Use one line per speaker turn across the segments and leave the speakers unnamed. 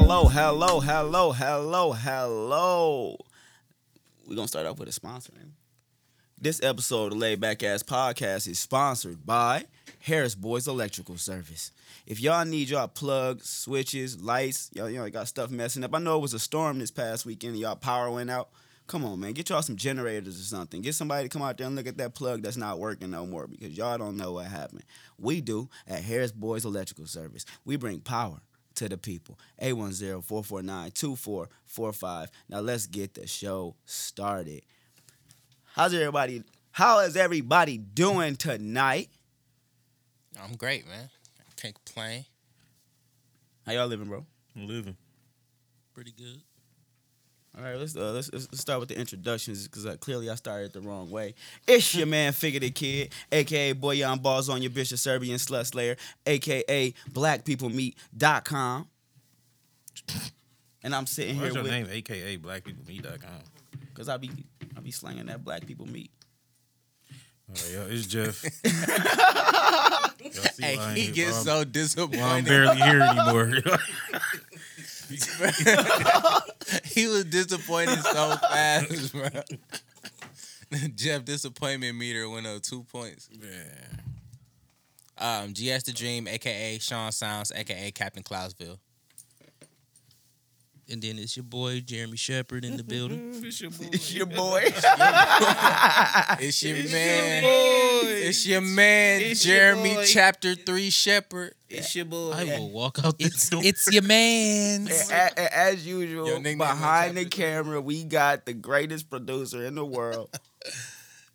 hello, hello, hello, hello. We're gonna start off with a sponsor. man. This episode of the Laid Back Ass Podcast is sponsored by Harris Boys Electrical Service. If y'all need y'all plugs, switches, lights, y'all, y'all got stuff messing up. I know it was a storm this past weekend and y'all power went out. Come on, man. Get y'all some generators or something. Get somebody to come out there and look at that plug that's not working no more because y'all don't know what happened. We do at Harris Boys Electrical Service. We bring power to the people. 810-449-2445. Now let's get the show started. How's everybody? How is everybody doing tonight?
I'm great, man. I can't complain.
How y'all living, bro?
I'm living.
Pretty good.
All right, let's uh, let's, let's start with the introductions because uh, clearly I started the wrong way. It's your man, Figure the Kid, aka Boyan Balls on your Bishop Serbian Slut Slayer, aka BlackPeopleMeet.com. And I'm sitting
What's
here
your
with
name? AKA BlackPeopleMe.com.
because I be I be slanging that Black People Meat.
All right, yo, it's Jeff. Y'all see
Hey,
why I
he
ain't-
gets
why I'm-
so
why I'm
disappointed.
barely here anymore.
he was disappointed so fast, bro. Jeff disappointment meter went up two points.
Man.
Um, GS the Dream, aka Sean Sounds, aka Captain Cloudsville.
And then it's your boy Jeremy Shepard in the building.
It's your boy.
It's your boy.
It's your man. It's your man,
It's your
Jeremy
boy.
Chapter Three Shepherd.
It's your boy.
I will walk out the door.
It's your man.
And a- and as usual,
Your nickname
behind
on
the camera, we got the greatest producer in the world.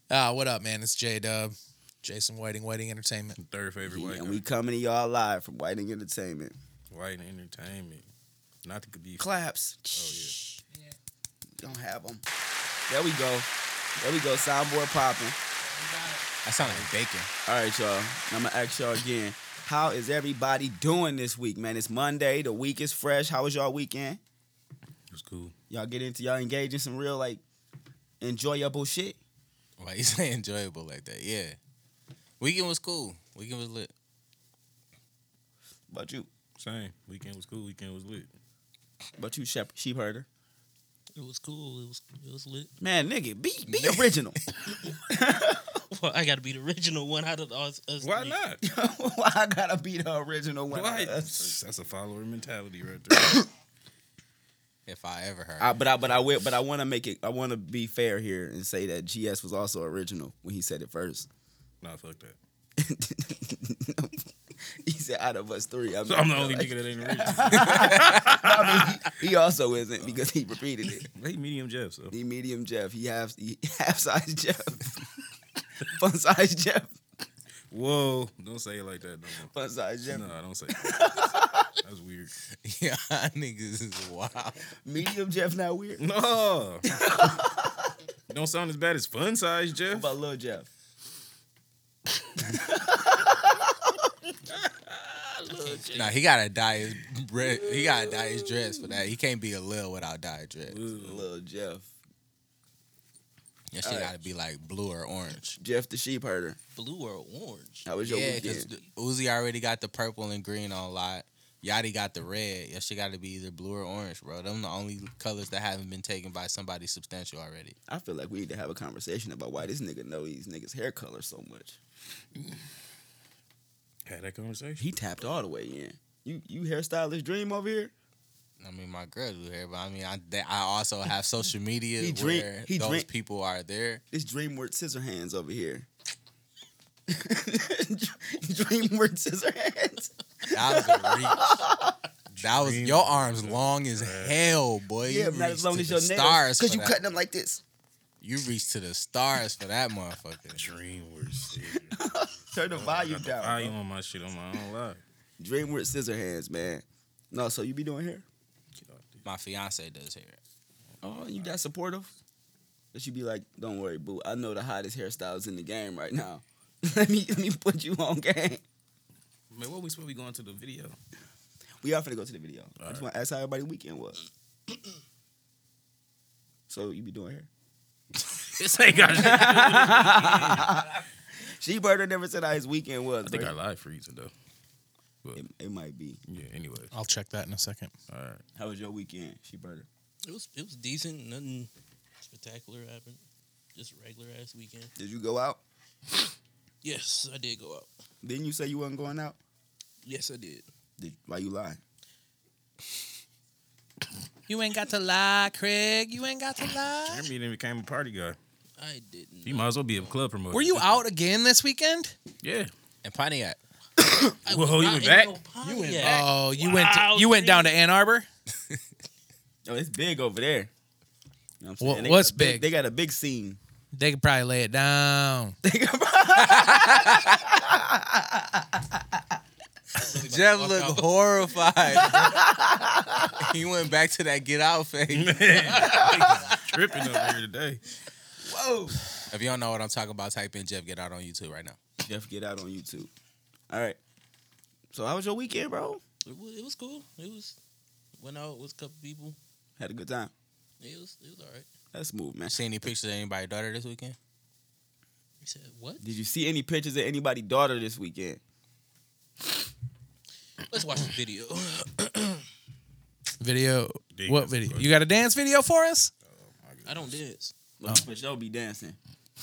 Ah, what up, man? It's J Dub, Jason Whiting, Whiting Entertainment.
Third favorite white
and
guy.
we coming to y'all live from Whiting Entertainment.
White and entertainment. Not to be.
Claps.
Oh,
Don't have them. There we go. There we go. Soundboard popping.
I sound like bacon.
All right, y'all. I'm gonna ask y'all again. How is everybody doing this week, man? It's Monday. The week is fresh. How was y'all weekend?
It's cool.
Y'all get into y'all engage in some real like enjoyable shit.
Why you say enjoyable like that? Yeah. Weekend was cool. Weekend was lit.
But you,
Same. Weekend was cool. Weekend was lit.
but you shepherd, sheep herder.
It was cool. It was it was lit.
Man, nigga, be be original.
Well, I got to be the original one out of us. us
Why
three.
not?
Why I gotta be the original one?
Why? That's a follower mentality right there.
If I ever heard.
I, but I but I will but I want to make it. I want to be fair here and say that GS was also original when he said it first.
nah, fuck that.
he said out of us three. I mean,
So I'm the only nigga that ain't original.
He also isn't because he repeated it.
They medium Jeff, so.
He medium Jeff. He half he half size Jeff. Fun size Jeff.
Whoa. Don't say it like that no more.
Fun size Jeff.
No, I don't say that. That's weird.
yeah, niggas is wild.
Medium Jeff not
Mm.
weird.
No. Don't sound as bad as fun size, Jeff.
But little Jeff.
Nah, he gotta dye his bre- he gotta dye his dress for that. He can't be a lil without dye a dress.
Ugh.
Little Jeff.
That shit
Alright.
gotta be like blue or orange.
Jeff the sheep herder.
Blue or orange?
How was your
Yeah, because
weekend?
Uzi already got the purple and green on lot. Yachty got the red. Your shit gotta be either blue or orange, bro. Them the only colors that haven't been taken by somebody substantial already.
I feel like we need to have a conversation about why this nigga know these niggas hair color so much.
Had that conversation.
He tapped all the way in. You you hairstylist dream over here?
I mean, my girl do here, but I mean, I, they, I also have social media
He drink-
where
he
those
drink-
people are there.
This DreamWorks scissor hands over here. DreamWorks scissor hands.
That was a reach. That was
Dream
your arms long as hell, boy.
Yeah,
you
not as
reached
long
to
as
the
your nails.
stars
Cause
for
you
that.
cutting them like this.
You reached to the stars for that motherfucker.
DreamWorks.
Turn the volume
Oh, got the
down.
volume on my shit on my own live.
DreamWorks scissor hands, man. No, so you be doing hair?
My fiance does hair.
Oh, you that supportive? That you be like, don't worry, boo. I know the hottest hairstyles in the game right now. let me let me put you on game.
Man, what we supposed to be going to the video?
We are finna go to the video. I just
Alright.
want to ask how everybody weekend was. so you be doing hair?
This ain't got shit. I
She Birder never said how his weekend was.
think
bro.
our live freezing though. But
It, it might be.
yeah, anyway.
I'll check that in a second.
All right.
How was your weekend, she burger?
It was it was decent. Nothing spectacular happened. Just a regular ass weekend.
Did you go out?
Yes, I did go out.
Didn't you say you wasn't going out?
Yes, I did.
Did, why you lying?
You ain't got to lie, Craig. You ain't got to lie.
Jeremy then became a party guy.
I didn't.
He might as well be a club promoter.
Were you out again this weekend?
Yeah.
And Pontiac.
I
Whoa,
was
you
not
went
in
back?
no Pontiac.
You went. Oh, you went.
Wow,
To, you went down to
Craig.
Ann Arbor.
Oh, it's big over there. You know what I'm
Wha-
saying? They
what's
got a
big?
They got a big scene.
They could probably lay it down.
Jeff looked horrified. he went back to that get out phase.
Tripping over here today.
Whoa.
If you don't know what I'm talking about, type in Jeff Get Out on YouTube right now.
Jeff, get out on YouTube. All right. So how was your weekend, bro?
It was, it was cool. It was went out with a couple people.
Had a good time.
It was it was all right.
That's smooth, man.
See any pictures of anybody's daughter this weekend?
He said what?
Did you see any pictures of anybody's daughter this weekend?
Let's watch the video.
Video.
Dig
what
this
video?
one.
You got a dance video for us?
I don't dance.
But for sure be dancing.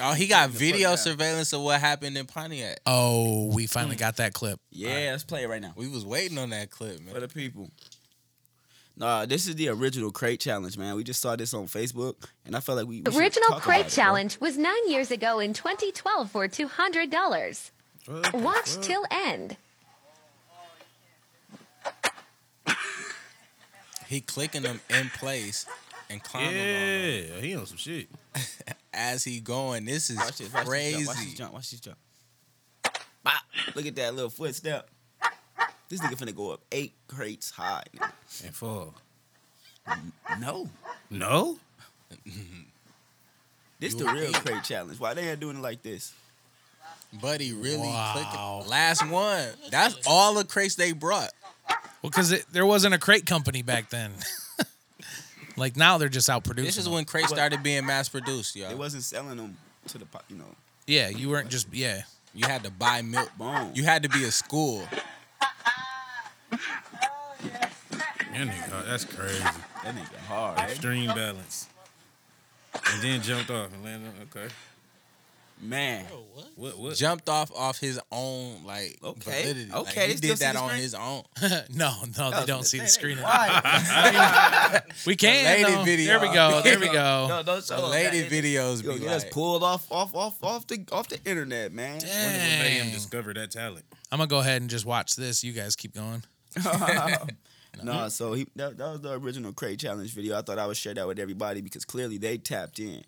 Oh, he got
What the fuck
video
happened?
surveillance of what happened in Pontiac.
Oh, we finally got that clip.
Yeah, let's play it right now.
We was waiting on that clip,
For
man.
the people. Nah, this is the original crate challenge, man. We just saw this on Facebook and I felt like we, we should
Original
talk
Crate
about it, bro.
Challenge was nine years ago in 2012 for $200. Watch till end.
He clicking them in place and climbing on them
Yeah, he on some shit.
as he going. This is
Watch this, watch
crazy.
This jump, watch this jump. Watch this jump. Bop. Look at that little footstep. This nigga finna go up eight crates high. nigga.
And fall.
No.
No?
This the real crate challenge. Why they ain't doing it like this?
Buddy really
Wow.
clicking. Last one. That's all the crates they brought.
Well, because there wasn't a crate company back then. like now, they're just out producing.
This is
them.
when crates started being mass produced,
They
y'all.
wasn't selling them to the, po- you know,
Yeah, you weren't just. Yeah,
You had to buy milk.
boom.
You had to be a school.
That nigga, oh, that's crazy.
that nigga hard. eh?
Extreme balance. And then jumped off and landed on okay.
Man.
Bro, what?
What what
Jumped off off his own like
Okay.
validity. Like,
Okay,
he
they still
did
see
that
the
on
screen?
his own.
no, no, they don't see the screen.
Why?
We can.
Related
though.
video.
There we go. There we
no,
go.
don't show
The
us
lady
that.
videos
Yo,
be
you
like,
just pulled off, off, off, off the, off the internet, man.
wonder what made him
Dang.
discover that talent?
I'm gonna go ahead and just watch this. You guys keep going.
Nah, so he that, that was the original crate challenge video. I thought I would share that with everybody because clearly they tapped in. You know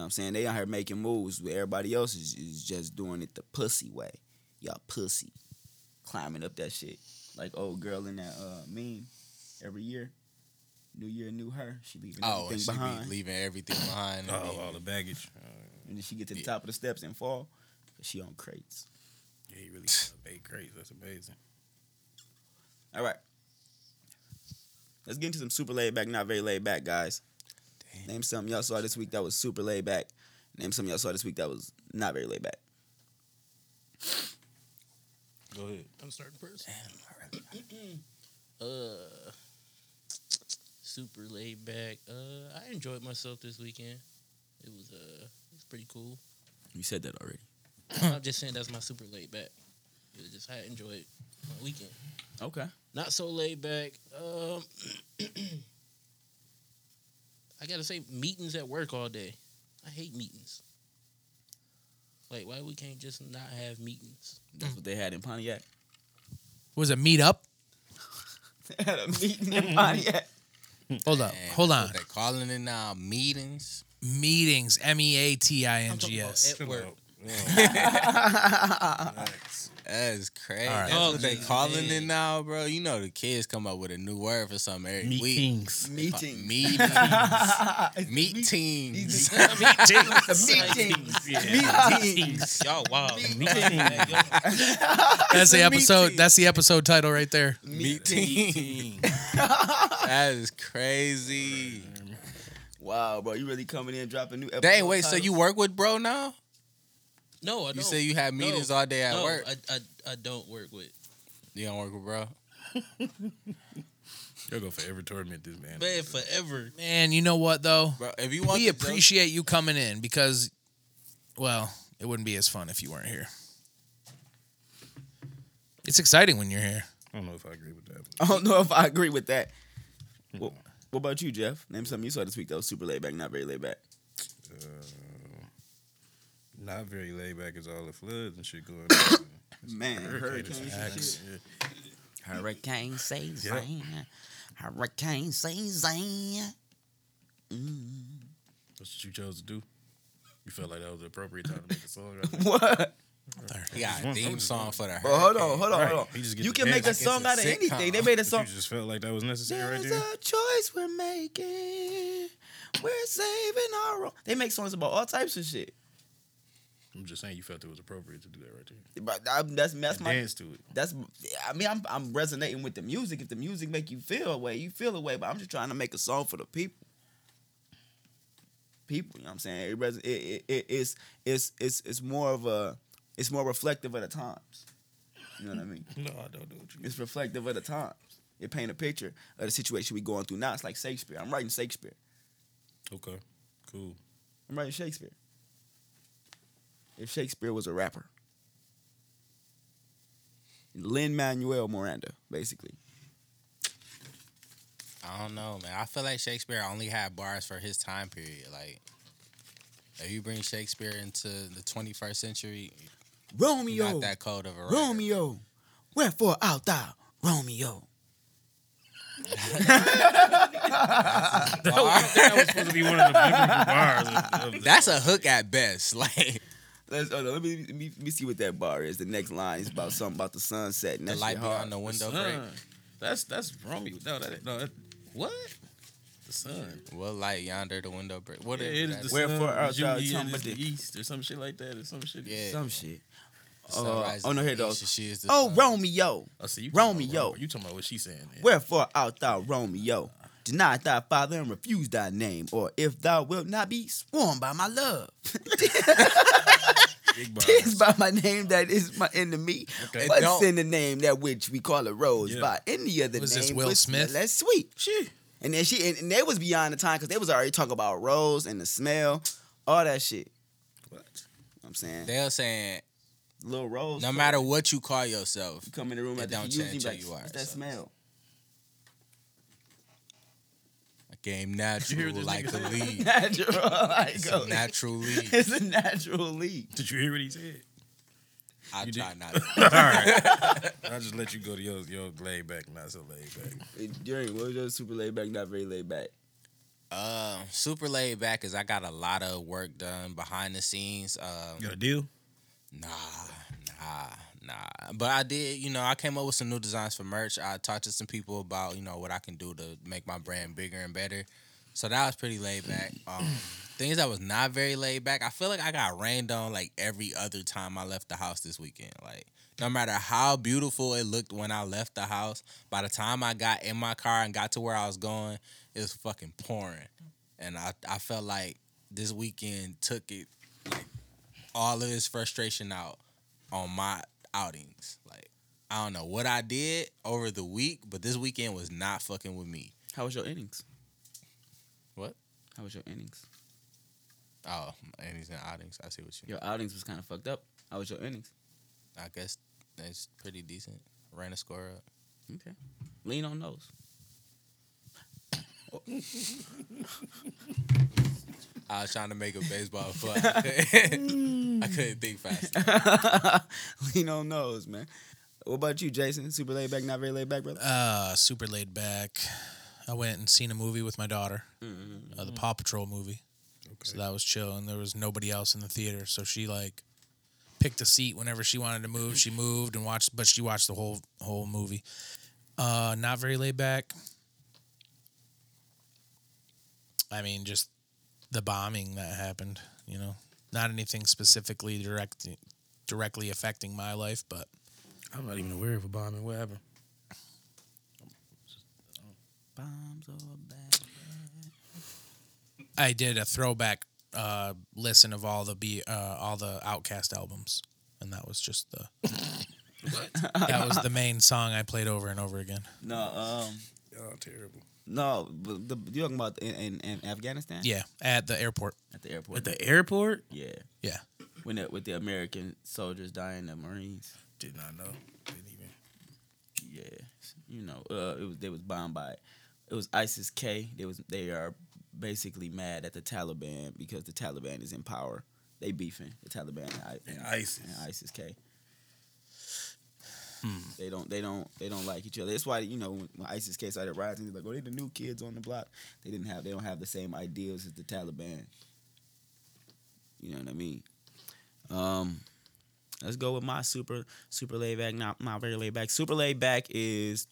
what I'm saying? They out here making moves, but everybody else is, is just doing it the pussy way. Y'all pussy climbing up that shit like old girl in that uh, meme every year. New year, new her. She leaving
oh, and
everything
she
behind,
be leaving everything behind. and
Oh,
be-
all the baggage. Oh,
and then she get to the top of the steps and fall. She on crates.
yeah, he really made crazy. That's amazing.
All right, let's get into some super laid back, not very laid back guys. Name something y'all saw this week that was super laid back. Name something y'all saw this week that was not very laid back.
Go ahead.
I'm starting first. uh, super laid back. Uh, I enjoyed myself this weekend. It was uh, it was pretty cool.
You said that already.
Mm.
I'm just saying that's my super laid back. It was just I enjoyed my weekend.
Okay.
Not so laid back. Um, I gotta say meetings at work all day. I hate meetings. Like why we can't just not have meetings?
That's what they had in Pontiac.
Was it meet up?
they had a meeting in Pontiac.
Hold up.
Man,
Hold
that's
on.
what They calling it now meetings.
Meetings. M e a t i n
I'm talking
g
about
s.
at work.
Nice.
That is crazy.
All right.
That's what they
Oh,
calling it
man.
now, bro. You know the kids come up with a new word for something every week.
Mm.
Meetings.
Meeting.
Meetings. Meetings.
Meetings. Meetings.
Y'all wild.
That's the
a
episode.
meeting.
That's the episode title right there.
Mm. Meetings. that is crazy.
Wow, bro, you really coming in dropping new episodes.
Dang, wait, so you work with bro now?
No, I don't.
You say you have meetings all day at
no,
work.
I, I I don't work with.
You don't work with bro.
You'll go forever torment this man.
Man, forever.
Man, you know what though?
Bro, if you want
we
the jokes-
appreciate you coming in because, well, it wouldn't be as fun if you weren't here. It's exciting when you're here.
I don't know if I agree with that. but-
I don't know if I agree with that. What, what about you, Jeff? Name something you saw this week that was super laid back, not very laid back.
Not very laid back is all the floods and shit going on.
Man, hurricanes and
Facts.
shit.
Yeah.
Hurricane season.
Yep.
Hurricane season.
That's what you chose to do. You felt like that was the appropriate time to make a song. Right?
What?
You got a
one-
theme
I'm just
song for the
But hold on, hold on,
Right.
hold on.
He just gets
You
to
can make a
dance
song
like
out
it's
of
a
anything.
sitcom.
They made a
But
song.
You just felt like that was necessary right
There's
there.
a choice we're making. We're saving our. own. They make songs about all types of shit.
I'm just saying you felt it was appropriate to do that right there.
But I, that's that's
And
my
dance to it.
that's. I mean, I'm I'm resonating with the music. If the music make you feel a way, you feel a way. But I'm just trying to make a song for the people. People, you know what I'm saying? It, res- it, it, it it's it's it's it's more of a it's more reflective of the times. You know what I mean?
No, I don't know what you
It's reflective of the times. It paint a picture of the situation we going through now. It's like Shakespeare. I'm writing Shakespeare.
Okay, cool.
I'm writing Shakespeare. If Shakespeare was a rapper, Lin Manuel Miranda, basically.
I don't know, man. I feel like Shakespeare only had bars for his time period. Like, if you bring Shakespeare into the 21st century, you're
Romeo,
not that cold of a writer.
Romeo, wherefore art thou, Romeo?
Bar.
That was supposed to be one of the biblical bars. Of, of the,
That's a hook at best. Like,
Let's hold on, let me, let me let me see what that bar is. The next line is about something about the sunset. And
the
that
light
shit hard.
beyond the window break.
Son. That's that's Romeo. No, that no. That, what? The sun.
What light yonder the window break? What
Yeah,
is
it
that?
is the
Wherefore
sun.
art
is
thou
you-
come
it is the
with it?
east or some shit like that or some shit.
Yeah.
Some shit.
sun
uh,
rises
oh, no,
in the
here it goes.
east and she is the
Oh,
sun.
Romeo,
Oh, see, you talking about
Romeo.
You talking about what she's saying? there.
wherefore art thou, Romeo? Deny thy father and refuse thy name, or if thou wilt not be sworn by my love.
Big bars.
Tis by my name that is my enemy.
Okay.
What's
Don't-
in the name that which we call a rose?
Yeah.
By any other
Was
name,
this Will
which
Smith?
smelleth sweet.
Shit.
And then she and, and they was beyond the time because they was already talking about rose and the smell, all that shit.
What?
I'm saying
They're saying
little rose.
no matter what you call yourself,
you come in the room
It
at the
don't
usually
change
like,
who you are,
what's that
so-
smell.
I came
You hear
natural
what this
like a
nigga
lead.
Natural. like,
It's
oh,
a natural lead.
It's a natural leak.
Did you hear what he said?
I
You
try
did-
not to.
All right. I just let you go to your your laid back, not so laid back.
During what was your super laid back, not very laid back.
Uh, super laid back is I got a lot of work done behind the scenes. Um,
You got a deal?
Nah, nah, nah. But I did, you know, I came up with some new designs for merch. I talked to some people about, you know, what I can do to make my brand bigger and better. So that was pretty laid back. Um, things that was not very laid back. I feel like I got rained on like every other time I left the house this weekend. Like no matter how beautiful it looked when I left the house, by the time I got in my car and got to where I was going, it was fucking pouring. And I, I felt like this weekend took it all of his frustration out on my outings. Like, I don't know what I did over the week, but this weekend was not fucking with me.
How was your innings?
What?
How was your innings?
Oh, and he's in outings. I see what you mean.
Your outings was kind of fucked up. How was your innings?
I guess that's pretty decent. Ran a score up.
Okay. Lean on those.
I was trying to make a baseball play. I couldn't I couldn't think fast. enough.
Lean on those, man. What about you, Jason? Super laid back, not very laid back, brother.
Uh, super laid back. I went and seen a movie with my daughter, uh, the Paw Patrol movie. So that was chill, and there was nobody else in the theater. So she like picked a seat whenever she wanted to move. She moved and watched, but she watched the whole whole movie. Uh, not very laid back. I mean, just the bombing that happened. You know, not anything specifically direct directly affecting my life, but
I'm not even aware of a bombing. What happened?
Bombs all back.
I did a throwback uh, listen of all the B, uh, all the Outcast albums, and that was just the That was the main song I played over and over again.
No, um,
Y'all terrible.
no. But the, you talking about in, in, in Afghanistan?
Yeah, at the airport.
At the airport.
At the airport?
yeah.
Yeah.
When it, with the American soldiers dying, the Marines.
Did not know. Didn't even.
Yeah, you know, uh, it was they was bombed by, it was ISIS K. They was they are basically mad at the Taliban because the Taliban is in power. They beefing the Taliban and, I-
And ISIS. Hmm.
and ISIS K. They don't they don't they don't like each other. That's why you know when when ISIS K started rising, they're like, oh, they the new kids on the block. They didn't have they don't have the same ideals as the Taliban. You know what I mean? Um, let's go with my super super laid back, not my very laid back. Super laid back is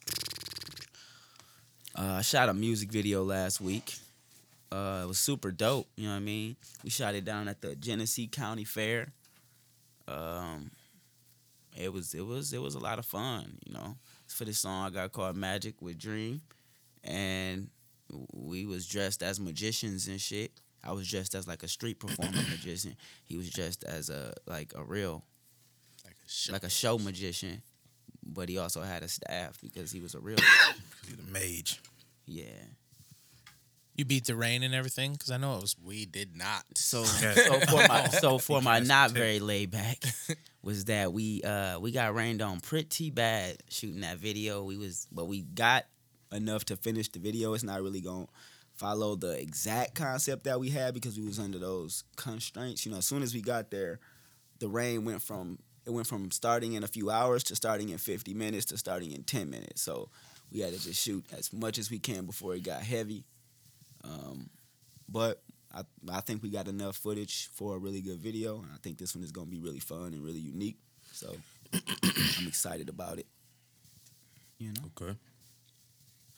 uh, I shot a music video last week. Uh, it was super dope. You know what I mean? We shot it down at the Genesee County Fair. Um, it was it was it was a lot of fun. You know, for this song I got called Magic with Dream, and we was dressed as magicians and shit. I was dressed as like a street performer magician. He was dressed as a like a real
Like a show.
like a show magician, but he also had a staff because he was a real
He's a mage.
yeah.
You beat the rain and everything because I know it was.
we did not.
So
Okay.
so for my so for my
Interesting.
not very laid back was that we uh we got rained on pretty bad shooting that video. We was but we got enough to finish the video. It's not really going to follow the exact concept that we had because we was under those constraints. You know, as soon as we got there, the rain went from it went from starting in a few hours to starting in 50 minutes to starting in 10 minutes. So we had to just shoot as much as we can before it got heavy. Um, but I, I think we got enough footage for a really good video, and I think this one is going to be really fun and really unique. So I'm excited about it. You know,
Okay.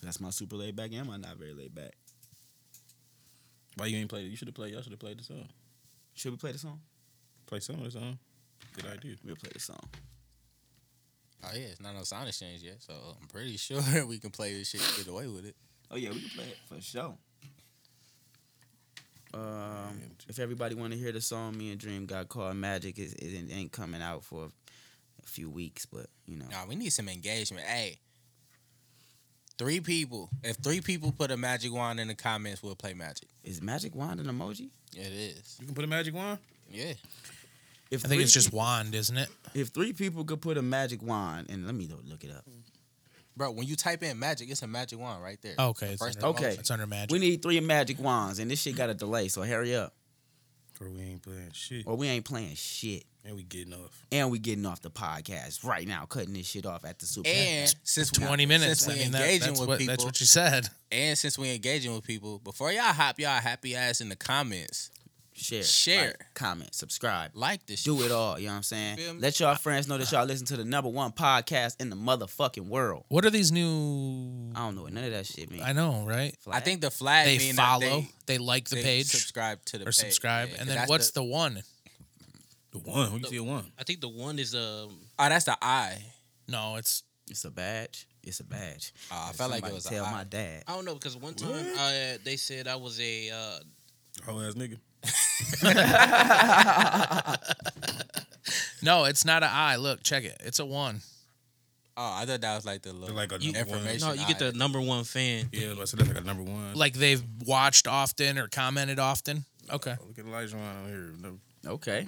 that's my super laid back and my not very laid back.
Why you ain't played it? You should have played. Y'all should have played the song.
Should we play the song?
Play some of the song. Good idea.
We'll play the song.
oh yeah, it's not on Sound Exchange yet, so I'm pretty sure we can play this shit and get away with it.
Oh yeah, we can play it for sure. Um,
Yeah,
if everybody want to hear the song, me and Dream got called Magic. It, it ain't coming out for a few weeks, but you know,
Nah, we need some engagement. Hey, three people. If three people put a magic wand in the comments, we'll play magic.
is Magic Wand an emoji?
It is.
You can put a magic wand.
Yeah.
If
I think it's
three
just wand, isn't it?
If three people could put a magic wand, and let me go look it up.
Bro, when you type in magic, it's a magic wand right there.
Oh, okay, it's
First
under,
Okay.
It's under magic.
We need three magic wands, and this shit got a delay, so hurry up,
Or we ain't playing shit.
or we ain't playing shit,
And we getting off.
and we getting off the podcast right now, cutting this shit off at the super.
and since we-
Twenty minutes.
since we
I mean, that-
engaging
that's
with
what
people,
that's what you said.
and since we engaging with people, before y'all hop y'all happy ass in the comments,
share,
Share.
like, comment, subscribe,
like this.
do
shit.
it all. You know what I'm
Feel me?
saying? Let y'all friends know that y'all listen to the number one podcast in the motherfucking world.
What are these new?
I don't know what none of that shit means.
I know, right?
I think the flag
They
mean that
follow.
they-
They like the
they
page
subscribe to the
or
page.
subscribe,
Yeah, 'cause
and then
that's
what's
the,
the one?
The one. We can see a one.
I think the one is um
oh that's the I.
No, it's
it's a badge. It's a badge.
Oh, I felt like it
Somebody
was
tell
a I.
my dad.
I don't know because one time I, they said I was a uh,
Whole ass nigga.
no, it's not an I. Look, check it. It's a one.
Oh, I thought that was like the little
Like a number one.
information.
no. You get the
I-
number one fan.
Yeah, but so that's like a number one.
Like they've watched often or commented often. Okay,
Oh, Look at Elijah on here. No,
Okay.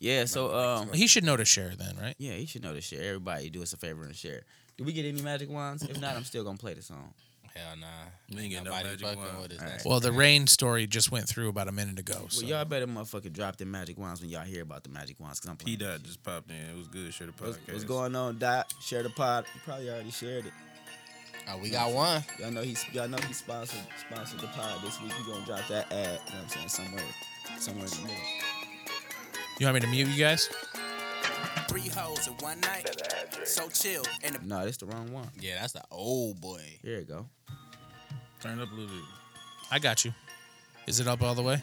Yeah. So um,
he should know to share then, right?
Yeah, you should know to share. Everybody, do us a favor and share. Did we get any magic wands? If not, I'm still gonna play the song.
hell nah.
We ain't got no
Nobody
magic
fucking
wand.
with us.
Alright.
That's-
Well, the rain story just went through about a minute ago.
Well,
So.
y'all better motherfucking drop the magic wands when y'all hear about the magic wands. Cause I'm
P
playing.
dot just popped in. It was good. Share the podcast.
What's, what's going on, Dot? Share the pod. You probably already shared it.
Oh, we got one.
Y'all know he's y'all know he sponsored sponsored the pod this week. We gonna drop that ad. You know what I'm saying somewhere, somewhere in the middle.
you want me to mute you guys?
Three hoes in one night. So chill. And
No, that's the wrong one.
yeah, that's the old boy.
Here it go.
Turn it up a little bit.
I got you. Is it up all the way?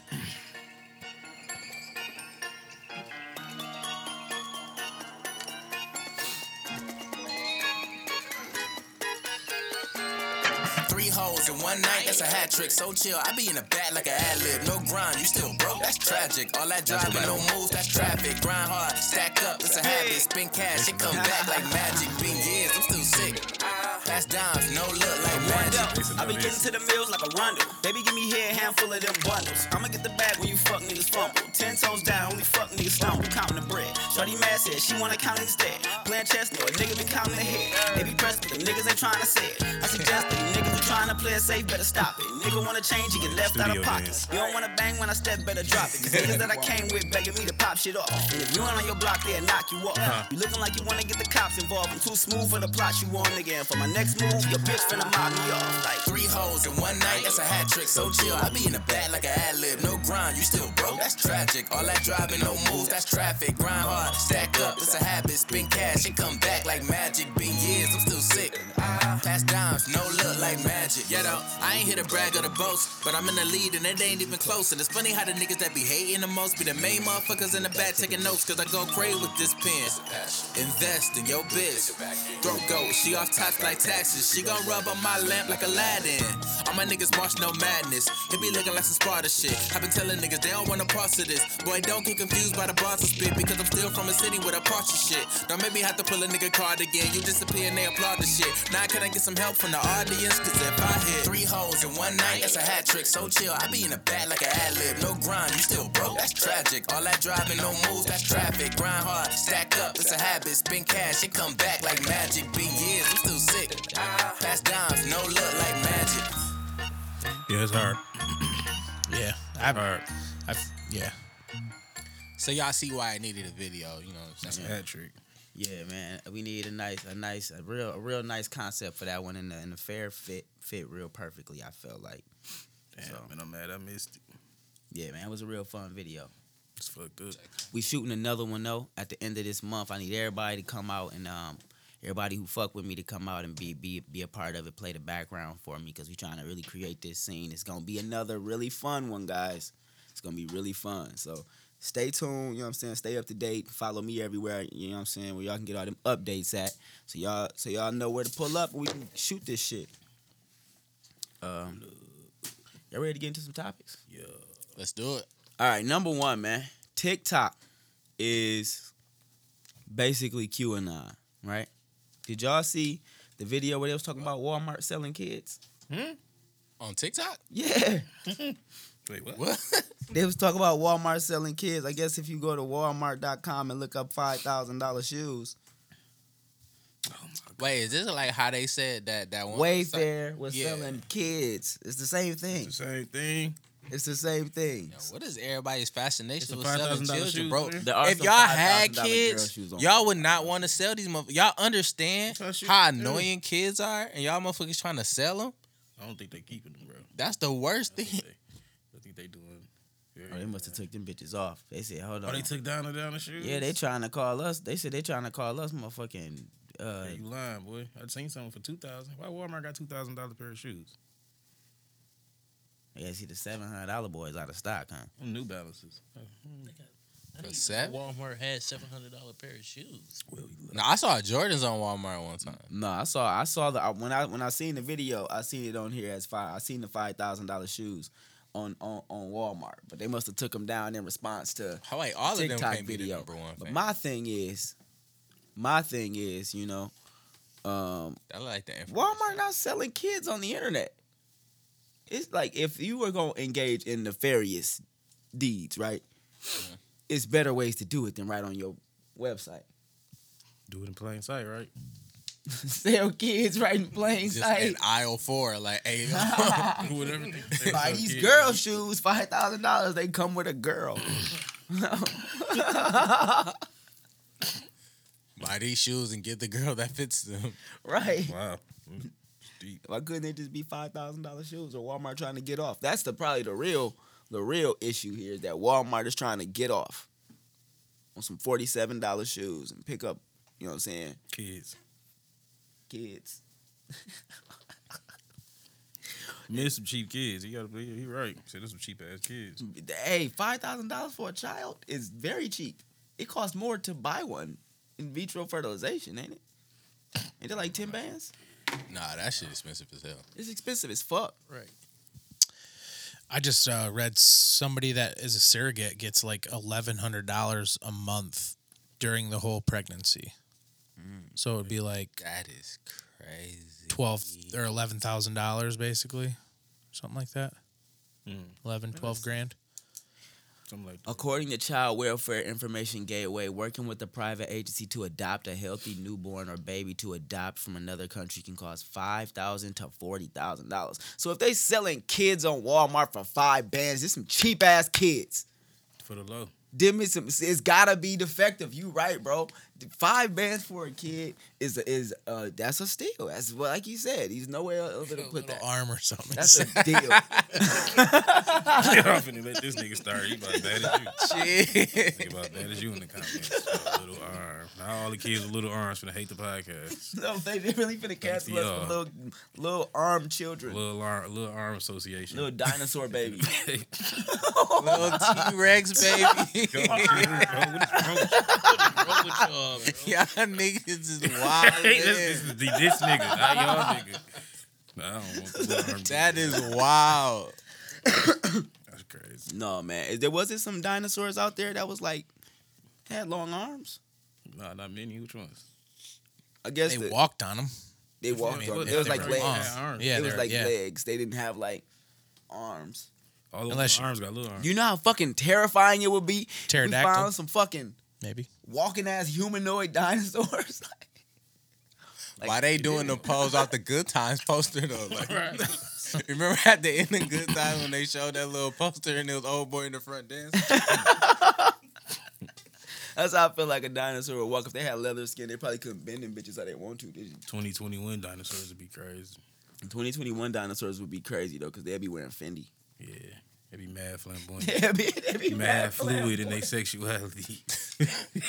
Three hoes in one night. that's a hat trick. So chill, I be in the back like a ad lib. No grind, you still broke. That's tragic. All that driving, no moves, that's traffic. Grind hard, stack up, it's a habit. Spin cash, it come back like magic. Been years, I'm still sick. Pass dimes, no look like magic.
It's
I be
another
getting to the meals like a rondo. Baby, give me here a handful of them bundles. I'ma get the bag when you fuck niggas fumble. Ten toes down, only fuck niggas stumble. Counting the bread. Shorty mad said she wanna count instead. Playing chess, no, a nigga been counting ahead. They be pressed, but the niggas ain't trying to say it. I suggest that niggas who trying to play it safe better stop it. Nigga wanna change, he get left out
Studio
of pockets. You don't wanna bang when I step, better drop it. Cause niggas that I came with begging me to pop shit off. And if you ain't on your block, they'll knock you off. You looking like you wanna get the cops involved. I'm too smooth for the plot you on, nigga. And for my next move, your bitch finna mob me off. Like,
Three hoes in one night, that's a hat trick. So chill, I be in the back like a ad lib. No grind, you still broke. That's tragic. All that driving, no moves, that's traffic. Grind hard, stack up, it's a habit. Spin cash, it come back like magic. Been years, I'm still sick. Pass dimes, no look like magic. Yeah, though, I ain't here to brag or to boast, but I'm in the lead and it ain't even close. And it's funny how the niggas that be hating the most be the main motherfuckers in the back taking notes, cause I go crazy with this pen. Invest in your bitch. Throw go, she off tops like taxes. She gon' rub on my lamp like Aladdin. All my niggas watch no madness. It be looking like some Sparta shit. I been telling niggas they don't want to parts of this. Boy, don't get confused by the bars I spit because I'm still from a city with a parts of shit. Don't make me have to pull a nigga card again. You disappear and they applaud the shit. Now can I get some help from the audience? Cause if I hit three hoes in one night, that's a hat trick. So chill, I be in the back like an ad lib. No grind, you still broke. That's tragic. All that driving, no moves, that's traffic. Grind hard, stack up, it's a habit. Spin cash, it come back like magic. Been years, I'm still sick. Pass dimes, no look like magic.
Yeah, it's hard.
Yeah. I've,
Hard.
I've, yeah.
So y'all see why I needed a video. You know what I'm saying?
Hat trick.
Yeah, man. We need a nice, a nice, a real, a real nice concept for that one, and the, and the fair fit fit real perfectly. I felt like,
Damn,
So.
man, I'm mad I missed it.
yeah, man, it was a real fun video.
It's fucked up.
We shooting another one though at the end of this month. I need everybody to come out and um, everybody who fuck with me to come out and be be be a part of it. Play the background for me because we trying to really create this scene. It's gonna be another really fun one, guys. It's gonna be really fun. So stay tuned. You know what I'm saying? Stay up to date. Follow me everywhere. You know what I'm saying? Where y'all can get all them updates at. So y'all so y'all know where to pull up. and We can shoot this shit. Um, y'all ready to get into some topics?
Let's do it.
All right, number one, man. TikTok is basically QAnon, right? Did y'all see the video where they was talking about Walmart selling kids?
On TikTok?
Yeah,
Wait, what?
What?
they was talking about Walmart selling kids. I guess if you go to Walmart.com and look up five thousand dollar shoes,
Oh,
Wait, is this like how they said that that one?
Wayfair was
Yeah.
selling kids. It's the same thing.
The same thing.
It's the same thing.
Yo, What is everybody's fascination
It's a
with selling
$5,000
children,
shoes,
bro?
man.
There are
if
some
y'all had
$5,000 girl
kids,
shoes on
y'all would not want to sell these motherfuckers. Y'all understand
That's how
how
shit- yeah.
annoying kids are, and y'all motherfuckers trying to sell them.
I don't think they keeping them, bro.
That's the worst
I
thing.
think they- I think they doing.
Oh, they must have took them bitches off. They said, "Hold
Oh,
on."
they took down and down the shoes.
yeah, they trying to call us. They said they trying to call us, motherfucking. Uh,
Hey, you lying, boy? I seen something for two thousand. Why Walmart got two thousand dollar pair of shoes?
I guess he the seven hundred dollar boys out of stock, huh?
Them New Balances.
I didn't
seven?
know Walmart had seven hundred dollar pair of shoes.
No, I saw Jordans on Walmart one time.
No, I saw I saw the I- when I when I seen the video, I seen it on here as five. I seen the five thousand dollar shoes on, on on Walmart, but they must have took them down in response to
Oh, wait, all of them
TikTok
can't be the
video.
number one.
But
fan.
my thing is, my thing is, you know, um,
I like the information.
Walmart not selling kids on the internet. It's like if you were gonna engage in nefarious deeds, right? It's better ways to do it than right on your website.
Do it in plain sight, right?
sell kids right in plain
Just
sight.
in aisle four, like hey,
Whatever. they- they
Buy
sell
these
kids.
girl shoes, five thousand dollars. They come with a girl.
buy these shoes and get the girl that fits them.
right?
Wow.
Why couldn't it just be five thousand dollar shoes or Walmart trying to get off? That's the probably the real the real issue here is that Walmart is trying to get off on some forty seven dollar shoes and pick up, you know what I'm saying,
Kids.
kids.
Man, some cheap kids. You gotta believe. He right. Said there's some cheap ass kids.
Hey, five thousand dollars for a child is very cheap. It costs more to buy one in vitro fertilization, ain't it? Ain't it like ten bands?
Nah, that shit expensive as hell.
It's expensive as fuck.
Right.
I just uh, read somebody that is a surrogate gets like eleven hundred dollars a month during the whole pregnancy. So it would be like
That is crazy.
twelve or eleven thousand dollars, basically, something like that. Eleven, twelve grand.
Something like that.
According to Child Welfare Information Gateway, working with a private agency to adopt a healthy newborn or baby to adopt from another country can cost five thousand to forty thousand dollars. So if they selling kids on Walmart for five bands, it's some cheap ass kids.
for the low.
Them is some, it's gotta be defective. You right, bro. Five bands for a kid is a, is uh that's a steal. That's what like you said. He's nowhere else to
A
put
little
that.
arm or something.
That's a deal.
I'm finna let this nigga start. He about as bad as you.
Shit.
Think about that as you in the comments. A little arm. Now all the kids with little arms finna hate the podcast.
no, they they really finna cancel us for
Yeah.
little little arm children,
Little arm, little arm association.
little dinosaur babies.
Little T Rex, baby.
Go, bro, what is wrong with you?
Wrong with y'all, bro?
Y'all niggas is wild.
Hey, this, this, is the- this nigga, not y'all nigga. I don't want the little arm.
That is wild.
That's crazy.
No man, there wasn't some dinosaurs out there that was like had long arms.
Nah, not many. Which ones?
I guess
they
the-
walked on them.
they walked
mean,
on.
look,
Oh, It was
they
like
were
legs.
long. Yeah,
it was
they're-
like
yeah.
legs. They didn't have like arms.
All the
Unless you-
arms got little arms.
You know how fucking terrifying it would be.
Pterodactyl.
We found some fucking
Maybe.
walking ass humanoid dinosaurs. Like,
Why they doing the pose off the Good Times poster though? Like, remember at the end of Good Times when they showed that little poster and it was old boy in the front dancing?
That's how I feel like a dinosaur would walk. If they had leather skin, they probably couldn't bend them bitches how they want to.
2021 dinosaurs would be crazy.
Twenty twenty one dinosaurs would be crazy though, because they'd be wearing Fendi.
Yeah, they'd be mad flamboyant.
they'd be, they'd be
mad
flat.
fluid in their sexuality.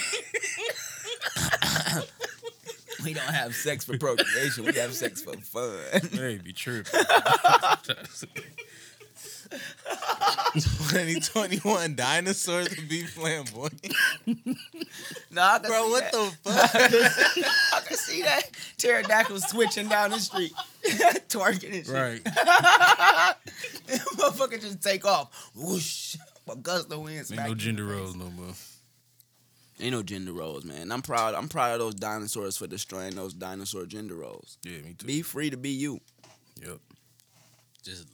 We don't have sex for procreation. we have sex for fun.
they be tripping.
2021 dinosaurs would be flamboyant.
Nah,
Bro, what
the
the fuck?
I can see that pterodactyl switching down the street, twerking and shit.
right.
Motherfucker just take off. Whoosh. But Gusto wins.
Ain't no gender roles no more.
Ain't no gender roles, man. I'm proud. I'm proud of those dinosaurs for destroying those dinosaur gender roles.
Yeah, me too.
Be free to be you.
Yep.
Just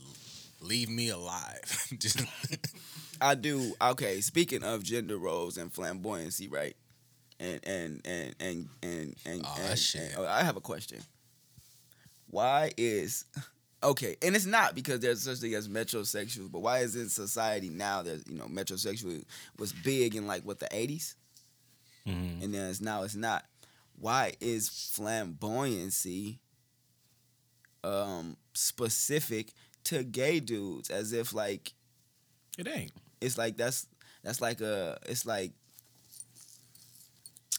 leave me alive. Just
I do. Okay. Speaking of gender roles and flamboyancy, right? And and and and and and,
Aw,
and-
that shit.
and- oh, I have a question. Why is okay? And it's not because there's such thing as metrosexuals, but why is in society now that you know metrosexual was big in like what the '80s,
Mhm.
and then it's now it's not. Why is flamboyancy um specific to gay dudes? As if like
It ain't.
it's like that's that's like a it's like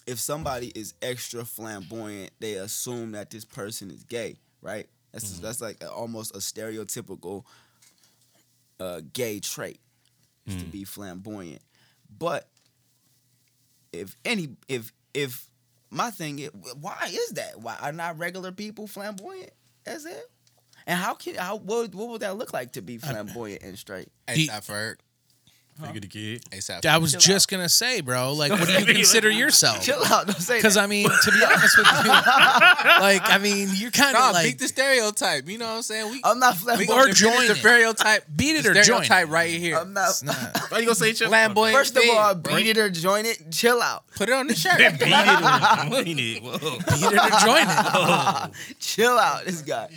if somebody is extra flamboyant they assume that this person is gay right that's that's like a, almost a stereotypical uh, gay trait is to be flamboyant but if any if if my thing is why is that why are not regular people flamboyant as hell and how can how what, what would that look like to be flamboyant and straight
ASAP Ferg.
Look at the kid.
ASAP.
I was
Chill
just gonna say, bro. Like, what do you consider yourself?
chill out don't say that.
Because I mean, to be honest with you, like I mean, you're kind of
Nah,
like
beat the stereotype. You know what I'm saying? We,
I'm not
we
flamboyant.
gonna
or
defend
join
the
it.
stereotype.
Beat it
the
or join it.
stereotype right here.
I'm not.
It's not-
Why you gonna say chill?
Flamboyant.
First of
thing,
all,
bro.
beat it or join it. Chill out.
Put it on the shirt.
Beat it or join it. Whoa.
beat it or join it.
Chill out. This guy.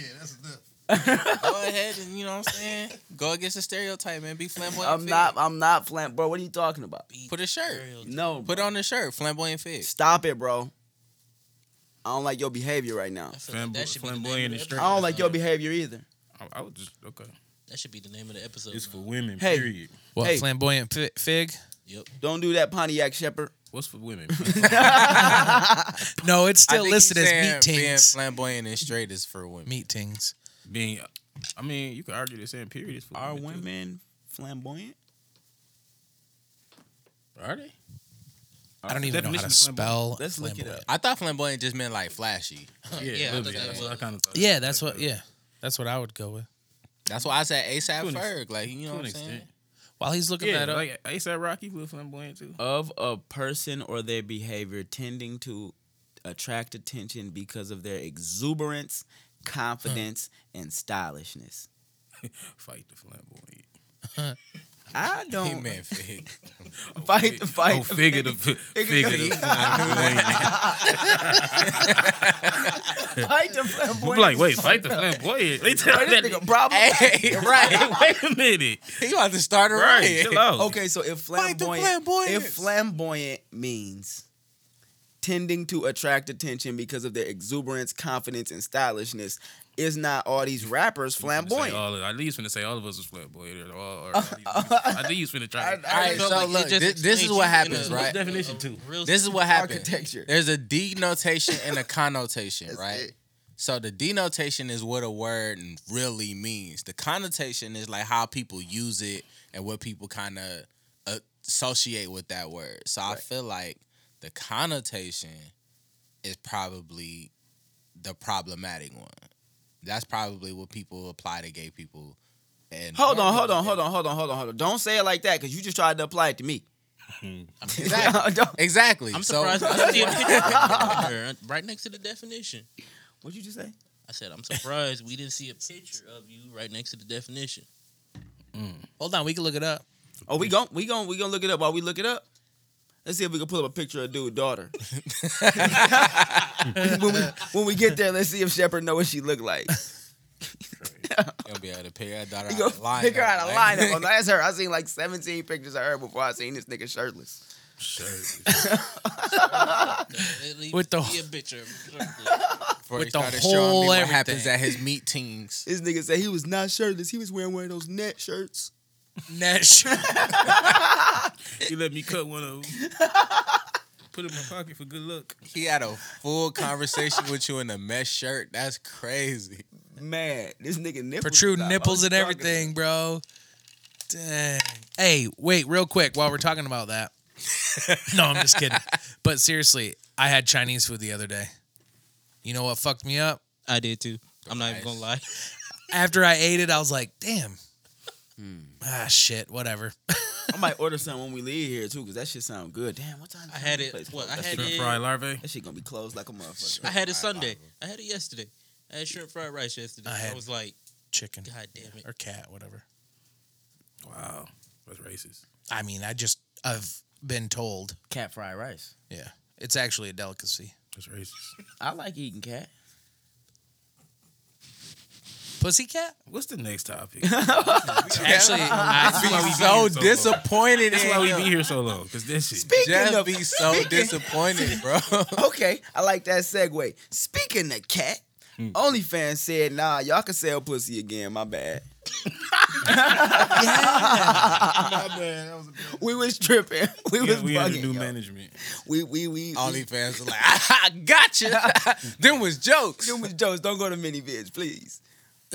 Go ahead and you know what I'm saying. Go against the stereotype, man. Be flamboyant.
I'm
fig.
not. I'm not flamboyant, bro. What are you talking about?
Put a shirt.
No.
Put on the shirt. Flamboyant
bro.
fit.
Stop it, bro. I don't like your behavior right now.
I feel like
Flambo-
that should be the name
flamboyant
of
and
the
straight.
I don't like your behavior either.
I, I was just okay.
epi- That should be the name of the episode.
It's for
now.
women.
Hey.
Period.
What
Hey.
flamboyant fi- fig?
Yep.
Don't do that, Pontiac Shepherd.
What's for women?
No, it's
I
still
think
listed
he's
as
saying
meat
Being
tings.
flamboyant and straight is for women.
Meat tings.
Being, I mean, you could argue the same period is for
Are
women. too.
women flamboyant?
Are they?
I don't even know how
Definition
to
of flamboyant.
spell.
Let's look it
flamboyant.
I thought flamboyant just meant like flashy.
Yeah, yeah,
Yeah, I thought that
that's
was-
what I kind of thought.
Yeah, that's what. Yeah, that's what I would go with.
That's why I said ASAP
To an ex-
Ferg. Like you know
to
what
an
I'm saying?
extent.
While he's looking
Yeah,
that up,
like ASAP Rocky was flamboyant too.
Of a person or their behavior tending to attract attention because of their exuberance, confidence, and stylishness.
Fight the flamboyant.
I
He
don't
meant fig.
fight the fight.
Oh, figure the figure the flamboyant.
Fight the flamboyant.
I'm like, wait, fight the flamboyant. They tell
This
that
nigga problem.
hey, right.
Wait a minute.
He about to start a
Right,
riot.
chill out.
Oh,
Okay, so if
Oh. Fight the
flamboyant,
flamboyants.
if flamboyant means tending to attract attention because of their exuberance, confidence, and stylishness, is not all these rappers
Say
flamboyant?
oh,
all of, I think he's finna say all of us is flamboyant. Or, all- or, I think he's finna try.
All right,
felt
so
like it
look,
just
thi- this is
explained
what
you
happens,
in a-
right?
definition too.
Real
This is what happens.
Architecture.
There's a denotation and a connotation, right? So the denotation is what a word really means. The connotation is like how people use it and what people kind of associate with that word. So I feel like the connotation is probably the problematic one. That's probably what people apply to gay people. And
Hold on, hold on, hold on, hold on, hold on, hold on. Don't say it like that because you just tried to apply it to me.
Exactly.
Don't-
exactly.
I'm
So-
surprised I see a picture right next to the definition.
What'd you just say?
I said, I'm surprised we didn't see a picture of you right next to the definition.
Mm. hold on, we can look it up.
Oh, we gon' we gon' we gonna look it up while we look it up. Let's see if we can pull up a picture of dude daughter. when we when we get there, let's see if Shepard know what she look like.
Gonna be able to pick that daughter
You go
out of lineup.
figure out a
like-
lineup. That's her. I seen like 17 pictures of her before I seen this nigga shirtless.
At least
With the-
see a picture.
Before
With
he
the
started showing me
whole
what
everything.
happens at his meetings.
This nigga said he was not shirtless. He was wearing one of those net shirts.
Nash.
He let me cut one of them. Put it in my pocket for good luck.
He had a full conversation with you in a mesh shirt. That's crazy.
Man, this nigga nipples.
protrude
was out.
nipples
What
and
you talking
everything, bro. Dang. Hey, wait, real quick while we're talking about that. no, I'm just kidding. But seriously, I had Chinese food the other day. You know what fucked me up?
I did too. I'm not even gonna lie.
After I ate it, I was like, damn. Ah, shit, whatever.
about? I might order something when we leave here too, cause that shit sound good. Damn, what time?
I had
this
it-
place
what,
closed?
I
That
had
shit-
it-
Shrimp fry larvae.
That shit gonna be closed like a motherfucker.
I had it Sunday. I had it yesterday. I had shrimp fried rice yesterday.
I
I,
had-
was like,
Chicken
God damn it.
or cat, whatever.
Wow, that's racist.
I mean, I just, I've been told.
Cat fried rice.
Yeah. It's actually a delicacy.
That's racist.
I like eating cat.
Pussycat?
What's the next topic?
Actually, I,
why we be
so
here so
disappointed
That's
in
why we
him.
be here so long. Cause this shit.
Speaking
Jeff
of,
be so disappointed, bro.
okay, I like that segue. Speaking of cat, OnlyFans said, "Nah, y'all can sell pussy again." My bad. We was tripping. We
Yeah,
was
we under
bugging.
new
y'all.
management.
We we we.
OnlyFans are like, "Ah, I gotcha. Them was jokes.
Humans jokes. Don't go to mini vids, please.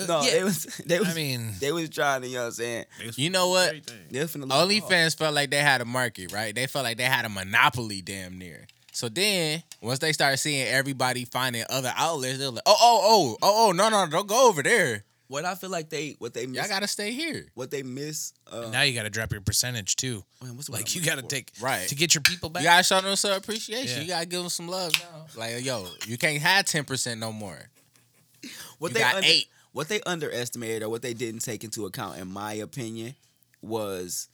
No,
yeah.
they was they was
I mean,
they was trying to. You know what I'm saying?
You know what?
They was finna look hard.
OnlyFans felt like they had a market, right? They felt like they had a monopoly damn near. So then, once they started seeing everybody finding other outlets, they're like, oh, oh, oh, oh, oh, no, no, don't go over there.
What I feel like they what they
Y'all
miss,
gotta stay here.
what they miss. Uh,
now you got to drop your percentage too.
man, what's the word
Like,
I'm
you got to
looking
take,
Right.
to get your people back.
You gotta show them some appreciation.
Yeah.
You gotta give them some love now. Like, yo, you can't have ten percent no more.
for? What
you
they
got
under-
eight.
What they underestimated or what they didn't take into account, in my opinion, was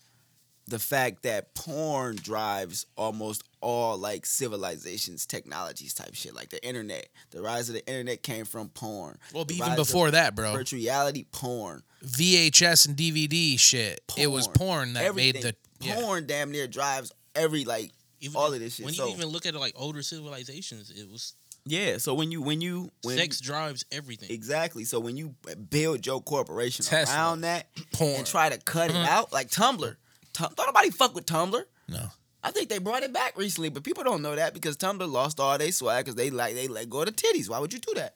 the fact that porn drives almost all like civilizations, technologies type shit, like the internet. The rise of the internet came from porn.
Well,
The
even
rise of
before that, bro,
virtual reality, porn.
VHS and DVD shit. It was porn that
Everything.
made the yeah.
porn damn near drives every like
Even
all of this shit.
When
So
you even look at like older civilizations, it was
yeah, so when you when you when
sex drives everything.
exactly, so when you build your corporation
Tesla.
around that
Porn.
and try to cut it out like Tumblr, Tum- don't nobody fuck with Tumblr.
No.
I think they brought it back recently, but people don't know that because Tumblr lost all their swag because they like they let go of the titties. Why would you do that?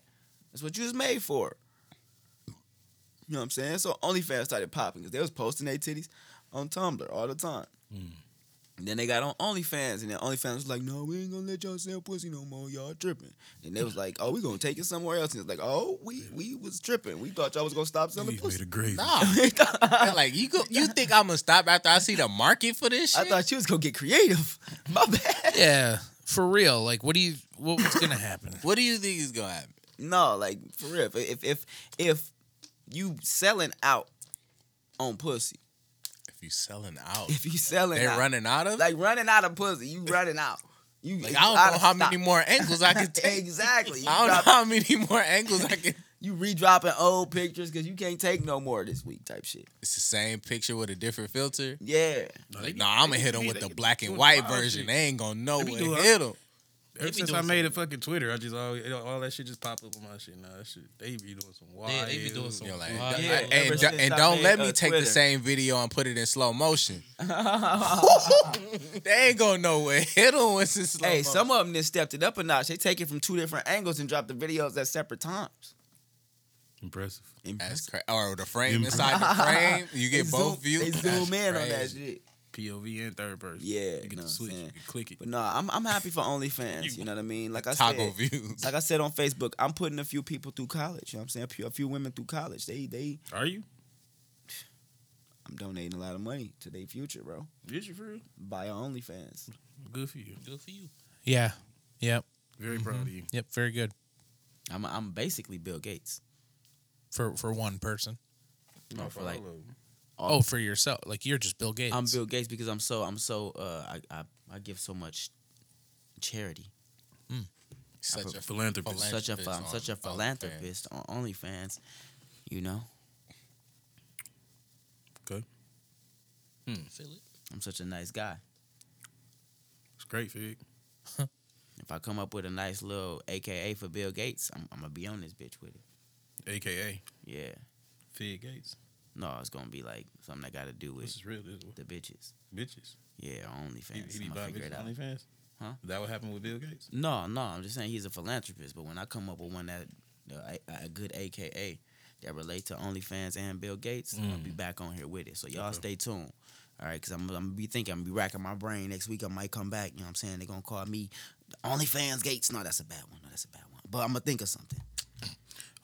That's what you was made for. You know what I'm saying? So OnlyFans started popping because they was posting their titties on Tumblr all the time. Then they got on OnlyFans, and then OnlyFans was like, "No, we ain't gonna let y'all sell pussy no more. Y'all tripping." And they was like, "Oh, we gonna take it somewhere else." And it's like, "Oh, we we was tripping. We thought y'all was gonna stop selling
You made
pussy."
a great.
Nah, like you go, you think I'm gonna stop after I see the market for this
I
shit?
thought you was gonna get creative. My bad.
Yeah, for real. Like, what do you? What, what's gonna happen?
what do you think is gonna happen?
No, like for real. If- If if if you selling out on pussy,
If you selling out,
if you selling
they
out,
running out of. Like,
like running out of pussy, you running out. You
I
you
don't
outta
know how many
stock.
more angles I can take.
exactly. You,
I don't
drop-
know how many more angles I can.
you redropping old pictures because you can't take no more this week type shit.
It's the same picture with a different filter.
Yeah.
Like, no, I'm gonna hit them with the black and white version. They ain't gonna know
be
what
doing-
hit them.
Ever
be
since
doing
I made a fucking Twitter, I just all, it- all that shit just popped up on my shit. Nah, that shit they be doing some wild.
Yeah, they be doing some
You know, like,
wild-
Yeah,
and,
ever
and,
since I
don't
made,
let me
uh,
take the
Twitter.
same video and put it in slow motion. they ain't gonna know what hit them once it's slow
Hey,
motion.
some of them then stepped it up a notch. They take it from two different angles and drop the videos at separate times.
impressive.
That's cra- or the frame inside the frame. You get
They zoom,
both views.
They zoom
That's
in on that
crazy.
shit.
POV and third person.
Yeah,
you
know
get
what
to
I'm
switch, you
saying.
can click it.
But no, I'm I'm happy for OnlyFans. You know what I mean? Like I
Toggle
said,
views.
like I said on Facebook, I'm putting a few people through college. You know what I'm saying? A few, a few women through college. They they
Are you?
I'm donating a lot of money to their future, bro.
Is you for real?
Buy your OnlyFans.
Good for you.
Good for you.
Yeah. Yep.
Very proud of you.
Yep. Very good
I'm I'm basically Bill Gates.
for for one person.
No, for like
Oh, for yourself. Like you're just Bill Gates.
I'm Bill Gates because I'm so I'm so uh I I, I give so much charity.
Such a
Philanthropist.
such a I'm
on
such a
OnlyFans.
philanthropist on OnlyFans. You know,
Okay,
Feel it.
Hmm. I'm such a nice guy.
it's great, Fig.
If I come up with a nice little AKA for Bill Gates, I'm, I'm gonna be on this bitch with it.
AKA
Yeah.
Fig Gates.
No, it's gonna be like something that got to do
This
with
is real. This is
the bitches.
bitches.
Yeah,
He,
OnlyFans.
he be
I'm gonna
buying
figure it
bitches
out.
on OnlyFans.
Huh?
That what happened with Bill Gates?
No, no, I'm just saying he's a philanthropist. But when I come up with one that uh, a, a good AKA that relate to OnlyFans and Bill Gates, I'm
Mm.
gonna be back on here with it. So y'all stay tuned. All right, because I'm, I'm gonna be thinking, I'm gonna be racking my brain. Next week I might come back. You know what I'm saying? They're gonna call me the OnlyFans Gates. No, that's a bad one. No, that's a bad one. But I'm gonna think of something.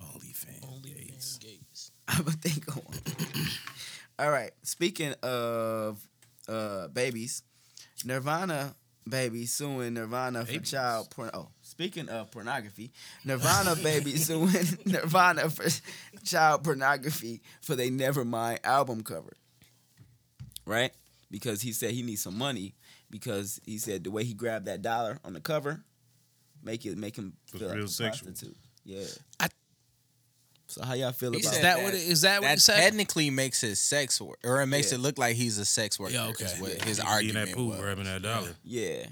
OnlyFans.
Only Gates. Gates.
I'm gonna think of one. All right. Speaking of uh babies, Nirvana baby suing Nirvana for child porn. Oh, speaking of pornography, Nirvana baby suing Nirvana for child pornography for they Nevermind album cover. Right? Because he said he needs some money because he said the way he grabbed that dollar on the cover make it make him
Was
feel like
real
a
sexual.
prostitute. Yeah.
I-
so how y'all feel
He
about
is
said
that
that-
what? it- Is that what
That
you said?
technically makes it sex work, or it makes
Yeah.
it look like he's a sex worker.
Yeah,
Yeah, okay.
okay.
what his
Being
argument
that pool
was.
grabbing that dollar.
Yeah.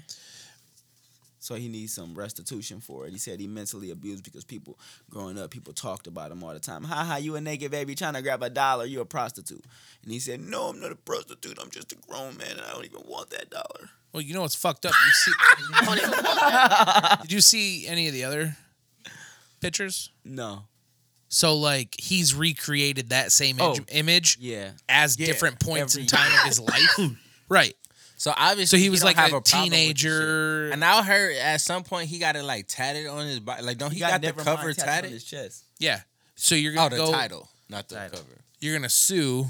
So he needs some restitution for it. He said he mentally abused because people growing up, people talked about him all the time. Ha ha, you a naked baby trying to grab a dollar, you a prostitute. And he said, No, I'm not a prostitute, I'm just a grown man and I don't even want that dollar.
Well, you know what's fucked up. You see, did you see any of the other pictures?
No.
So like he's recreated that same
Oh.
image, image
Yeah.
as
Yeah,
different points in
every
time of his life. right.
So obviously,
So he was
don't
like
have
a,
a problem with the shit.
teenager.
And I heard at some point he got it like tatted on his body. Like, don't he, got, the
Nevermind
cover
tattooed on
tatted?
his chest.
Yeah. So you're
Oh,
gonna
the
go.
title, not the
Title.
cover.
You're gonna sue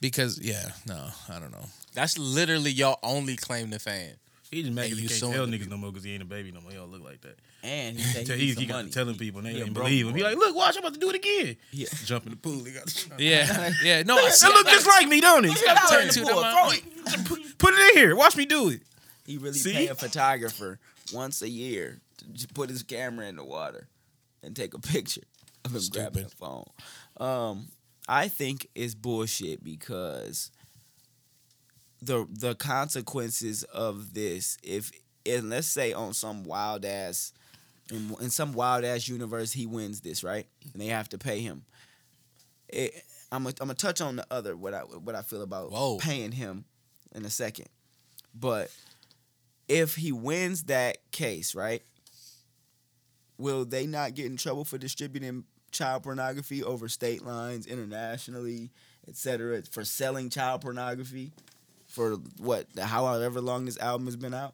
because yeah. No, I don't know.
That's literally your only claim to fame.
He just making
And
hey,
you
can't
suing
tell
the
niggas no more because he ain't a baby no more. He don't look like that.
And he said
Tell-
he,
he,
needs
he
some
got
money.
to telling people, and they
He a
ain't
broke
believe him. Be
boy.
like, look, watch, I'm about to do it again.
Yeah.
Jump in the pool. He got to
Yeah. Yeah. No. I see
It look
that.
just like me, don't it? You gotta
Turn
turn
to
the
them
pool.
out.
Put it in here. Watch me do it.
He really
See?
pay a photographer once a year to j- put his camera in the water and take a picture of him grabbing the phone. Um, I think it's bullshit because the the consequences of this, if and let's say on some wild ass in, in some wild ass universe he wins this right, and they have to pay him. It, I'm i I'm gonna touch on the other what I what I feel about
Whoa.
paying him in a second, but if he wins that case, right? Will they not get in trouble for distributing child pornography over state lines internationally, et cetera, for selling child pornography? for what however long this album has been out.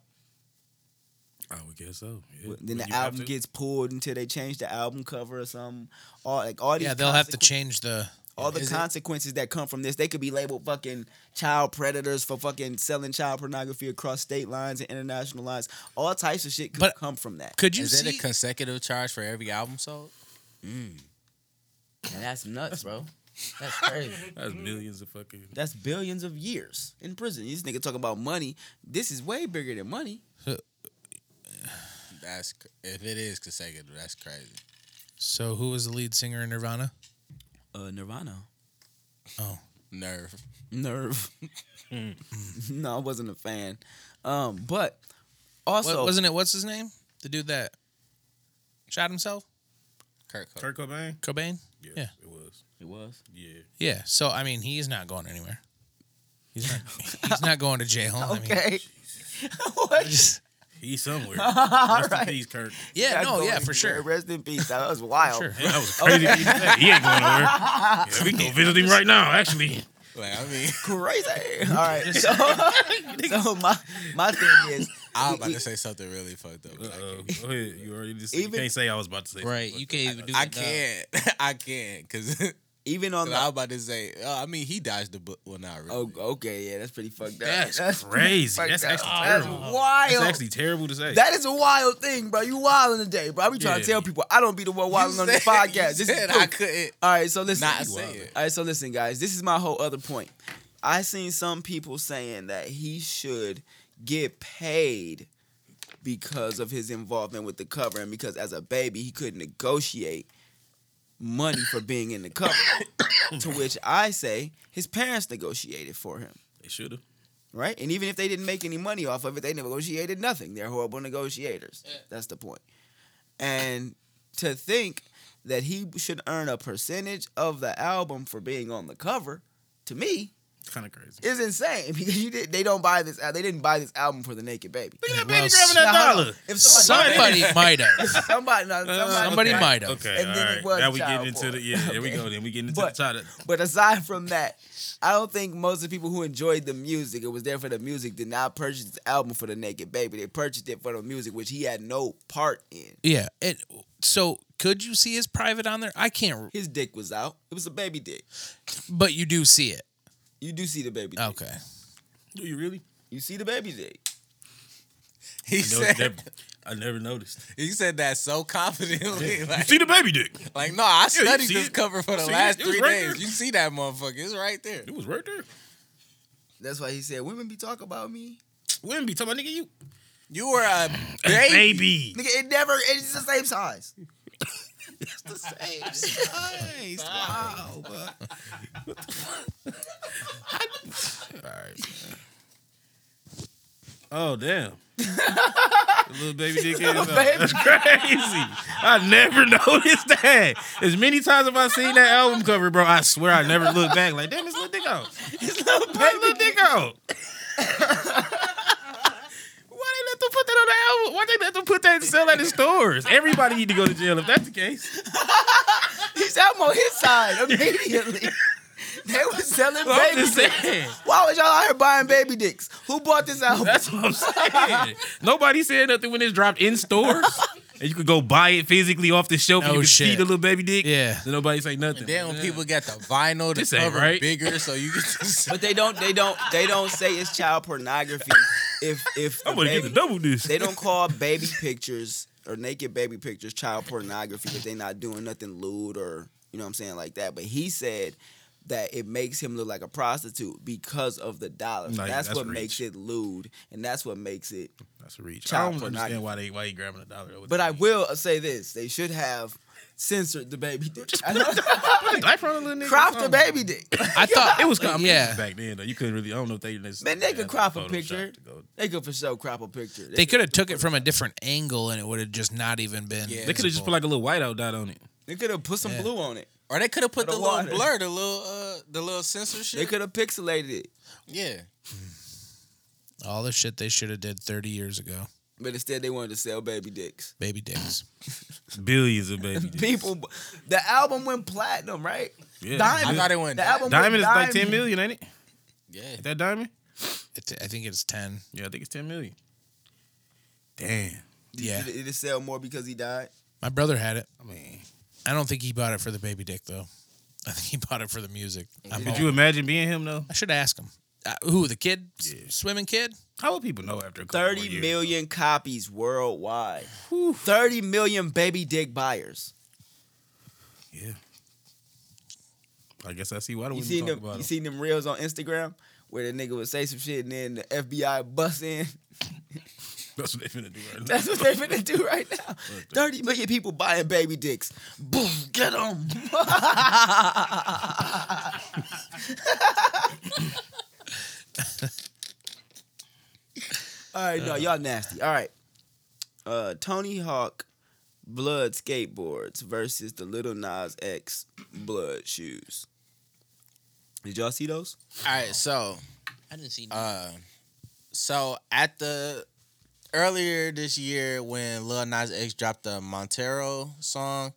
I would guess so. yeah. When
Then the
you have
album
to.
gets pulled until they change the album cover or something. All like all these
Yeah, they'll have to
consequ-
change the.
all the
Is it-
consequences that come from this. They could be labeled fucking child predators for fucking selling child pornography across state lines and international lines. All types of shit could
But-
come from that.
Could you
Is it
see?
a consecutive charge for every album sold?
And that's nuts, bro.
That's crazy.
That's millions of fucking.
That's billions of years in prison. These niggas talk about money. This is way bigger than money.
That's cr- if it is consecutive, that's crazy.
so who was the lead singer in Nirvana?
Uh, Nirvana.
Oh,
Nerve.
Nerve. no, I wasn't a fan. Um, but also,
What- wasn't it? What's his name? The dude that shot himself,
Kurt Cobain.
Kurt Cobain?
Cobain. Yeah.
It was.
it was.
Yeah.
Yeah. So I mean, he's not going anywhere. He's not. he's not going to jail. I mean,
Okay. what?
He's somewhere. Rest
right.
in peace, Kurt.
yeah.
Not
No.
going
Yeah. For
anywhere.
sure.
Rest in peace. That was wild.
Sure.
Yeah, that was
Oh,
crazy. to even say. He ain't going nowhere. Yeah, we can go visit him right now, actually.
Like I mean,
Crazy. All right. So, so my my thing is,
I was about to say something really fucked up. but I
Uh-oh.
can't.
Go ahead. You already just,
Even-
you can't say I was about to say.
Right, you can't even do
I
it now.
can't. I can't because
even on
I was
the
about to say. Uh, I mean, he dodged the bullet. Well, not really.
oh, okay, yeah, that's pretty fucked up.
That's
pretty
crazy.
fucked
That's
up.
actually
Oh, That's
terrible.
wild.
That's actually terrible to say.
That is a wild thing, bro. You wilding today, bro. I be trying to
Yeah.
tell people I don't be the one wilding on the podcast.
You
This is
said I
proof.
couldn't.
All right, so listen.
Not say it.
All right, so listen, guys. This is my whole other point. I seen some people saying that he should get paid because of his involvement with the cover, and because as a baby he couldn't negotiate money for being in the cover. to which I say his parents negotiated for him
They should have.
right? And even if they didn't make any money off of it, they negotiated nothing. They're horrible negotiators. That's the point. And to think that he should earn a percentage of the album for being on the cover, to me,
It's kind of crazy.
is insane because you did. They don't buy this. al- They didn't buy this album for the naked baby.
Well,
that
Now, hold on.
dollar.
If
somebody might have.
somebody, no, somebody,
Somebody
might-
might have.
Okay,
And
all
then it
right.
was
Now we
child
get into
porn.
the yeah. There we go. Then we get into
But-
the side. of-
But aside from that, I don't think most of the people who enjoyed the music and was there for the music did not purchase the album for the naked baby. They purchased it for the music, which he had no part in.
Yeah. It. So could you see his private on there? I can't.
His dick was out. It was a baby dick.
But you do see it.
You do see the baby dick.
Okay.
Do you really?
You see the baby dick.
He
I, noticed
said.
that- I never noticed.
He said that so confidently.
You
Like,
see the baby dick?
like no, I
you
studied
see
this
it.
cover for the
See it.
last
It was
three
right
days.
there.
You see that motherfucker? It's right there.
It was right there.
That's why he said women be talking about me.
Women be talking about nigga you
You were uh, a baby.
Nigga, it never. It's the same size. it's the same size. Wow. bro.
Oh damn. The little baby dick is out.
baby.
That's crazy. I never noticed that. As many times have I seen that album cover, bro, I swear I never looked back. Like, damn, this little dick out.
It's not
That
baby.
little dick out. Why they let them put that on the album? Why they let them put that and sell that in stores? Everybody need to go to jail if that's the case.
He's out on his side immediately. they was selling
I'm
baby
just
dicks.
saying.
Why was y'all out here buying baby dicks? Who bought this album?
That's what I'm saying. Nobody said nothing when it's dropped in stores. And you could go buy it physically off the shelf. and
No
you could see
shit.
the little baby dick.
Yeah.
Then nobody say nothing.
Then when people got the vinyl, the
This ain't
cover
right.
bigger, so you can.
but they don't. They don't. They don't say it's child pornography. If if the
I'm gonna get
baby-
the double this.
they don't call baby pictures or naked baby pictures child pornography if they're not doing nothing lewd or you know what I'm saying like that. But he said that it makes him look like a prostitute because of the dollars.
Like,
that's,
that's
what
reach.
makes it lewd, and that's what makes it.
That's a reach.
Child
I don't
pornography.
understand why they why you grabbing a dollar. over
But
there.
I will say this: they should have censored the baby dick. I know,
Put a diaper on a little nigga.
crop the
something.
baby dick.
I thought
It was kind of
Yeah.
back then though. You couldn't really. I don't know if they
Man, they could crop a picture.
To go.
They could for sure crop a picture.
They could have took it from a different angle, and it would have just not even been.
Yeah.
They could have just put like a little whiteout dot on it.
They could have put some
Yeah.
blue on it.
or they could have put
For
the
the
little
water.
blur, the little uh, the little censorship.
They could have pixelated it,
Yeah.
all the shit they should have did 30 years ago.
but instead they wanted to sell baby dicks.
Baby dicks.
Billions of baby dicks.
people. The album went platinum, right?
Yeah.
Diamond.
I thought it went.
The album
Diamond
went
is like ten million, ain't it?
Yeah.
That diamond.
It- I think it's ten.
Yeah, I think it's ten million. Damn.
Yeah,
Did, did it sell more because he died?
my brother had it.
I mean,
I don't think he bought it for the baby dick though. I think he bought it for the music. I'm
could
hoping.
you imagine being him though?
I should ask him. Uh, who the kid? S-
Yeah.
Swimming kid?
How would people know after a couple more
Thirty
years?
million copies worldwide. Thirty million baby dick buyers.
Yeah. I guess I see why do
You
we
seen
talk
them?
about
You
him.
seen them reels on Instagram where the nigga would say some shit and then the FBI bust in.
That's what they finna do right now.
That's what they finna do right now. Thirty million people buying baby dicks. Boom, get them. All right, no, y'all nasty. All right, uh, Tony Hawk blood skateboards versus the Little Nas X blood shoes. Did y'all see those?
All right, so
I didn't see.
uh, so at the earlier this year when Lil Nas X dropped the Montero song,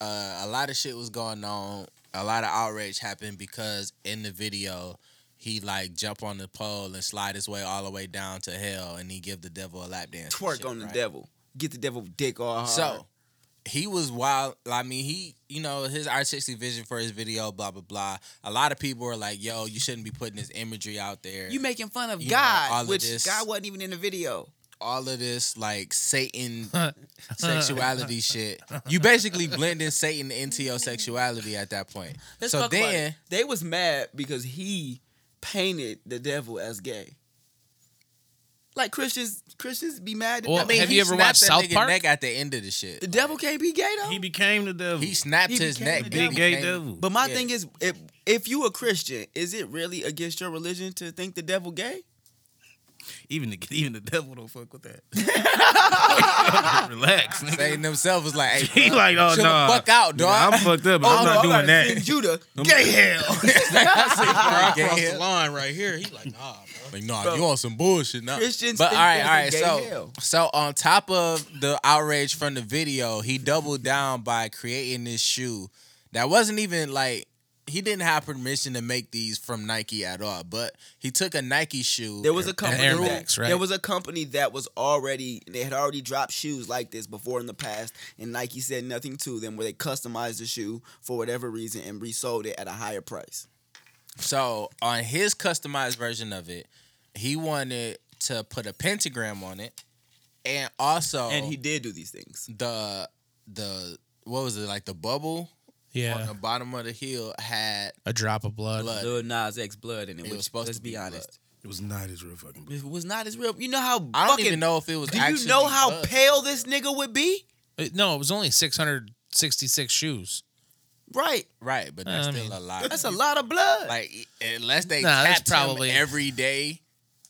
uh, a lot of shit was going on. A lot of outrage happened because in the video, he like jump on the pole and slide his way all the way down to hell, and he give the devil a lap dance. and
Twerk
shit,
on the
right?
devil. Get the devil dick all hard.
So he was wild. I mean, he, you know, his R60 vision for his video, blah, blah, blah. A lot of people are like, yo, you shouldn't be putting this imagery out there.
you making fun of
You know, all
God,
of
which
this-
God wasn't even in the video.
all of this like Satan sexuality shit. You basically blending Satan into your sexuality at that point.
Let's
so
talk about
then,
it. they was mad because he painted the devil as gay. Like Christians, Christians be mad. That,
Well,
I mean,
have
he
you ever
snapped
watched
that
South
nigga
Park?
Neck at the end of the shit.
the devil can't be gay though.
He became the devil.
he snapped
He
his
became
neck.
the
Big
big
devil.
gay
Hank.
devil.
but my
Yeah.
thing is, if if you a Christian, is it really against your religion to think the devil gay?
even the even the devil don't fuck with that. Relax. nigga.
Satan himself was like, hey,
He
bro,
like, oh
chill
no,
the fuck out, dog.
I'm fucked up. But I'm not
Oh, no,
doing
gotta
that.
send you to
I'm-
gay hell.
I
I said,
crossed
"Gay
the
hell."
line right here. He like, nah, bro.
Like, nah,
Bro.
you on some bullshit now.
Christians
But all
think
right,
there's
all
a
right.
gay
So,
hell.
so on top of the outrage from the video, he doubled down by creating this shoe that wasn't even like he didn't have permission to make these from Nike at all. But he took a Nike shoe.
There was a company
Air
that,
Max, right?
there was a company that was already they had already dropped shoes like this before in the past, and Nike said nothing to them where they customized the shoe for whatever reason and resold it at a higher price.
So on his customized version of it, he wanted to put a pentagram on it, and also
And he did do these things.
the the what was it like the bubble on
Yeah,
the bottom of the heel had
a drop of blood.
blood.
Lil Nas X blood in it.
It
which,
was supposed
let's
to
be,
be
honest.
It was not his real fucking. blood.
It was not as real. You know how
I don't
fucking,
even know if it was.
Do
actually
you know how
blood.
pale this nigga would be?
Uh, No, it was only six hundred sixty-six shoes.
Right.
Right, but that's
I
still
mean,
a lot.
That's a lot of blood.
Like unless they
Nah, that's
capped him
probably-
every day.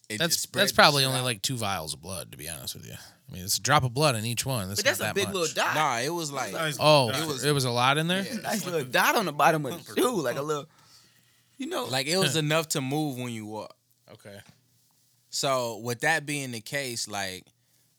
It
That's
just spread
that's
the
probably
shit
only
out.
like two vials of blood, to be honest with you. I mean, it's a drop of blood in each one. That's
but that's
not
a
that
big
much.
little dot.
Nah, it was like
Nice.
Oh,
Nah.
it was,
was-
it was a lot in there.
nice little dot on the bottom of the shoe, like a little. You know,
like it was enough to move when you walk.
Okay.
So with that being the case, like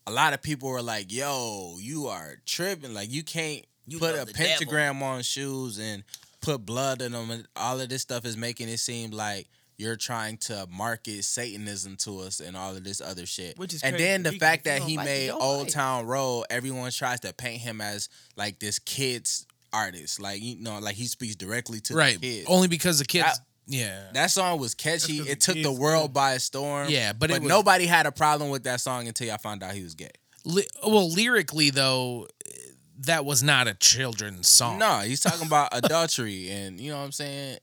a lot of people were like, "Yo, you are tripping! Like you can't
You
put
love
a
the
pentagram on shoes and put blood in them." And all of this stuff is making it seem like you're trying to market Satanism to us and all of this other shit.
Which is
and
crazy.
then the
You-
fact
you
that
don't
he
like it,
made
don't
Old
like it.
Town Road, everyone tries to paint him as like this kid's artist, like you know, like he speaks directly to
Right.
the kids.
Only because the kids.
That-
yeah.
That song was catchy.
'cause
It
the
took the
kids-
world by a storm.
Yeah, but it was-
nobody had a problem with that song until y'all found out he was gay.
Ly- well, lyrically though, that was not a children's song.
No, he's talking about adultery and you know what I'm saying?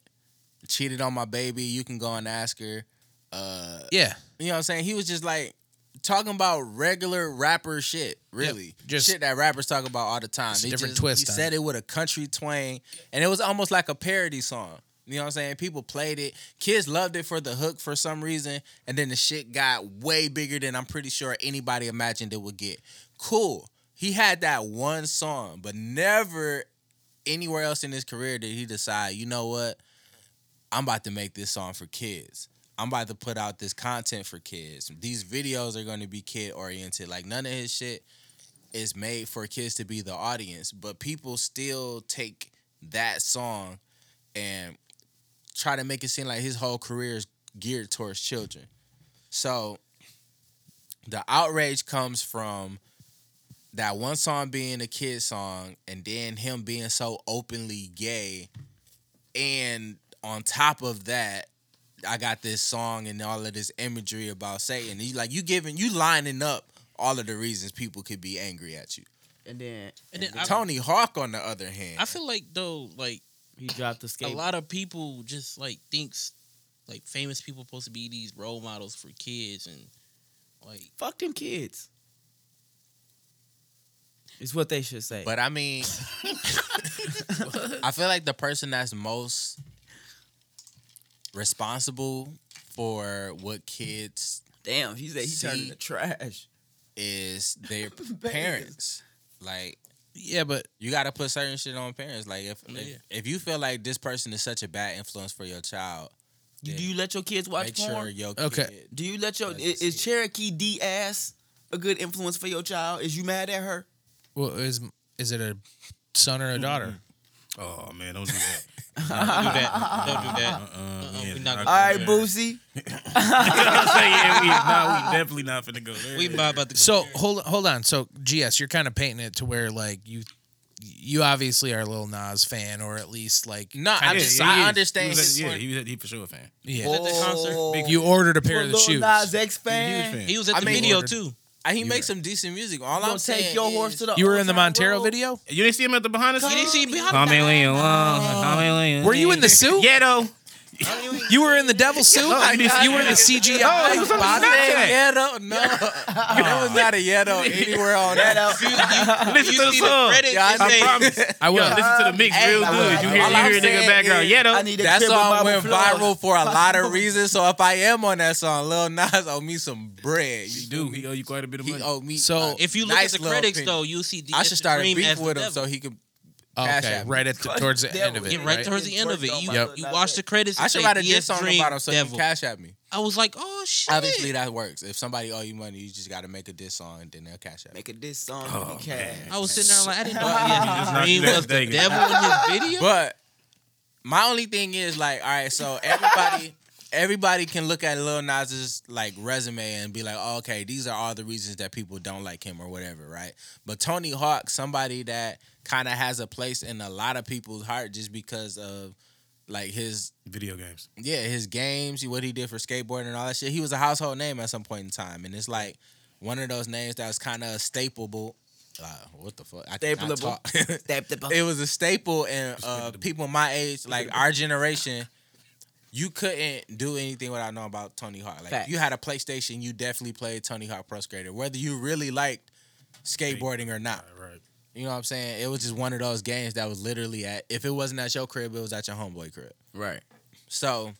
Cheated on my baby, you can go and ask her. Uh
Yeah.
you know what I'm saying? He was just like talking about regular rapper shit, really.
just-
shit that rappers talk about all the time.
It's a
It
different
just-
twist
He
on
said it with a country twang, and it was almost like a parody song. You know what I'm saying? People played it. Kids loved it for the hook for some reason, and then the shit got way bigger than I'm pretty sure anybody imagined it would get. Cool. He had that one song, but never anywhere else in his career did he decide, you know what? I'm about to make this song for kids. I'm about to put out this content for kids. These videos are going to be kid oriented. Like none of his shit is made for kids to be the audience, but people still take that song and try to make it seem like his whole career is geared towards children. So the outrage comes from that one song being a kid song and then him being so openly gay and on top of that I got this song and all of this imagery about Satan. You like you giving you lining up all of the reasons people could be angry at you.
And then
And then I,
Tony Hawk on the other hand.
I feel like though, like
he dropped the skate.
a lot of people just like thinks like famous people supposed to be these role models for kids and like
Fuck them kids. It's what they should say.
But I mean, I feel like the person that's most responsible for what kids
damn, he said he turned
See-
into trash.
is their parents. Like
Yeah, but
you got to put certain shit on parents. Like if
Yeah.
if, if you feel like this person is such a bad influence for your child,
You-
Yeah.
Do you let your kids watch
make
porn?
sure your kid.
Okay.
Do you let your
Doesn't
is, is
see it.
Cherokee D ass a good influence for your child? Is you mad at her?
well, is is it a son or a daughter?
Oh man, don't do that.
do that. Don't do that.
Uh-uh,
we
yeah, I-
not gonna-
All right,
yeah.
Boosie.
I say, yeah, we, nah, we definitely not finna go there.
We about about to go
So
there.
hold hold on. So GS, you're kind of painting it to where like you you obviously are a little Nas fan, or at least like
No,
kinda-
I'm just- I
he is.
understand
He was
his
at- yeah,
point.
he, was at- he for sure a fan.
yeah.
Is that the concert?
Oh,
You ordered a
you
pair
a
of the
Lil
shoes.
Nas X
He a huge
fan.
fan.
he was at
I
the
mean-
video
Ordered-
too.
He makes some decent music. All
Gonna
I'm saying
take your
is,
horse to the.
You were in the
old town
Montero
road.
video.
you didn't see him at the behind the
You didn't
scenes.
see behind
Tommy Lee alone. Tommy Lee
Were you in the suit?
Yeah, though.
You were in the devil suit. you were in the
Oh,
CGI
he was on the
body.
Snapchat.
Ghetto? No, that was not a ghetto anywhere on that.
That
Listen to uh, the song.
Yeah, I
I
say-
promise.
I will.
Yo, listen to the mix
Hey,
real
all
good.
right,
You hear,
all
you
I'm
hear nigga
saying
background.
is-
Yeah,
I
though.
need a
That
crib with
song
Bobby
went
Flores.
viral for a lot of reasons. So if I am on that song, Lil Nas owe me some bread.
You
You
do. He owe you quite a bit of
He
money.
owe me.
So-
uh,
If you look
nice
at the
little
critics
penny.
though, you'll see.
I should start a beef with him
them.
so he could. Cash
Oh, Okay,
App.
right at the, towards the end of it.
Yeah, right,
right?
towards the end of it, you,
Yep.
you watch the credits.
I
and
should
say,
write a
"Dear
diss song
Dream
about him so he can
Devil."
cash at me.
I was like, oh shit.
Obviously that works. If somebody owe you money, you just got to make a diss song and then they'll cash at me.
Make a diss song.
Oh,
Oh, cash.
I was sitting there like, I didn't know
just
Dear
knocked
Dream
you down
was the
today.
devil in his video.
But my only thing is like, all right, so everybody everybody can look at Lil Nas's like resume and be like, oh, okay, these are all the reasons that people don't like him or whatever, right? But Tony Hawk, somebody that kind of has a place in a lot of people's heart just because of like his
Video games.
yeah, his games, what he did for skateboarding and all that shit. He was a household name at some point in time, and it's like one of those names that was kind of stapleable. Uh, what the fuck? I cannot
Stapleable.
talk.
Step the
it was a staple in uh, people my age, like our generation. You couldn't do anything without knowing about Tony Hawk. Like
Facts.
you had a PlayStation, you definitely played Tony Hawk Pro Skater, whether you really liked skateboarding or not.
Right.
You know what I'm saying? It was just one of those games that was literally at. If it wasn't at your crib, it was at your homeboy crib.
Right.
So,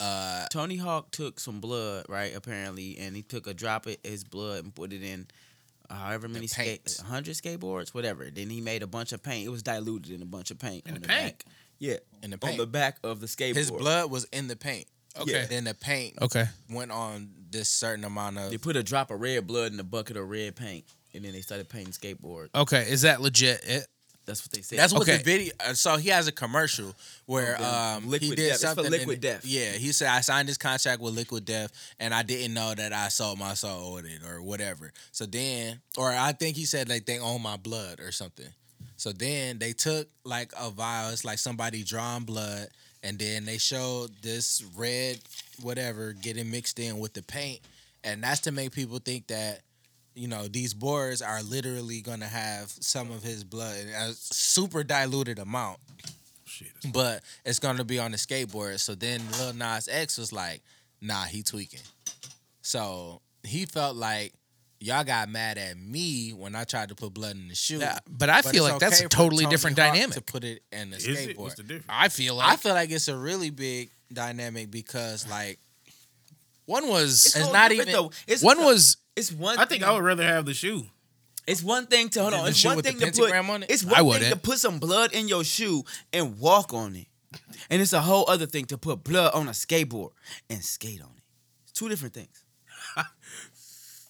uh,
Tony Hawk took some blood, right? Apparently, and he took a drop of his blood and put it in however many skate,
paint.
hundred skateboards, whatever. Then he made a bunch of paint. It was diluted in a bunch of paint on the
paint?
back. Yeah,
in the
on the
paint,
back of the skateboard.
his blood was in the paint.
Okay.
Then the paint
Okay.
went on this certain amount of.
They put a drop of red blood in a bucket of red paint, and then they started painting skateboard.
Okay. Is that legit? It?
That's what they said.
That's what
Okay.
the video. uh, So he has a commercial where
Oh, yeah.
um, he
Liquid
did
Death. It's for
something. in
Liquid
it-
Death.
Yeah, he said I signed this contract with Liquid Death, and I didn't know that I sold my soul with it or whatever. So then, or I think he said like they own my blood or something. So then they took like a vial. It's like somebody drawing blood, and then they showed this red whatever getting mixed in with the paint, and that's to make people think that you know these boards are literally gonna have some of his blood in a super diluted amount
Shit. that's-
but it's gonna be on the skateboard. So then Lil Nas X was like, nah, he tweaking. So he felt like y'all got mad at me when I tried to put blood in the shoe.
Yeah, but I
But
feel
it's
like that's
okay
a
for
totally
Tony
different
Hawk
dynamic.
To put it in the
Is it? What's
skateboard.
the difference?
I feel
I
like
feel like it's a really big dynamic because like
one was
It's
so
not
different,
even-
It's
one was
It's one.
I think
thing-
I would rather have the shoe.
It's one thing to hold
Than
on.
the
It's
shoe
one
with the
thing to put.
pentagram on it?
It's
I
one thing to
wouldn't.
put some blood in your shoe and walk on it, and it's a whole other thing to put blood on a skateboard and skate on it. It's two different things.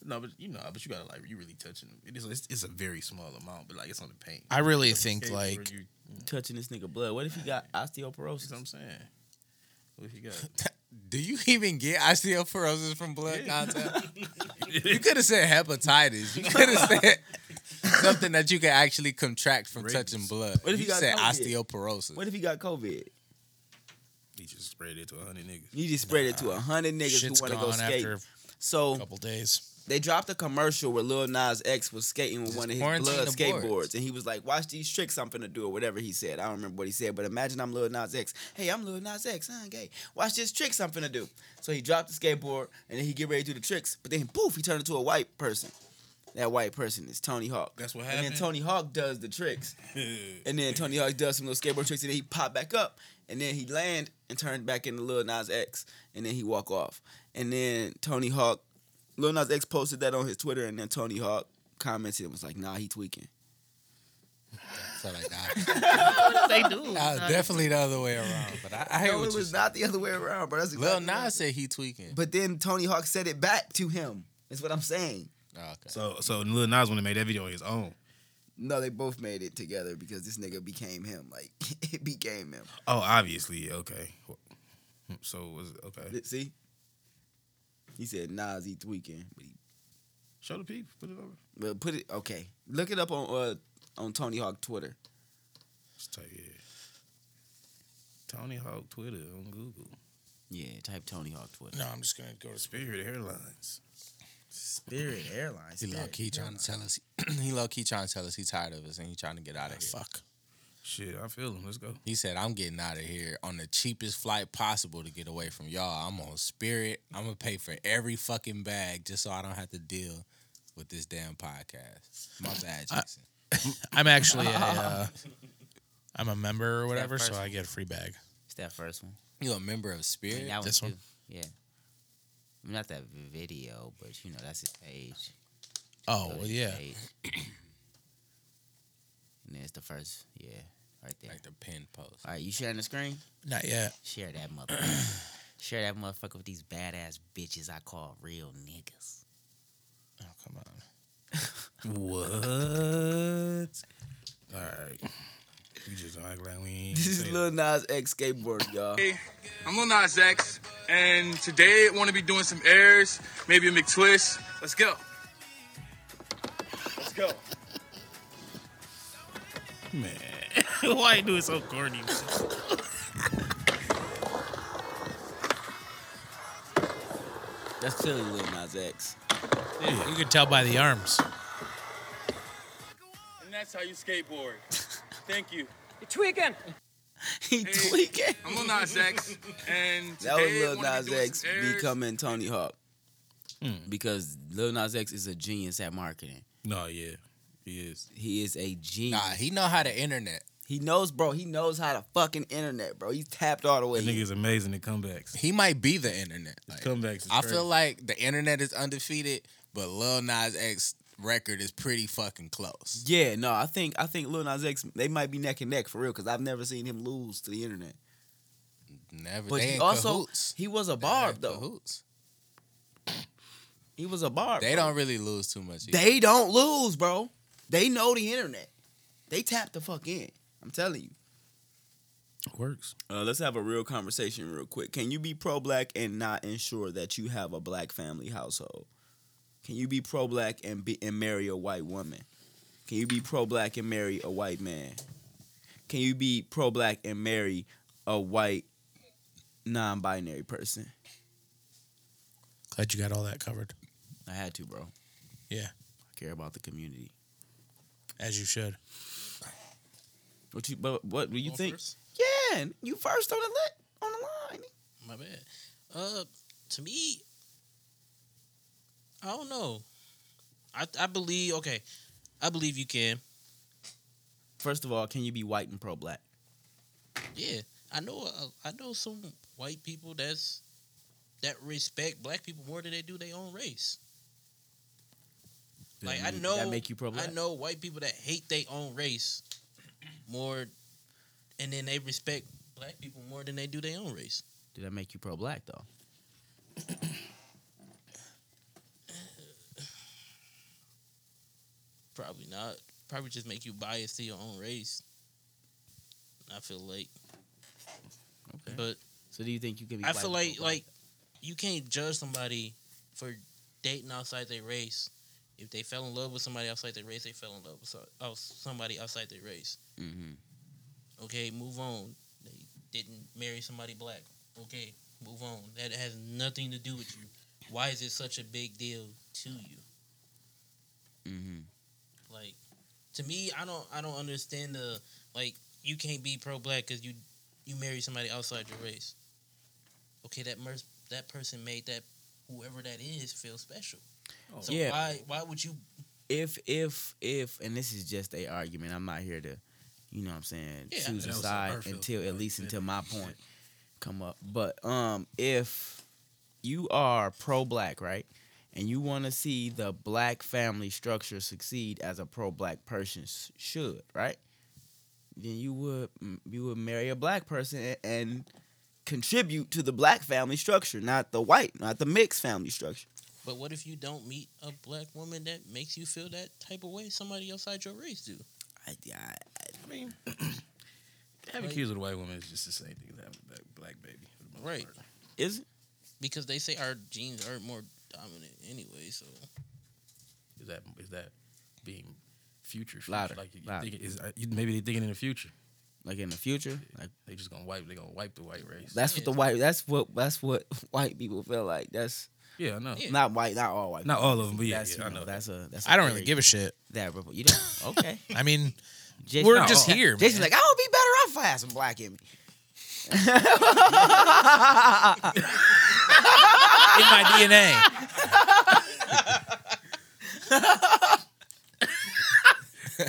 No, but you know, but you gotta like you really touching them. It is it's, it's a very small amount, but like it's on the paint.
I really think
Skateboard,
like
you- you know
Touching this nigga blood. What if he got
what
osteoporosis?
I'm saying. What if you got?
Do you even get osteoporosis from blood contact? you could have said hepatitis. You could have said something that you can actually contract from touching blood.
What if
you
you got
said
COVID?
osteoporosis?
What if you got COVID?
He just sprayed it to hundred niggas.
You just spread it to a hundred niggas
Shit's
who
gone
want to go skate.
after
so
a couple days.
they dropped a commercial where Lil Nas X was skating with one of his
quarantine
blood
the
skateboards,
boards.
and he was like, "Watch these tricks I'm finna do," or whatever he said. I don't remember what he said, but imagine I'm Lil Nas X. Hey, I'm Lil Nas X. I'm gay. Watch these tricks I'm finna do. So he dropped the skateboard, and then he get ready to do the tricks, but then poof, he turned into a white person. That white person is Tony Hawk.
That's what
And
happened?
then Tony Hawk does the tricks, and then Tony Hawk does some little skateboard tricks, and then he pop back up, and then he land and turn back into Lil Nas X, and then he walk off, and then Tony Hawk Lil Nas X posted that on his Twitter, and then Tony Hawk commented and was like, "Nah, he tweaking."
So like, I,
they do.
I was
Nah,
definitely the other way around. But I, I hear
No,
what
it
you
was
said.
not the other way around, bro. That's
Lil
exactly
Nas
right.
said he tweaking.
But then Tony Hawk said it back to him. That's what I'm saying.
Oh, okay.
So so Lil Nas would have made that video on his own.
No, they both made it together because this nigga became him. Like it became him.
Oh, obviously. Okay. So was okay.
See, he said Nas he tweaking, but he
Show the people. Put it over.
well, put it okay. Look it up on uh, on Tony Hawk Twitter.
Just type it. Tony Hawk Twitter on Google.
Yeah, type Tony Hawk Twitter.
No, I'm just gonna go to
Spirit Airlines.
Spirit Airlines.
He low key trying to tell us. He low key trying to tell us he's tired of us and he trying to get out of here.
Ah, fuck.
Shit, I feel him. Let's go.
He said, "I'm getting out of here on the cheapest flight possible to get away from y'all. I'm on Spirit. I'm gonna pay for every fucking bag just so I don't have to deal with this damn podcast." My bad, Jason.
I'm actually a, uh, I'm a member or whatever, so
first
I get a free bag.
It's that first one.
you a member of
I
Spirit?
mean, that
This
one,
one?
too. Yeah. I mean, not that video, but you know, that's his page.
Oh
Go to
well,
his
yeah.
page. and then it's the first, yeah, right there.
Like the pin post.
All right, you sharing the screen?
Not yet.
Share that motherfucker. Share that motherfucker with these badass bitches I call real niggas.
Oh come on.
What? All right. We just don't act like we ain't.
This is
say
Lil Nas X skateboard, y'all.
I'm Lil Nas X, and today I want to be doing some airs, maybe a McTwist. Let's go. Let's go.
that. Man. Why you do it so corny?
That's clearly Lil Nas X.
You could tell by the arms.
And that's how you skateboard. Thank you.
he tweaking.
I'm Lil Nas X, and
That was
today I wanna
Lil
be
Nas
doing
X
some airs.
becoming Tony Hawk. Because Lil Nas X is a genius at marketing.
Hmm. no, yeah. He is.
He is a
Nah,
genius.
he know how the internet.
He knows, bro. He knows how to fucking internet, bro. He's tapped all the way.
That nigga is amazing at comebacks.
He might be the internet.
His
Like,
comebacks is
I
crazy.
feel like the internet is undefeated, but Lil Nas X record is pretty fucking close.
yeah, no, I think I think Lil Nas X they might be neck and neck for real because I've never seen him lose to the internet.
Never.
But
they
he
in
also
cahoots.
he was a
They in
barb though.
cahoots.
He was a barb.
They
bro.
don't really lose too much. either.
They don't lose, bro. They know the internet. They tap the fuck in. I'm telling you.
works.
Uh, let's have a real conversation real quick. Can you be pro black and not ensure that you have a black family household? Can you be pro black and be and marry a white woman? Can you be pro black and marry a white man? Can you be pro black and marry a white non binary person?
Glad you got all that covered,
I had to, bro.
Yeah.
I care about the community.
as you should.
What you but what do you
Go
think?
first?
Yeah, you first on the li- on the line.
My bad. Uh, to me, I don't know. I I believe okay. I believe you can.
First of all, can you be white and pro black?
Yeah, I know. uh, I know some white people that's that respect black people more than they do their own race. Like I know
that make you pro black.
I know white people that hate their own race more, and then they respect black people more than they do their own race.
Did that make you pro black though?
Probably not. Probably just make you biased to your own race. I feel like.
Okay.
But
So do you think you can be?
I
white
feel
and
like
black?
like you can't judge somebody for dating outside their race. If they fell in love with somebody outside their race, they fell in love with so- out- somebody outside their race.
Mm-hmm.
Mhm.
Okay, move on. They didn't marry somebody black. Okay, move on. That has nothing to do with you. Why is it such a big deal to you?
Mm-hmm.
Mhm.
Like to me, I don't I don't understand the like you can't be pro black because you you marry somebody outside your race. Okay, that mer- that person made that whoever that is feel special. So
Yeah.
why why would you
if if if and this is just a argument i'm not here to you know what i'm saying
Yeah,
choose
that
a
was
side
Garfield.
until at least until my point come up but um if you are pro-black right and you want to see the black family structure succeed as a pro-black person s- should right then you would mm, you would marry a black person a- and contribute to the black family structure not the white not the mixed family structure
but what if you don't meet a black woman that makes you feel that type of way somebody outside your race do?
I, I,
I mean, having kids with a white woman is just the same thing as having a black, black baby. for the most
Right.
part.
is it
Because they say our genes are more dominant anyway, so
Is that is that being future? future?
Louder,
Like you, you
louder.
Thinking, is, uh, you- maybe they're thinking in the future.
like in the future like
They just gonna wipe. They gonna wipe the white race.
That's what the white. That's what. That's what white people feel like. That's
yeah, I know.
Yeah.
not white. Not all white.
Not all of them, but yeah,
that's,
yeah, I
you know,
know.
That's a. That's.
I don't really give a shit.
that. Ripple. You don't. Okay.
I mean,
Jason,
we're
no,
just
oh.
here.
Jason's
man.
like, I would be better off if I had some black in me.
in my DNA.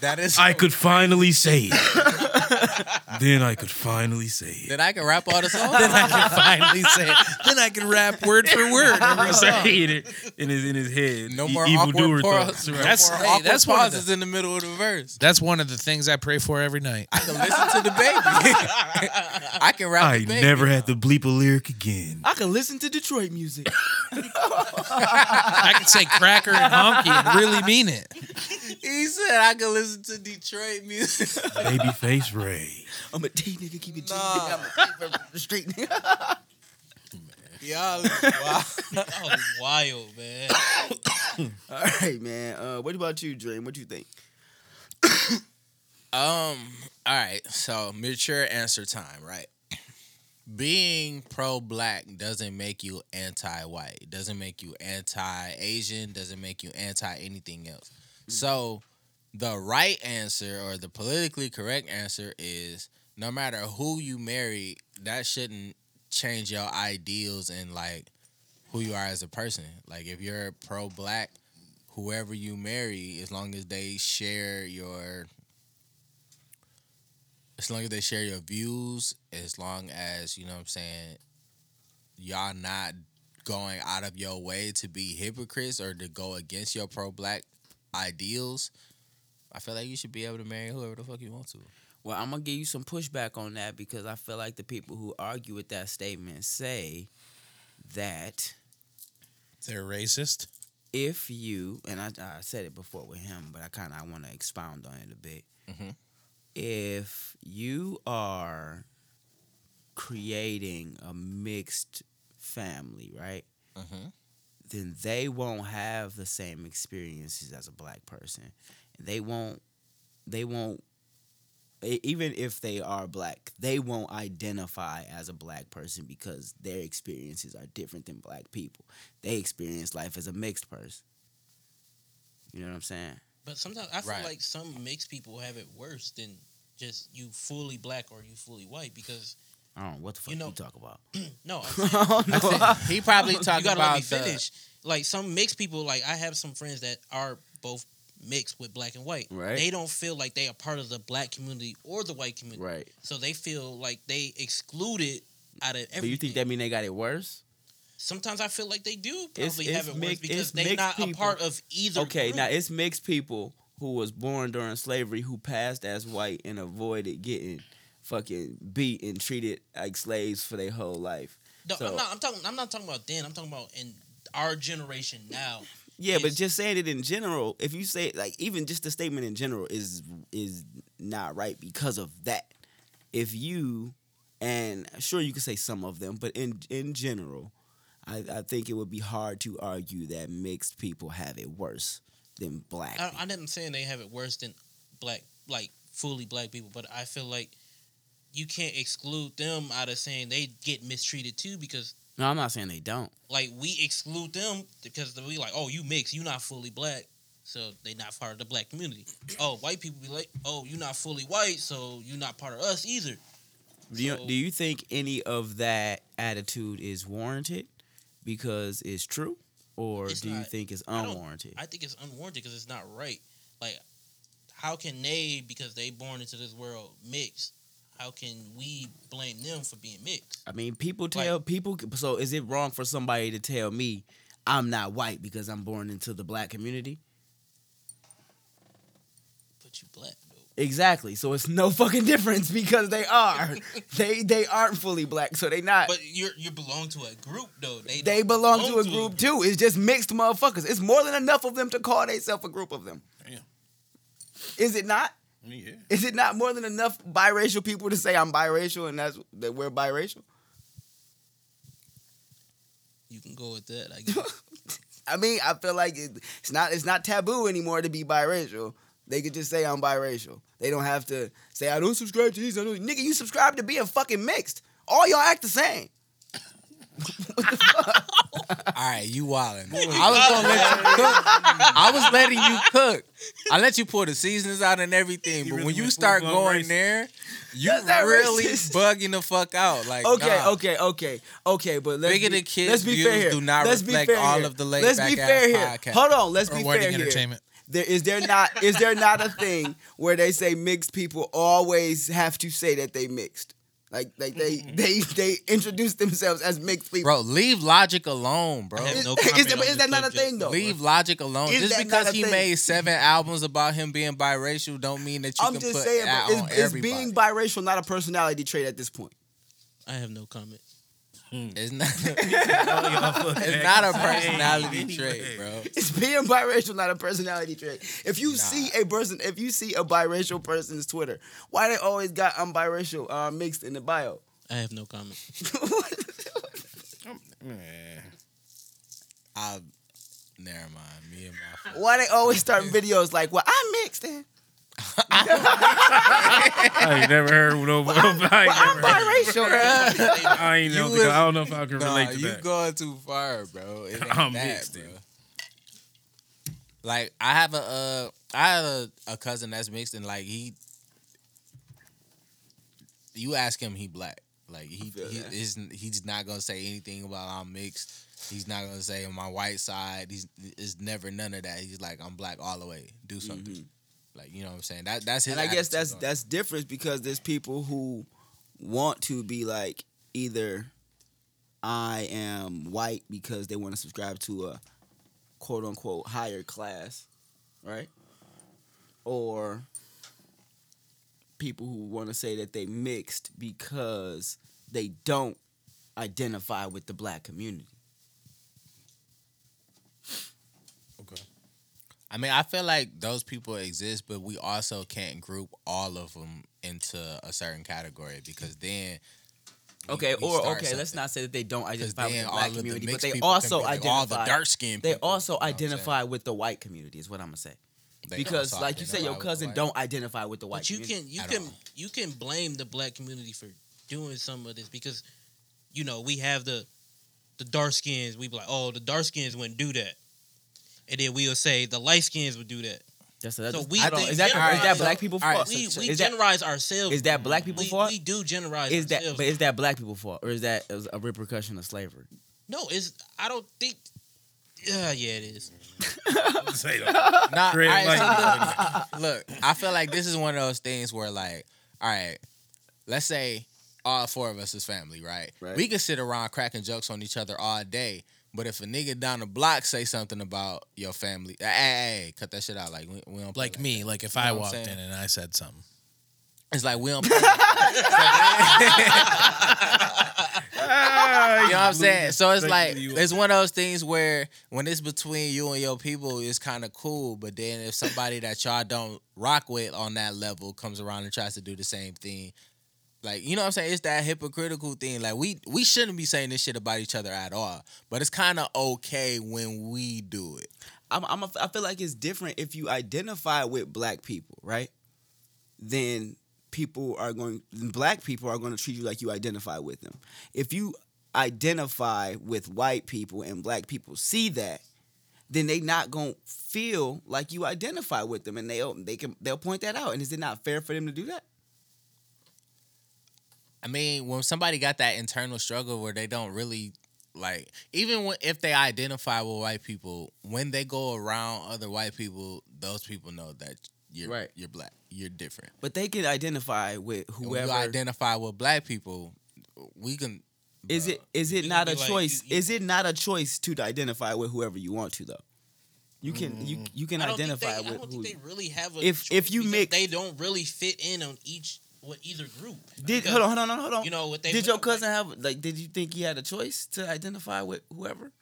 That is
I could finally say it. then I could finally say it.
that I can rap all the songs.
then I can finally say it. Then I can rap word for word. every song.
Saying it in his in his head.
No
E-
more
evildoer
awkward
thoughts.
pauses.
Right?
That's-
no more
hey,
awkward
that's one of
pauses in the middle of the verse.
That's one of the things I pray for every night.
I can listen to the baby. I can rap.
I
the baby.
never had to bleep a lyric again.
I could listen to Detroit music.
I can say cracker and honky and really mean it.
He said I can listen to Detroit music.
Babyface Ray.
I'm a T nigga. Keep it G.
Nah.
I'm a T street nigga.
Y'all, is wild.
that was wild, man.
all right, man. Uh, what about you, Dream? What you think?
Um. All right. So mature answer time. Right. Being pro-black doesn't make you anti-white. It doesn't make you anti-Asian. Doesn't make you anti anything else. So the right answer or the politically correct answer is no matter who you marry, that shouldn't change your ideals and like who you are as a person. Like if you're pro-black, whoever you marry, as long as they share your as long as they share your views, as long as you know what I'm saying, y'all not going out of your way to be hypocrites or to go against your pro black ideals, I feel like you should be able to marry whoever the fuck you want to.
Well, I'm gonna give you some pushback on that because I feel like the people who argue with that statement say that
They're racist.
if you and I, I said it before with him, but I kind of want to expound on it a bit.
Mhm.
If you are creating a mixed family, right,
Mm-hmm.
then they won't have the same experiences as a black person. They won't. They won't. e- Even if they are black, they won't identify as a black person because their experiences are different than black people. They experience life as a mixed person. You know what I'm saying?
But sometimes I feel
Right.
like some mixed people have it worse than just you fully black or you fully white because
I don't know what the fuck
You
you,
know-
talk about.
no, I'm saying-
I don't know.
He probably
you
talked
gotta
about
let me
the-
finish. Like some mixed people, like I have some friends that are both mixed with black and white.
Right.
They don't feel like they are part of the black community or the white community.
right.
So they feel like they excluded out of everything.
But you think that mean they got it worse?
Sometimes I feel like they do probably
It's- it's
have it worse
mixed- it's
because they're
mixed
not a
people.
part of either.
Okay,
group.
now it's mixed people who was born during slavery who passed as white and avoided getting fucking beat and treated like slaves for their whole life.
No,
so-
I'm not. I'm talking. I'm not talking about then. I'm talking about in our generation now.
Yeah, but
Yes.
just saying it in general, if you say like even just the statement in general is is not right because of that. If you And sure, you could say some of them, but in in general, I, I think it would be hard to argue that mixed people have it worse than black.
I,
people.
I'm not saying they have it worse than black, like fully black people, but I feel like you can't exclude them out of saying they get mistreated too because
No, I'm not saying they don't.
like we exclude them because we like, oh, you mix, you not fully black, so they not part of the black community. oh, white people be like, oh, you not fully white, so you not part of us either.
Do you,
So-
do you think any of that attitude is warranted because it's true, or
It's
do you
not-
think it's
I don't-
unwarranted?
I think it's unwarranted because it's not right. Like, how can they because they born into this world mixed? How can we blame them for being mixed?
I, mean, people tell people. So is it wrong for somebody to tell me I'm not white because I'm born into the black community?
But you black though.
Exactly. So it's no fucking difference because they are. they they aren't fully black, so they not.
But you you belong to a group though. They
they
don't
belong to a group too. It's just mixed motherfuckers. It's more than enough of them to call themselves a group of them.
Damn.
Is it not?
Yeah.
Is it not more than enough biracial people to say I'm biracial and that's that we're biracial?
You can go with that. I guess.
I mean, I feel like it, it's not it's not taboo anymore to be biracial. They could just say I'm biracial. They don't have to say I don't subscribe to these. I don't. Nigga, you subscribe to being fucking mixed. All y'all act the same.
All right, you wildin'. I was gonna let you cook. I was letting you cook. I let you pull the seasonings out and everything,
You
but
really
when you
went
start
full-blown
going
racist.
there, you
That's not
really
racist.
bugging the fuck out. Like
Okay,
nah.
okay, okay, okay. But let's
Bigoted
be,
kids'
let's be
views
fair here.
do not
let's
reflect
be fair
all
here.
of the laid
Let's
back
be
ass
fair here.
podcast.
Hold on. Let's be
or
fair
Whiting
here.
Entertainment.
There is there not is there not a thing where they say mixed people always have to say that they mixed. Like like they they they introduce themselves as mixed people.
Bro, leave logic alone, bro.
I have no
is,
comment
that,
on
is that
this
not a
subject.
thing though?
Leave logic alone.
Is
just
that
because
not a
he
thing?
made seven albums about him being biracial, don't mean that you
I'm
can
just
put
saying,
that
bro,
on
is, is
everybody.
being biracial not a personality trait at this point?
I have no comment.
it's not.
it's
It's not a personality trait, bro.
Is being biracial not a personality trait? If you see a person, if you see a biracial person's Twitter, why they always got I'm biracial uh, mixed in the bio?
I have no comment.
I never mind. Me and my friend.
why they always start videos like, well, I'm mixed in.
I ain't never heard no. I
I'm
ain't never heard.
biracial. bruh."
I ain't
You
know. think-
was-
I don't know if I can
Nah,
relate to
you
that.
going too far, bro. It ain't
I'm
that,
mixed,
bro.
dude.
Like I have a, uh, I have a, a cousin that's mixed, and like he, you ask him, he black. Like he,
feel
he
that.
is, he's not gonna say anything about I'm mixed. He's not gonna say on my white side. He's is never none of that. He's like I'm black all the way. Do something. Like you know what I'm saying. That that's his.
Mm-hmm. and I guess
attitude
that's
on it.
that's different because there's people who want to be like either I am white because they want to subscribe to a quote unquote higher class, right? Or people who want to say that they mixed because they don't identify with the black community.
I mean, I feel like those people exist, but we also can't group all of them into a certain category because then. we-
Okay,
we
or okay,
start
let's
something.
not say that they don't
'Cause
identify
then
with the
all
black
of the
community, but
mixed
they
people can
also
be like,
identify
all the dark skinned.
They
people,
also
you know what I'm saying?
identify with the white community, is what I'm gonna say.
They
because,
also
like you said,
identify
your
with the
cousin
white-
don't identify with the white.
But you
community.
can you
at
can
all.
you can blame the black community for doing some of this because you know we have the the dark skins. We be like, oh, the dark skins wouldn't do that, and then we'll say the light skins would do that.
That's,
So we
I don't-
think-
is that is
alright,
that
so-
black people
alright,
fault?
we we
is that
generalize ourselves.
is that black people
we,
fault?
We do generalize
Is that
ourselves.
but is that black people fault or is that is a repercussion of slavery?
no, it's I don't think. Yeah, yeah, it is.
Say that.
Nah,
Red
all right, so
light.
look, I feel like this is one of those things where, like, all right, let's say all four of us is family, right?
Right.
We can sit around cracking jokes on each other all day, but if a nigga down the block say something about your family, hey, hey, hey, cut that shit out. Like, we, we don't play
Like me, like if
You know
I
what I'm
walked
saying?
in and I said something.
It's like we don't. Play like that. you know what I'm saying? So it's like it's one of those things where when it's between you and your people, it's kind of cool. But then if somebody that y'all don't rock with on that level comes around and tries to do the same thing, Like you know what I'm saying? It's that hypocritical thing. Like we we shouldn't be saying this shit about each other at all. But it's kind of okay when we do it.
I'm, I'm a, I feel like it's different if you identify with black people, right? Then people are going, then black people are going to treat you like you identify with them. If you identify with white people and black people see that, then they not going to feel like you identify with them, and they'll they can they'll point that out. And is it not fair for them to do that?
I mean, when somebody got that internal struggle where they don't really like, even when, if they identify with white people, when they go around other white people, those people know that you're
Right.
you're black, you're different.
But they can identify with
And When you
whoever.
identify with black people, we can.
is it is it
You
not
can
a
be like-
choice?
you- you-
is it not a choice to identify with whoever you want to though? You can you
Mm.
you can
I don't think
identify
they, I
with
don't
who.
think they really have a
If-
choice
if you
because
mix-
they don't really fit in on each with either group.
Did
Because,
hold on, hold on, hold on, hold on.
You know what they
did your
look like.
cousin have like? Did you think he had a choice to identify with whoever?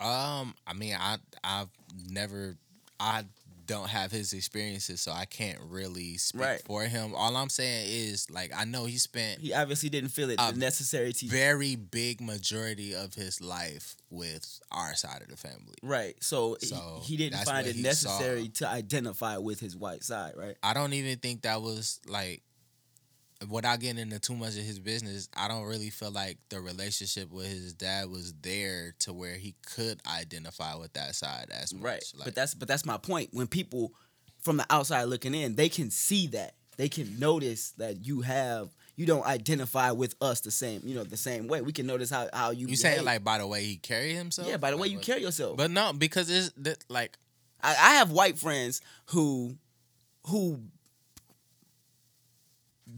Um, I mean, I I've never I don't have his experiences, so I can't really speak
Right.
for him. All I'm saying is like I know he spent
He obviously didn't feel it
Uh,
necessary to.
very big majority of his life with our side of the family.
right, so, he-
So,
he, didn't
that's
find
what
it
he
necessary to identify with his white side. Right.
I don't even think that was like without getting into too much of his business, I don't really feel like the relationship with his dad was there to where he could identify with that side as much.
Right.
Like,
but that's but that's my point. When people from the outside looking in, they can see that. They can notice that you have you don't identify with us the same, you know, the same way. We can notice how how you
you saying
behave.
like by the way he carried himself?
Yeah, by the way
Like,
you
what-
carry yourself.
But no, because it's that like
I, I have white friends who who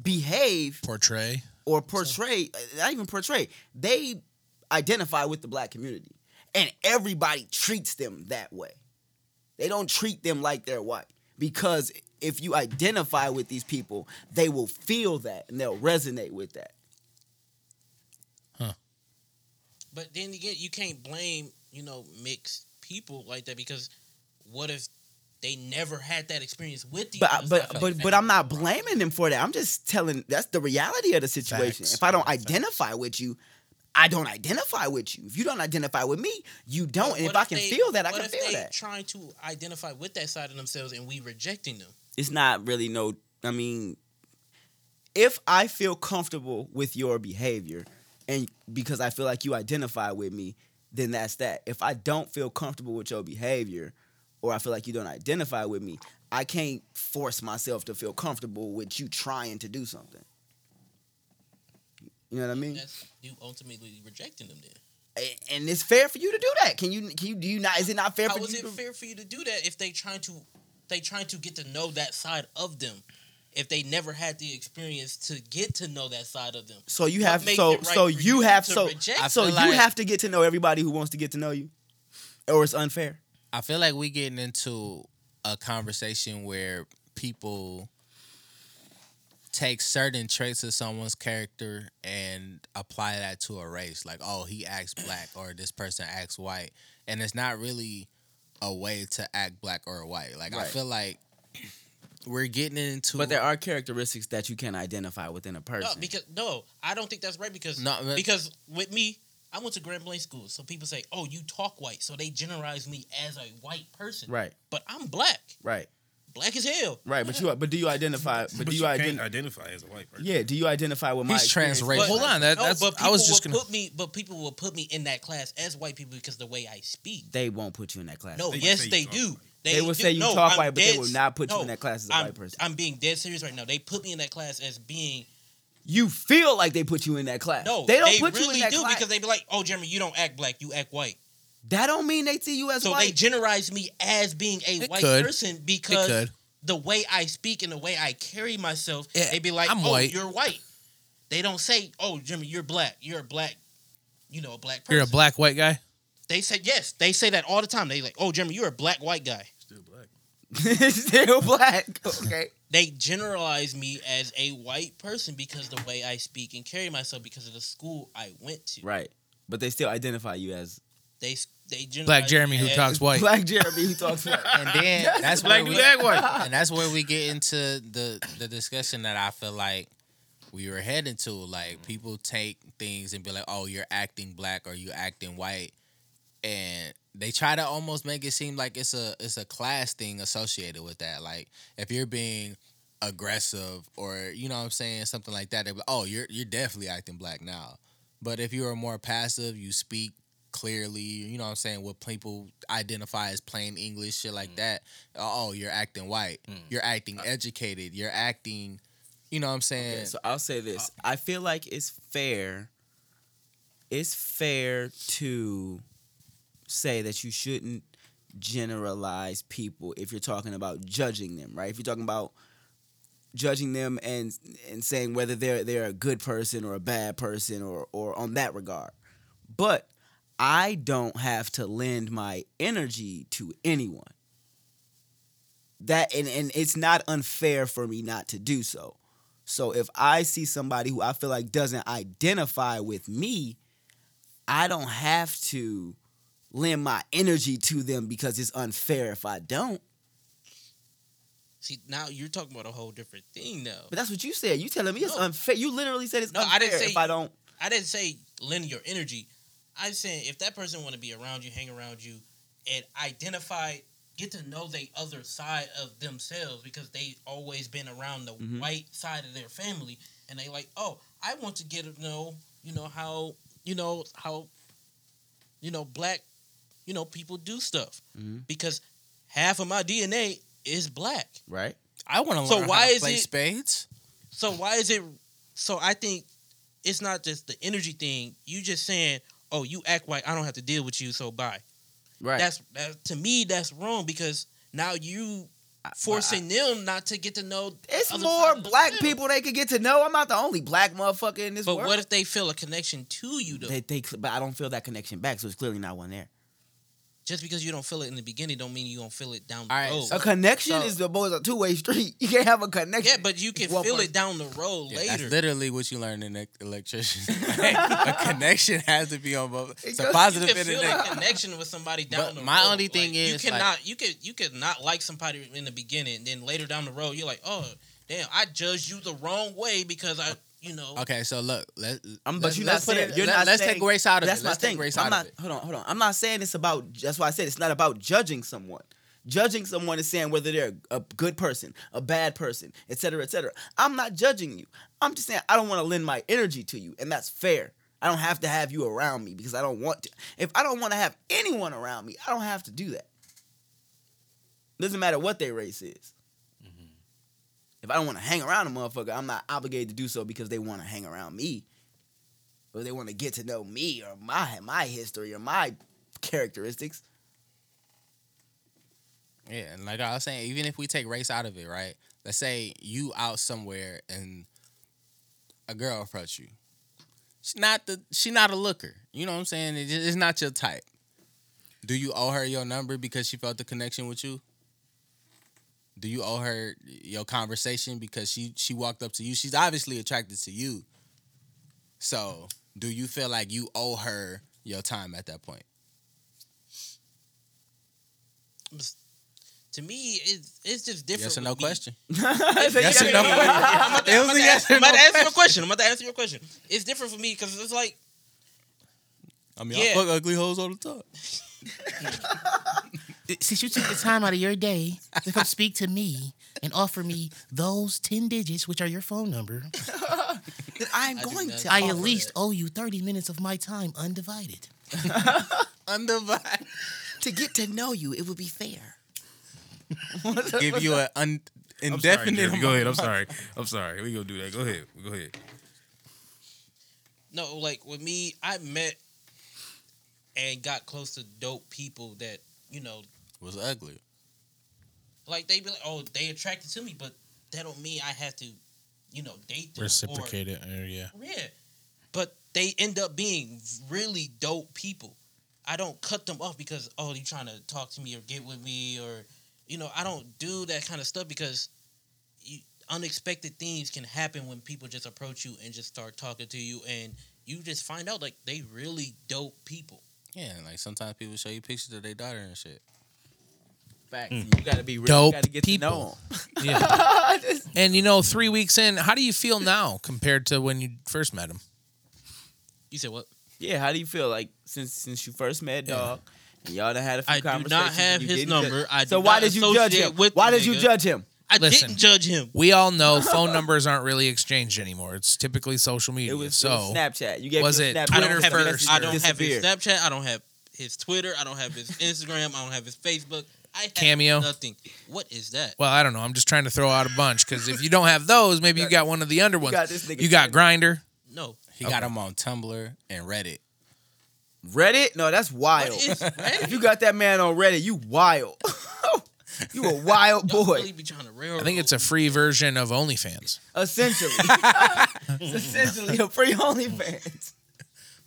behave
Portray.
or portray not even portray they identify with the black community and everybody treats them that way they don't treat them like they're white because if you identify with these people they will feel that and they'll resonate with that
But then again, you can't blame you know mixed people like that because what if they never had that experience with the
but
other side
but but
of the
but
family?
i'm not blaming them for that i'm just telling that's the reality of the situation
Facts.
if i don't identify with you I don't identify with you. If you don't identify with me, you don't. And if
What
I can
they-
feel that, I
what
can
if
feel
they
that.
Trying to identify with that side of themselves and we rejecting them.
it's not really no i mean if i feel comfortable with your behavior and because i feel like you identify with me then that's that if i don't feel comfortable with your behavior or i feel like you don't identify with me i can't force myself to feel comfortable with you trying to do something you know what i mean
That's you ultimately rejecting them. Then
A- and it's fair for you to do that can you can you do you not is it not fair
how
for
is
you
it
to-
fair for you to do that if they trying to they trying to get to know that side of them if they never had the experience to get to know that side of them?
so you
What
have
makes
so
it right
so
for
you
you
have
to
so
reject? I
so
feel
you
like-
have to get to know everybody who wants to get to know you or it's unfair
I feel like we getting into a conversation where people take certain traits of someone's character and apply that to a race. Like, oh, he acts black or this person acts white. And it's not really a way to act black or white. Like I
Right.
feel like we're getting into
But there are characteristics that you can identify within a person.
No, because no, I don't think that's right because
No, but-
because with me, I went to Grand Blanc school, so people say, "Oh, you talk white," so they generalize me as a white person.
right,
But I'm black,
right,
black as hell.
right. But you, but do you identify? But,
But
do
you
you
can't
identify?
identify as a white person.
Yeah, do you identify with my?
He's
experience?
transracial.
But-
Hold on, that,
No,
that's.
but people
I was just
will
gonna.
put me, but people will put me in that class as white people because the way I speak.
They won't put you in that class.
No,
They would
yes,
say you
they
talk
do.
white.
They will
do.
say you
No,
talk
I'm
white, but they
dead-
will not put you
no,
in that class as a
I'm-
white person.
I'm being dead serious right now. They put me in that class as being
you feel like they put you in that class.
no.
they don't put
really
you in that
do
class.
because they be like, "Oh, Jeremy, you don't act black. You act white."
that don't mean they see you as
So
white.
they generalize me as being a
It
white
could.
person
It
because
could.
the way I speak and the way I carry myself,
Yeah,
they be like,
I'm
"Oh,
white."
you're white." They don't say, "Oh, Jimmy, you're black. You're a black, you know, a black person."
You're a black white guy.
They said yes. They say that all the time. They like, "Oh, Jimmy, you're a black white guy."
Still black.
Still black. Okay.
They generalize me as a white person because the way I speak and carry myself because of the school I went to.
Right. But they still identify you as
They they generalize
Black Jeremy
me
who
as-
talks white.
Black Jeremy who talks white.
and then that's where
Black
we
dude act white.
and that's where we get into the the discussion that I feel like we were heading to. Like people take things and be like, "Oh, you're acting black or you acting white," and they try to almost make it seem like it's a it's a class thing associated with that. Like if you're being aggressive or you know what I'm saying something like that, they be like, "Oh, you're you're definitely acting black now." But if you are more passive, you speak clearly, you know what I'm saying, what people identify as plain English, shit like that. Oh, you're acting white. You're acting educated. You're acting, you know what I'm saying?
Okay, so I'll say this. I feel like it's fair. It's fair to say that you shouldn't generalize people if you're talking about judging them, right? If you're talking about judging them and and saying whether they're they're a good person or a bad person or or on that regard. But I don't have to lend my energy to anyone. That and, and it's not unfair for me not to do so. So if I see somebody who I feel like doesn't identify with me, I don't have to lend my energy to them because it's unfair if I don't.
See, now you're talking about a whole different thing, though.
But that's what you said. You telling me it's
No.
unfair. You literally said it's
No,
unfair
I didn't say-
if I don't.
I didn't say lend your energy. I said if that person want to be around you, hang around you, and identify, get to know the other side of themselves because they always been around the
Mhm.
white side of their family, and they like, oh, I want to get to know, you know how, you know how, you know black, you know people do stuff
Mhm.
because half of my DNA is black.
Right.
I want to
So
learn
why
how to
is
play
it-
spades.
So why is it? So I think it's not just the energy thing. You just saying, "Oh, you act white. I don't have to deal with you." So bye.
Right.
That's that, to me. That's wrong because now you forcing them not to get to know. the
It's
other
more
side of
black
them.
people they could get to know. I'm not the only black motherfucker in this
But
world.
what if they feel a connection to you though?
they, they, but I don't feel that connection back, so it's clearly not one there.
just because you don't feel it in the beginning, don't mean you don't feel it down the
All right,
road.
A connection
So-
is the boys a two way street. You can't have a
Yeah,
connection.
but you can
It's one
feel
person.
it down the road
Yeah,
later.
That's literally what you learn in e- electrician. a connection has to be on both. It's a
goes-
positive
you
and
can
a
feel
negative.
a connection with somebody down
But
the
my
road.
only thing
Like, you
is, like-
cannot you could you could not like somebody in the beginning, and then later down the road you're like, oh damn, I judged you the wrong way because I you know
Okay, so look, let,
I'm, but
let's-
you're not
let's put
saying
it-
you're
let,
not.
Let's
saying-
take race out of
that's
it.
my
Let's
thing.
take race
I'm
out
not,
of it.
Hold on, hold on. I'm not saying it's about. That's why I said it's not about judging someone. Judging someone is saying whether they're a good person, a bad person, et cetera, et cetera. I'm not judging you. I'm just saying I don't want to lend my energy to you, and that's fair. I don't have to have you around me because I don't want to. If I don't want to have anyone around me, I don't have to do that. Doesn't matter what their race is.
Mm-hmm.
If I don't want to hang around a motherfucker, I'm not obligated to do so because they want to hang around me or they want to get to know me or my my history or my characteristics.
Yeah, and like I was saying, even if we take race out of it, right? Let's say you out somewhere and a girl approach you. She's not the she not a looker. You know what I'm saying? It just, it's not your type. Do you owe her your number because she felt the connection with you? Do you owe her your conversation because she she walked up to you? She's obviously attracted to you. So, do you feel like you owe her your time at that point?
to me it's it's just different.
Yes or no
with me.
question?
yes
or no? It was a yes or
I'm about
no
to answer your question. I'm about to answer your question. It's different for me because it's like
I mean,
Yeah.
I fuck ugly hoes all the time.
Since you took the time out of your day to come speak to me and offer me those 10 digits, which are your phone number,
I'm
do
going
not
to.
I
offer
at least
that.
owe you 30 minutes of my time undivided.
Undivided.
to get to know you, it would be fair.
give you an un-
I'm sorry,
indefinite.
Jeremy. Go ahead. I'm sorry. I'm sorry. We gonna do that. Go ahead. Go ahead.
No, like with me, I met and got close to dope people that, you know,
was ugly.
like they be like, oh, they attracted to me, but that don't mean I have to, you know, date them.
Reciprocate it. Or, yeah.
Or, yeah. But they end up being really dope people. I don't cut them off because, oh, you trying to talk to me or get with me or, you know, I don't do that kind of stuff because you, unexpected things can happen when people just approach you and just start talking to you and you just find out like they really dope people.
Yeah, and, like sometimes people show you pictures of their daughter and shit.
Facts. You gotta be real.
Dope
you gotta get
people.
to know 'em.
Yeah. and you know, three weeks in, how do you feel now compared to when you first met him?
You said what?
Yeah, how do you feel like since since you first met dog? and Y'all done had a few
I do not
conversations.
have
and you
his
didn't judge-
number. I do
so why
not
did you judge
associate
him?
with
why
the
did you
nigga.
judge him?
I
Listen.
didn't judge him.
We all know phone numbers aren't really exchanged anymore. It's typically social media.
It was it was
so
Snapchat. You gave
Was
me a
it
Snapchat.
I don't
Twitter
have his-
first
I don't have
Disappeared.
his Snapchat. I don't have his Twitter. I don't have his Instagram. I don't have his Facebook. I have
Cameo.
Nothing. What is that?
well, I don't know. I'm just trying to throw out a bunch because if you don't have those, maybe you got one of the under ones.
got this nigga
You got
turned.
Grinder.
No.
He got him on Tumblr and Reddit.
Reddit? No, that's wild.
What is
If
Reddit?
you got that man on Reddit, you wild. you a wild
Y'all
boy,
really be trying to railroad.
I think it's a free version of OnlyFans.
essentially. it's essentially a free OnlyFans.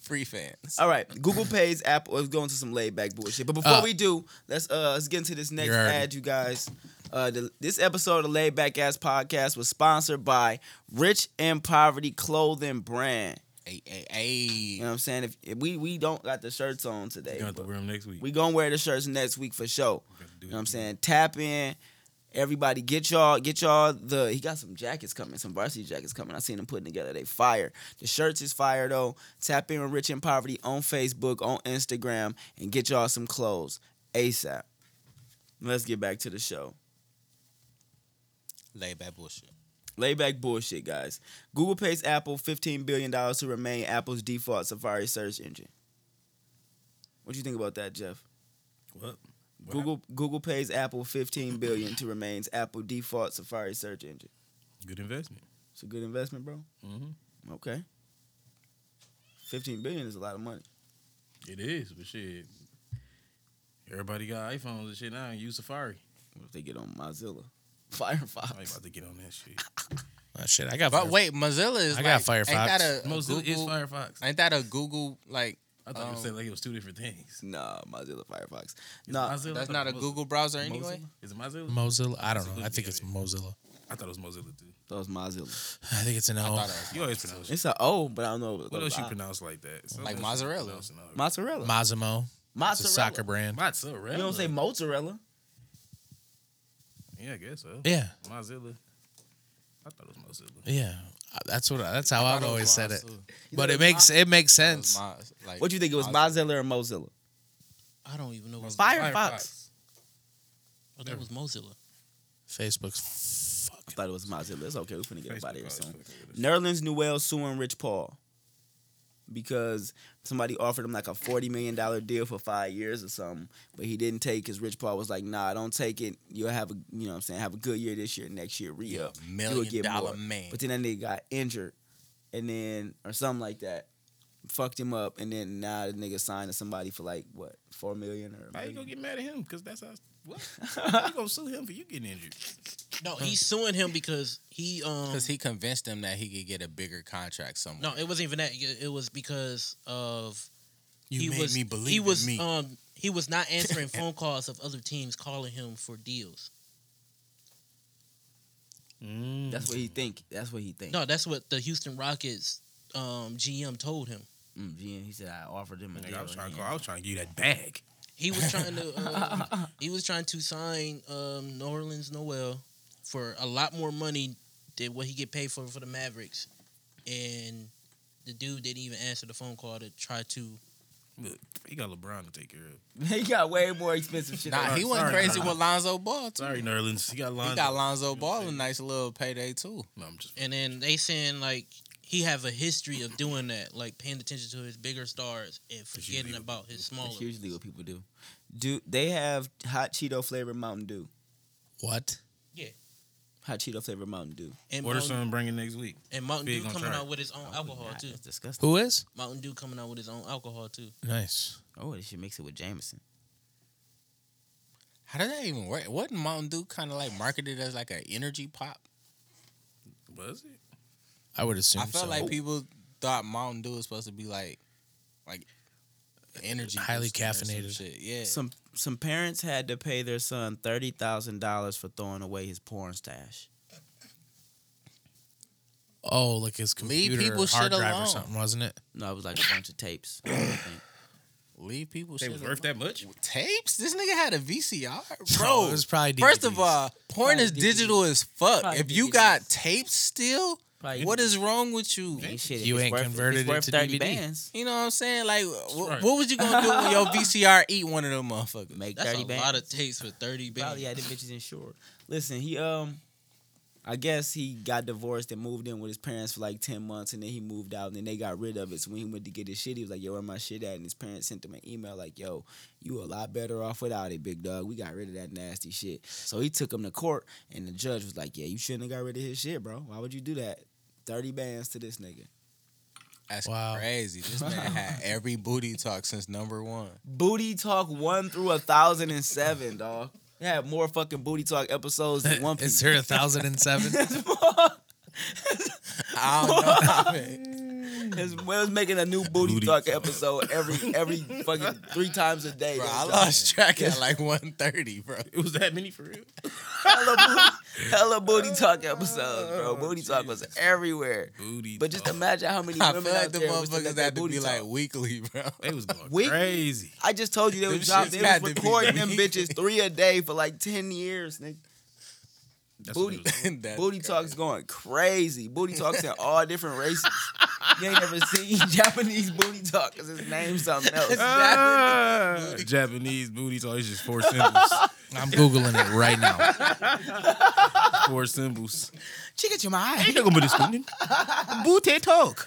Free fans.
All right, Google Pay's Apple. Let's go into some laid back bullshit. But before
Uh,
we do, let's uh let's get into this next
You're already-
ad, you guys. Uh, the, this episode of the Laid Back Ass Podcast was sponsored by Rich and Poverty Clothing Brand.
Hey, hey,
You
hey.
know what I'm saying? If, if we we don't got the shirts on today,
Got to
but
wear them next week.
we gonna wear the shirts next week for sure.
Got to do
You know what
it.
I'm saying? Tap in. Everybody get y'all get y'all the he got some jackets coming, some varsity jackets coming. I seen them putting together. They fire. The shirts is fire though. Tap in with Rich and Poverty on Facebook, on Instagram, and get y'all some clothes. ASAP. Let's get back to the show.
Lay back bullshit.
Layback bullshit, guys. Google pays Apple $15 billion to remain Apple's default Safari search engine. What do you think about that, Jeff?
What? What
Google Google pays Apple $15 billion to remain Apple default Safari search engine.
Good investment.
It's a good investment, bro.
Mm-hmm.
Okay. 15 billion is a lot of money.
It is, but shit. Everybody got iPhones and shit now and use Safari.
What if they get on Mozilla?
I ain't
Firefox.
about to get on that shit.
Oh, shit, I got.
But wait, Mozilla is.
I got
like- Ain't that
Firefox.
a, a
Mozilla is
Google?
Firefox.
Ain't that a Google? Like
I thought you
Um,
said like it was two different things.
Nah, Mozilla Firefox.
Mozilla?
Nah,
that's
I thought
not a
it was Mozilla.
Google browser
Mozilla?
anyway.
Is it Mozilla?
Mozilla. I don't
It's a
know. I
good
think it's
idea.
Mozilla.
I thought it was Mozilla too.
that was Mozilla.
I think it's an
I
L.
thought it
You always pronounce
It's a O, but I don't know.
What else you pronounce like that? Something
Like
else you
mozzarella.
pronounce and all that.
Mozzarella.
Mazzamo. It's a
mozzarella.
soccer brand.
Mozzarella.
You don't say mozzarella.
Yeah, I guess so.
Yeah,
Mozilla. I thought it was Mozilla.
yeah. Uh, That's what. I- That's how I've
was
always said it.
Mozilla.
But
think
it makes it makes sense.
Moz- like,
What do you think it was,
Mozilla.
Mozilla or Mozilla?
I don't even know. What
Firefox.
Oh, that was Mozilla.
Facebook's
I
fucking.
thought it was Mozilla. It's okay. We're finna get up out of here
always
soon.
fucking with us.
Nerlens Newell suing Rich Paul because somebody offered him like a forty million dollar deal for five years or something, but he didn't take because Rich Paul was like, "Nah, don't take it. You'll have a you know what I'm saying have a good year this year, next year re up,
Million dollar
more.
man.
But then that nigga got injured, and then or something like that, fucked him up, and then now the nigga signed to somebody for like what four million or a
How you gonna
million?
get mad at him? Because that's how. What? How you gonna sue him for you getting injured?
No, he's suing him because he um.
Because he convinced him that he could get a bigger contract somewhere.
No, it wasn't even that. It was because of
you
he
made
was
me believe
he was
in me.
um he was not answering phone calls of other teams calling him for deals.
Mm.
That's what he think. That's what he think.
No, that's what the Houston Rockets um GM told him.
Mm, yeah, he said I offered him a
Nigga,
deal.
I was trying
and
to
he-
go. I was trying to give you that bag.
He was trying to um, he was trying to sign um New Orleans Noel for a lot more money than what he get paid for for the Mavericks, and the dude didn't even answer the phone call to try to.
Look, he got LeBron to take care of.
he got way more expensive shit.
nah,
than
he
us.
went
sorry,
crazy
nah.
with Lonzo Ball too.
Sorry, Nerlens. He got Lonzo.
He got Lonzo Ball a nice little payday too.
No, I'm just.
And then they saying like he have a history of doing that, like paying attention to his bigger stars and forgetting
usually-
about his smaller.
That's usually what people do. Do they have hot Cheeto flavored Mountain Dew?
What?
Hot Cheeto flavored Mountain Dew.
And
Order
Mountain,
some. Bring it next week.
and Mountain
big
Dew
on
coming
track.
out with his own alcohol
Nah,
too.
That's disgusting.
Who is?
Mountain Dew coming out with his own alcohol too.
Nice.
Oh, they should mix it with Jameson.
How did that even work? Wasn't Mountain Dew kind of like marketed as like an energy pop?
Was it?
I would assume.
I felt
so.
like people thought Mountain Dew was supposed to be like, like energy,
Highly
booster or some
caffeinated.
shit. Yeah,
Some some parents had to pay their son thirty thousand dollars for throwing away his porn stash.
Oh, like his
Leave
computer
people
hard
shit
drive or
alone.
something, wasn't it?
No, it was like a bunch of tapes. I think.
Leave people.
They
shit
was worth that
alone.
much?
Tapes. This nigga had a VCR, bro.
it was probably
First of
DVDs.
all, porn
Probably
is digital
DVDs.
as fuck.
Probably
if you
DVDs.
got tapes still,
Probably
what is wrong with you?
Man, shit, if
You
it's
ain't
worth, if
converted
it's
it
worth
to
30
DVD.
bands.
You know what I'm saying? Like, wh-
right.
what was you gonna do when your VCR eat one of them motherfuckers?
Make
That's
30
a
bands.
lot of tapes for thirty
Probably
bands.
had them bitches insured.
Listen, he um, I guess he got divorced and moved in with his parents for like ten months, and then he moved out, and then they got rid of it. So when he went to get his shit, he was like, "Yo, where my shit at?" And his parents sent him an email like, "Yo, you a lot better off without it, big dog. We got rid of that nasty shit." So he took him to court, and the judge was like, "Yeah, you shouldn't have got rid of his shit, bro. Why would you do that?" Thirty bands to this nigga.
That's
Wow.
crazy. This man had every booty talk since number one.
Booty Talk one through a thousand and seven, dog. They had more fucking Booty Talk episodes than One
Is
Piece.
there a thousand and seven?
I don't know. how many.
It's- we was making a new Booty, Talk episode every every fucking three times a day.
bro,
They
I
was
lost track at like 130, bro.
It was that many for real.
hella, booty, hella booty talk episodes, bro. Booty talk was everywhere.
Booty.
But just imagine how many
I
women
feel like
out
the
there was to
motherfuckers
let that
had to
booty
be
talk.
like weekly, bro.
they was going
We-
crazy.
I just told you they
Them
was drop,
shits
they
had
was
to be
recording them
weak.
bitches three a day for like ten years. Nigga.
That's
Booty,
What it was.
That's
booty talks going crazy. Booty talks in all different races. You ain't never seen Japanese booty talk because it's named something else.
Ah, Japanese booty talk. It's just four symbols.
I'm googling it right now.
four symbols.
Chicken to my eye.
Ain't gonna be this thing. Booty talk.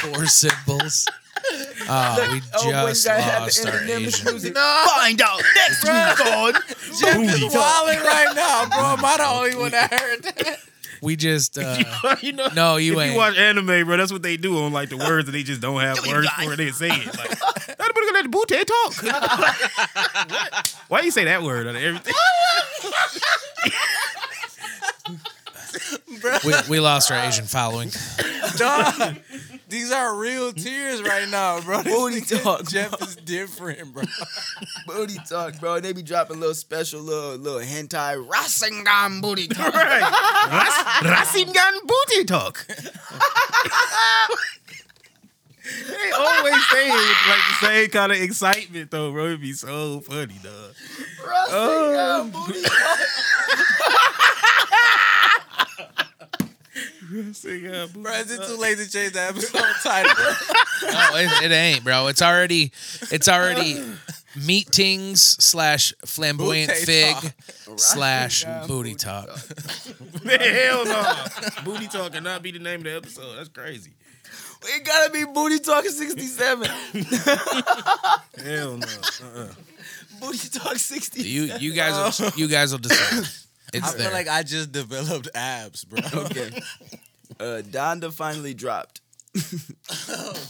Four symbols. Oh, we
Oh, when
just
guy had
lost
the
our
Eminem
Asian.
music. Find out next week on
Booty talk.
Wildin' right now, bro. Am I the only one that heard that?
We just uh,
you know,
no,
if
you ain't.
you watch anime, bro, that's what they do on like the words that they just don't have words for. They say it. Like, Nobody gonna let the booty talk. What? Why you say that word out of everything?
we, we lost our Asian following.
Dog, these are real tears right now, bro. This
Booty
nigga
talk,
Jeff is different, bro.
booty talk, bro. They be dropping little special little little hentai Rasengan booty talk.
Ras- Rasengan booty talk. they always say it with like the same kind of excitement though, bro. It'd be so funny, Um, dog.
Rasengan booty talk.
Rasengan booty.
Bro, is it too late to change the episode title?
No, it, it ain't, bro. It's already, it's already meetings slash flamboyant
Booty
fig
talk.
slash booty talk.
Hell no. booty talk cannot be the name of the episode. That's crazy.
It gotta be booty talk sixty seven.
Hell no. Uh-uh.
booty talk sixty.
You you guys will, you guys will decide. It's
I
there.
feel like I just developed abs, bro.
Okay. Uh, Donda finally dropped.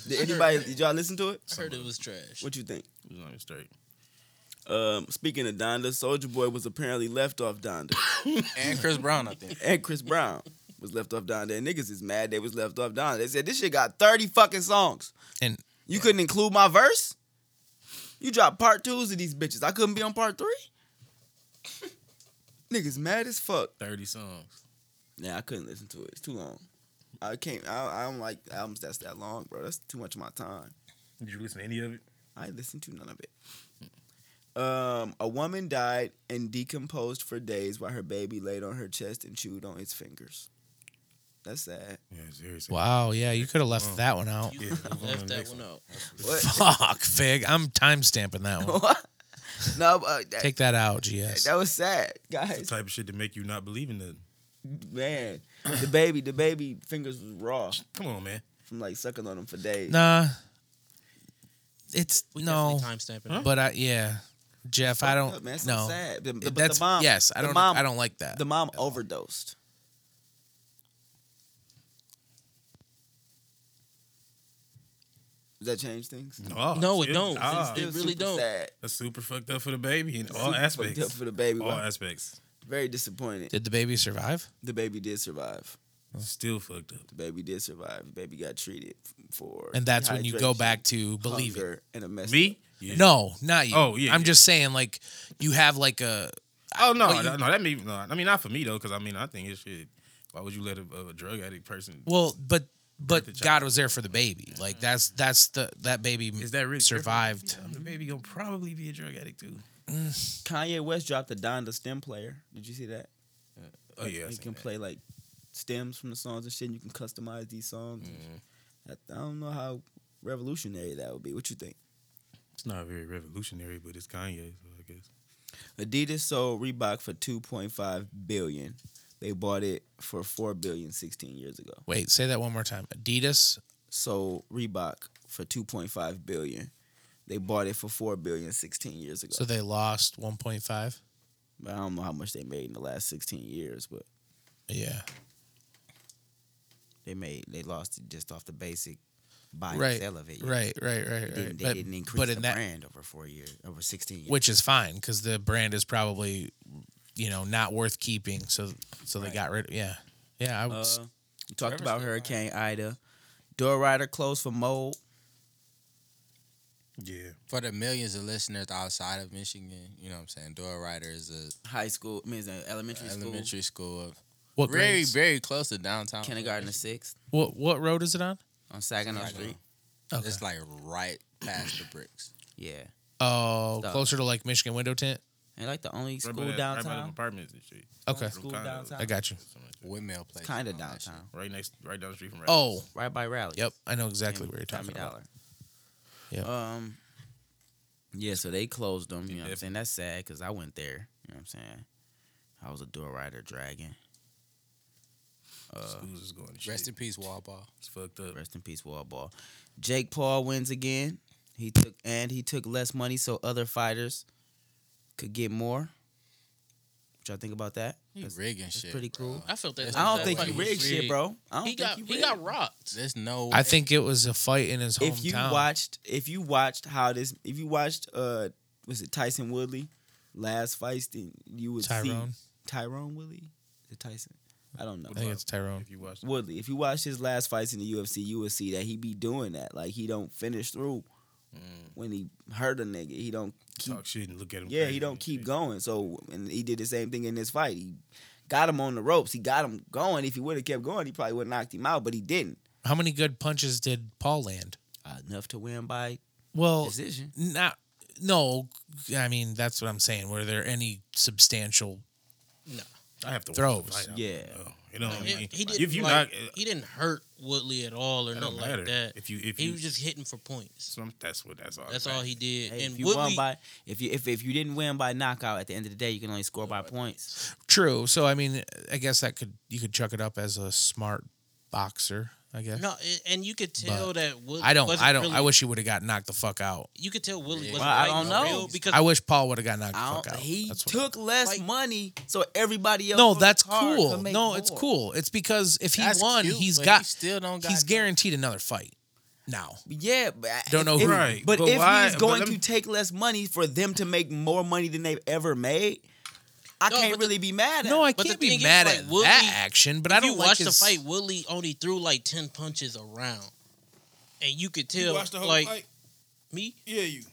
did anybody? Did y'all listen to it?
I heard it was trash.
What you think?
It was on your straight.
Um, speaking of Donda, Soldier Boy was apparently left off Donda,
And Chris Brown, I think.
and Chris Brown was left off Donda. And niggas is mad they was left off Donda. They said this shit got thirty fucking songs.
and
You couldn't include my verse? You dropped part twos of these bitches. I couldn't be on part three? Niggas mad as fuck.
30 songs.
Nah, I couldn't listen to it. It's too long. I can't. I, I don't like albums that's that long, bro. That's too much of my time.
Did you listen to any of it?
I listen to none of it. Um, a woman died and decomposed for days while her baby laid on her chest and chewed on its fingers. That's sad.
Yeah, seriously.
wow, yeah, you could have left that one out.
You left that one out.
What?
Fuck, fig. I'm timestamping that one.
no, but uh, that,
Take that out, GS.
that was sad, guys.
The type of shit to make you not believe in nothing.
Man, the baby, the baby fingers was raw
Come on, man.
from like sucking on them for days.
Nah, it's no.
Time stamping.
But I yeah, Jeff, I don't
Fucked up, man. It's
know.
so sad. The- but
That's
the mom,
yes. I
the
don't.
mom-
I don't like that.
The mom overdosed. Does that change things?
Oh,
No, it
shit.
don't.
Ah,
It really
super
don't.
Sad.
that's super fucked up for the baby in all
Super fucked up
aspects.
for the baby.
All
Well,
aspects.
Very disappointed.
Did the baby survive?
The baby did survive.
Still fucked up.
The baby did survive. The baby got treated for
And that's when you go
dehydration,
back to believe it.
hunger, and a mess.
Me? Yeah.
No, not you.
Oh, yeah,
I'm
yeah.
just saying, like, you have like a
Oh no,
Well, you-
no, that mean no. I mean not for me though, because I mean I think it's shit. Why would you let a, a drug addict person?
well, but But God was there for the baby. Like that's that's the that baby
Is that really
survived.
The baby gonna probably be a drug addict too.
Kanye West dropped the Donda stem player. Did you see that?
Oh yeah, I
you
seen
can
that.
play like stems from the songs and shit. And you can customize these songs.
Mm-hmm.
I, I don't know how revolutionary that would be. What you think?
It's not very revolutionary, but it's Kanye, so I guess.
Adidas sold Reebok for two point five billion. They bought it for four billion 16 years ago.
Wait, say that one more time. Adidas.
Sold Reebok for two point five billion. They bought it for four billion 16 years ago.
So they lost 1.5.
But I don't know how much they made in the last 16 years, but
Yeah.
They made they lost it just off the basic buy
Right,
and sell of it.
right, right, right,
They
right.
didn't, they
But-
didn't increase
but
the
in that-
brand over four years, over sixteen years.
Which is fine because the brand is probably, you know, not worth keeping. So so they got rid. Yeah, yeah. I was.
Uh, we talked about Hurricane Ida. Door rider closed for mold.
Yeah.
For the millions of listeners outside of Michigan, you know what I'm saying? Door Rider is a
High school, I mean, it's an elementary,
elementary school of
what
very,
grades?
very close to downtown.
school, kindergarten to sixth
What what road is it on?
on Saginaw
Saginaw.
Street.
Okay.
It's like right past the bricks.
Yeah.
Oh,
Stop.
closer to like Michigan window tent.
And like the only
Right by
school
that- Right by them
downtown.
apartments and shit.
Okay,
School
Kinda.
downtown.
I got you.
Something like that.
Windmill place.
Kind of
and all that shit.
Oh,
downtown.
Right next, right down the street from. Right
Oh,
Right by Rally.
yep. I know exactly what you're talking
Tommy
about.
Dollar.
Yep.
Um, yeah, so they closed them. You know what I'm
Definitely.
saying? That's sad because I went there. You know what I'm saying? I was a door rider dragon. Uh,
Schools is going. to
Rest
shit.
in peace, wall ball.
It's fucked up.
Rest in peace, Wall Ball. Jake Paul wins again. He took and he took less money so other fighters could get more. What y'all think about that?
He
That's-
rigging
that's
shit.
pretty
bro.
cool.
I felt that.
That's
I don't
not
think
like
you
he
rigged shit,
rigged.
bro. I don't
He
think
got
you
he
rigged.
got rocked.
There's no.
I think it was a fight in his hometown.
If you watched, if you watched how this, if you watched, uh, was it Tyson Woodley last fight? Then you would
Tyrone,
see Tyrone Woodley, the Tyson. I don't know.
I think it's Tyrone.
If you watch,
Woodley. If you watch his last fights in the UFC, you will see that he be doing that. Like he don't finish through
Mm.
when he hurt a nigga. He don't keep.
talk shit and look at him.
Yeah,
crazy
he don't
and
keep
shit.
going. So and he did the same thing in this fight. He got him on the ropes. He got him going. If he would have kept going, he probably would have knocked him out. But he didn't.
How many good punches did Paul land?
Enough to win by
Well,
decision.
not no. I mean, that's what I'm saying. Were there any substantial?
I have to watch
Throws.
the fight. I don't
Yeah.
know. You know what I
He-
mean?
he didn't
Oh If you
like,
knock-
he didn't hurt Woodley at all or
It
nothing
don't matter
like that.
if you if
he
you.
was just hitting for points.
some- that's what that's all.
That's
that
all
matters.
he did.
Hey,
and
if you
Woodley,
won by if you if, if you didn't win by knockout at the end of the day, you can only score by points.
True. So I mean, I guess that could you could chuck it up as a smart boxer. I guess.
no, and- and you could tell
But
that Woodley.
I don't.
wasn't
I don't.
Really,
I wish he would have got knocked the fuck out.
you could tell Woodley
Yeah.
wasn't.
Well,
I
fighting
don't
for
know.
real because
I wish Paul would have got knocked the
I
fuck
don't,
out.
he
That's what-
took less
Like-
money, so everybody else.
No,
on the
that's
card
cool.
could make
No, it's
more.
cool. It's because if he
That's
won,
cute,
he's
but
got
He still don't got.
he's
no-
guaranteed another fight. Now,
Yeah, but
Don't know
if, if-
who-
Right,
But,
but
if
why-
he's
but
going
let me-
to take less money for them to make more money than they've ever made, I
No,
can't
but the-
really be mad at.
no, I
him.
But the
can't be
thing is,
mad
like,
at
Woodley-
that action. But I
if
don't
you
like
watch
his,
the fight. Woodley only threw like ten punches around, and you could tell. like me,
Yeah, you.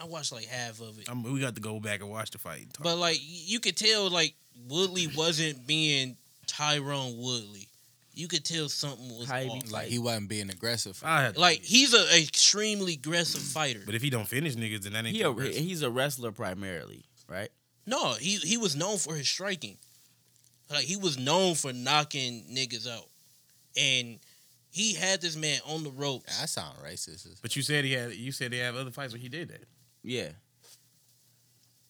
I watched like half of it.
I mean, we got to go back and watch the fight. and talk.
But like you could tell, like Woodley wasn't being Tyrone Woodley. You could tell something was
How he be
off.
Like he wasn't being aggressive.
I have to-
Like he's an extremely aggressive fighter.
But if he don't finish niggas, then that ain't.
He
the
a,
rest.
he's a wrestler primarily, right?
No, he he was known for his striking. Like he was known for knocking niggas out, and he had this man on the ropes.
That sound racist.
But you said he had. You said they have other fights where he did that.
Yeah,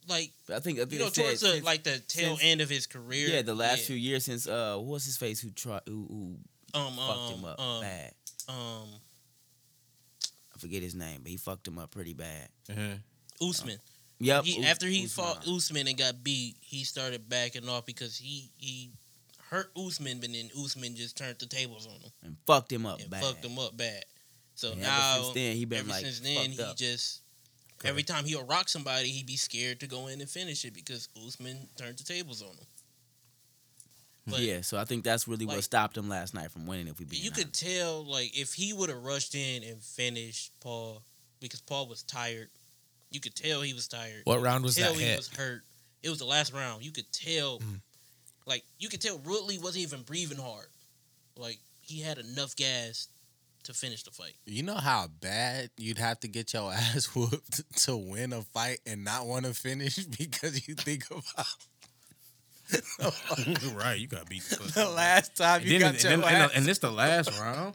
Like
I think I think
you know,
they
towards
said
the
since-
like the tail
since-
end of his career.
yeah the last
yeah.
few years since uh what was his face who tried who, who
um um
fucked him up
um,
bad.
um
I forget his name, but he fucked him up pretty bad.
Usman.
Uh, Yep.
he,
Us-
after he
Usman.
fought Usman and got beat, he started backing off because he he hurt Usman, but then Usman just turned the tables on him
and fucked him up
and
bad.
fucked him up bad. So
And
now
ever since then he been
ever
like
since then,
fucked
he
up.
just every time he'll rock somebody, he'd be scared to go in and finish it because Usman turned the tables on him. But
yeah, so I think that's really what
like-
stopped him last night from winning. If we beat
you could tell, like, if he would have rushed in and finished Paul because Paul was tired. You could tell he was tired.
What round was
tell
that
he
hit? Mm.
was hurt. It was the last round. You could tell, like, you could tell Woodley wasn't even breathing hard. Like he had enough gas to finish the fight.
You know how bad you'd have to get your ass whooped to win a fight and not want to finish because you think about
right, you got beat the fuck.
the last time
And,
you
then,
got
and,
your
then- and,
ass.
the- and this the last round.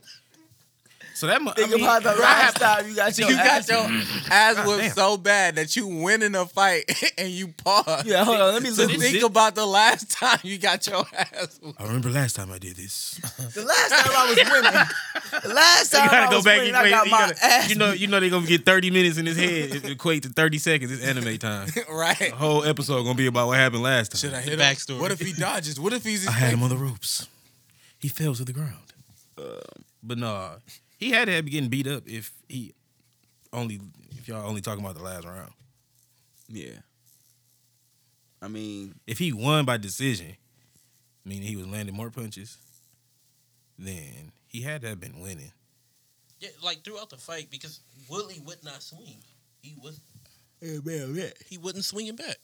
So that mu- I
Think
mean,
about the last time you got your
you
ass.
got your ass
damn.
whooped so bad that you win in a fight and you pause.
yeah, hold on. Let me
So
look.
think about the last time you got your ass whooped.
I remember last time I did this.
The last time I was winning, the last time
you gotta
I
go
was
back.
winning,
and
I
wait,
got
you,
my
gotta-
ass.
you know, you know they're gonna get thirty minutes in his head. It equate to thirty seconds. It's anime time.
Right.
The whole episode gonna be about what happened last time.
Should I hit him?
backstory.
What if he dodges? What if he's
I had him on the ropes. He fell to the ground. Uh, but nah, he had to have been getting beat up if he only if y'all only talking about the last round.
yeah. I mean,
If he won by decision, meaning he was landing more punches, then he had to have been winning.
Yeah, like throughout the fight because Willie would not swing. He was he wasn't swinging back.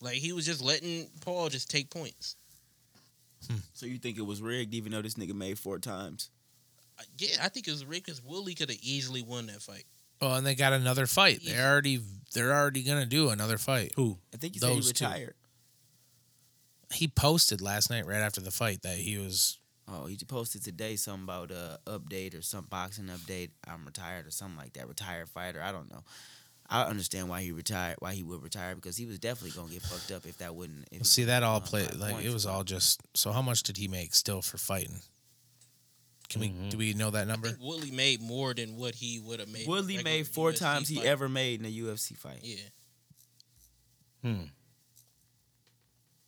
Like he was just letting Paul just take points.
so you think it was rigged, even though this nigga made four times?
I- Yeah, I think it was rigged because Willie could have easily won that fight.
Oh, and they got another fight. They already they're already gonna do another fight.
Who?
I think he
Those
said
two.
he retired.
He posted last night right after the fight that he was
Oh, he posted today something about a update or some boxing update. I'm retired or something like that. Retired fighter. I don't know. I understand why he retired. Why he would retire because he was definitely gonna get fucked up if that wouldn't. If
see that all
uh,
played
five
like it
points.
was all just so how much did he make still for fighting? Can we do we know that
I
number?
think Willie made more than what he would have made. in a
Woodley
regular
made four
UFC
times
fight.
he ever made in a UFC fight.
Yeah.
Hmm.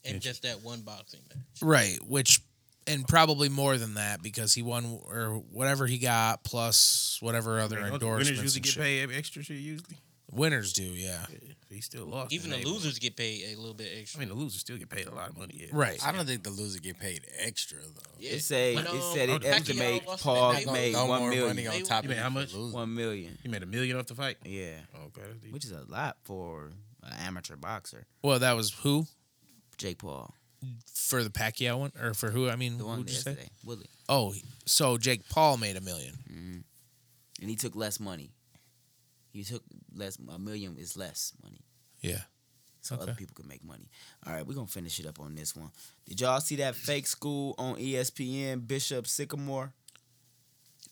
And just that one boxing match.
Right, which and probably more than that because he won or whatever he got plus whatever other endorsements.
usually
and
get
shit.
paid extra shit usually.
Winners do, yeah.
He still lost.
Even the
They-
losers get paid a little bit
I
extra.
mean, the losers still get paid a lot of money. Yeah.
Right.
I don't think the loser get paid extra though.
Yeah.
It said
When,
it
um,
said it
Pacquiao
estimate
lost to
Paul
Mayweather.
made
Throw
one
more money
million.
on top
You
of
mean
it
how
for
much?
losing.
One million.
He made a million off the fight. Oh,
Yeah,
Okay.
which is a lot for an amateur boxer.
Well, that was who
Jake Paul,
for the Pacquiao one or for who? I mean,
the one
who'd you say?
yesterday, Woodley,
Oh, so Jake Paul made a million.
and he took less money. He took less. A million is less money.
Yeah.
so other
Okay.
people can make money. All right, we're gonna finish it up on this one. Did y'all see that fake school on E ESPN, Bishop Sycamore?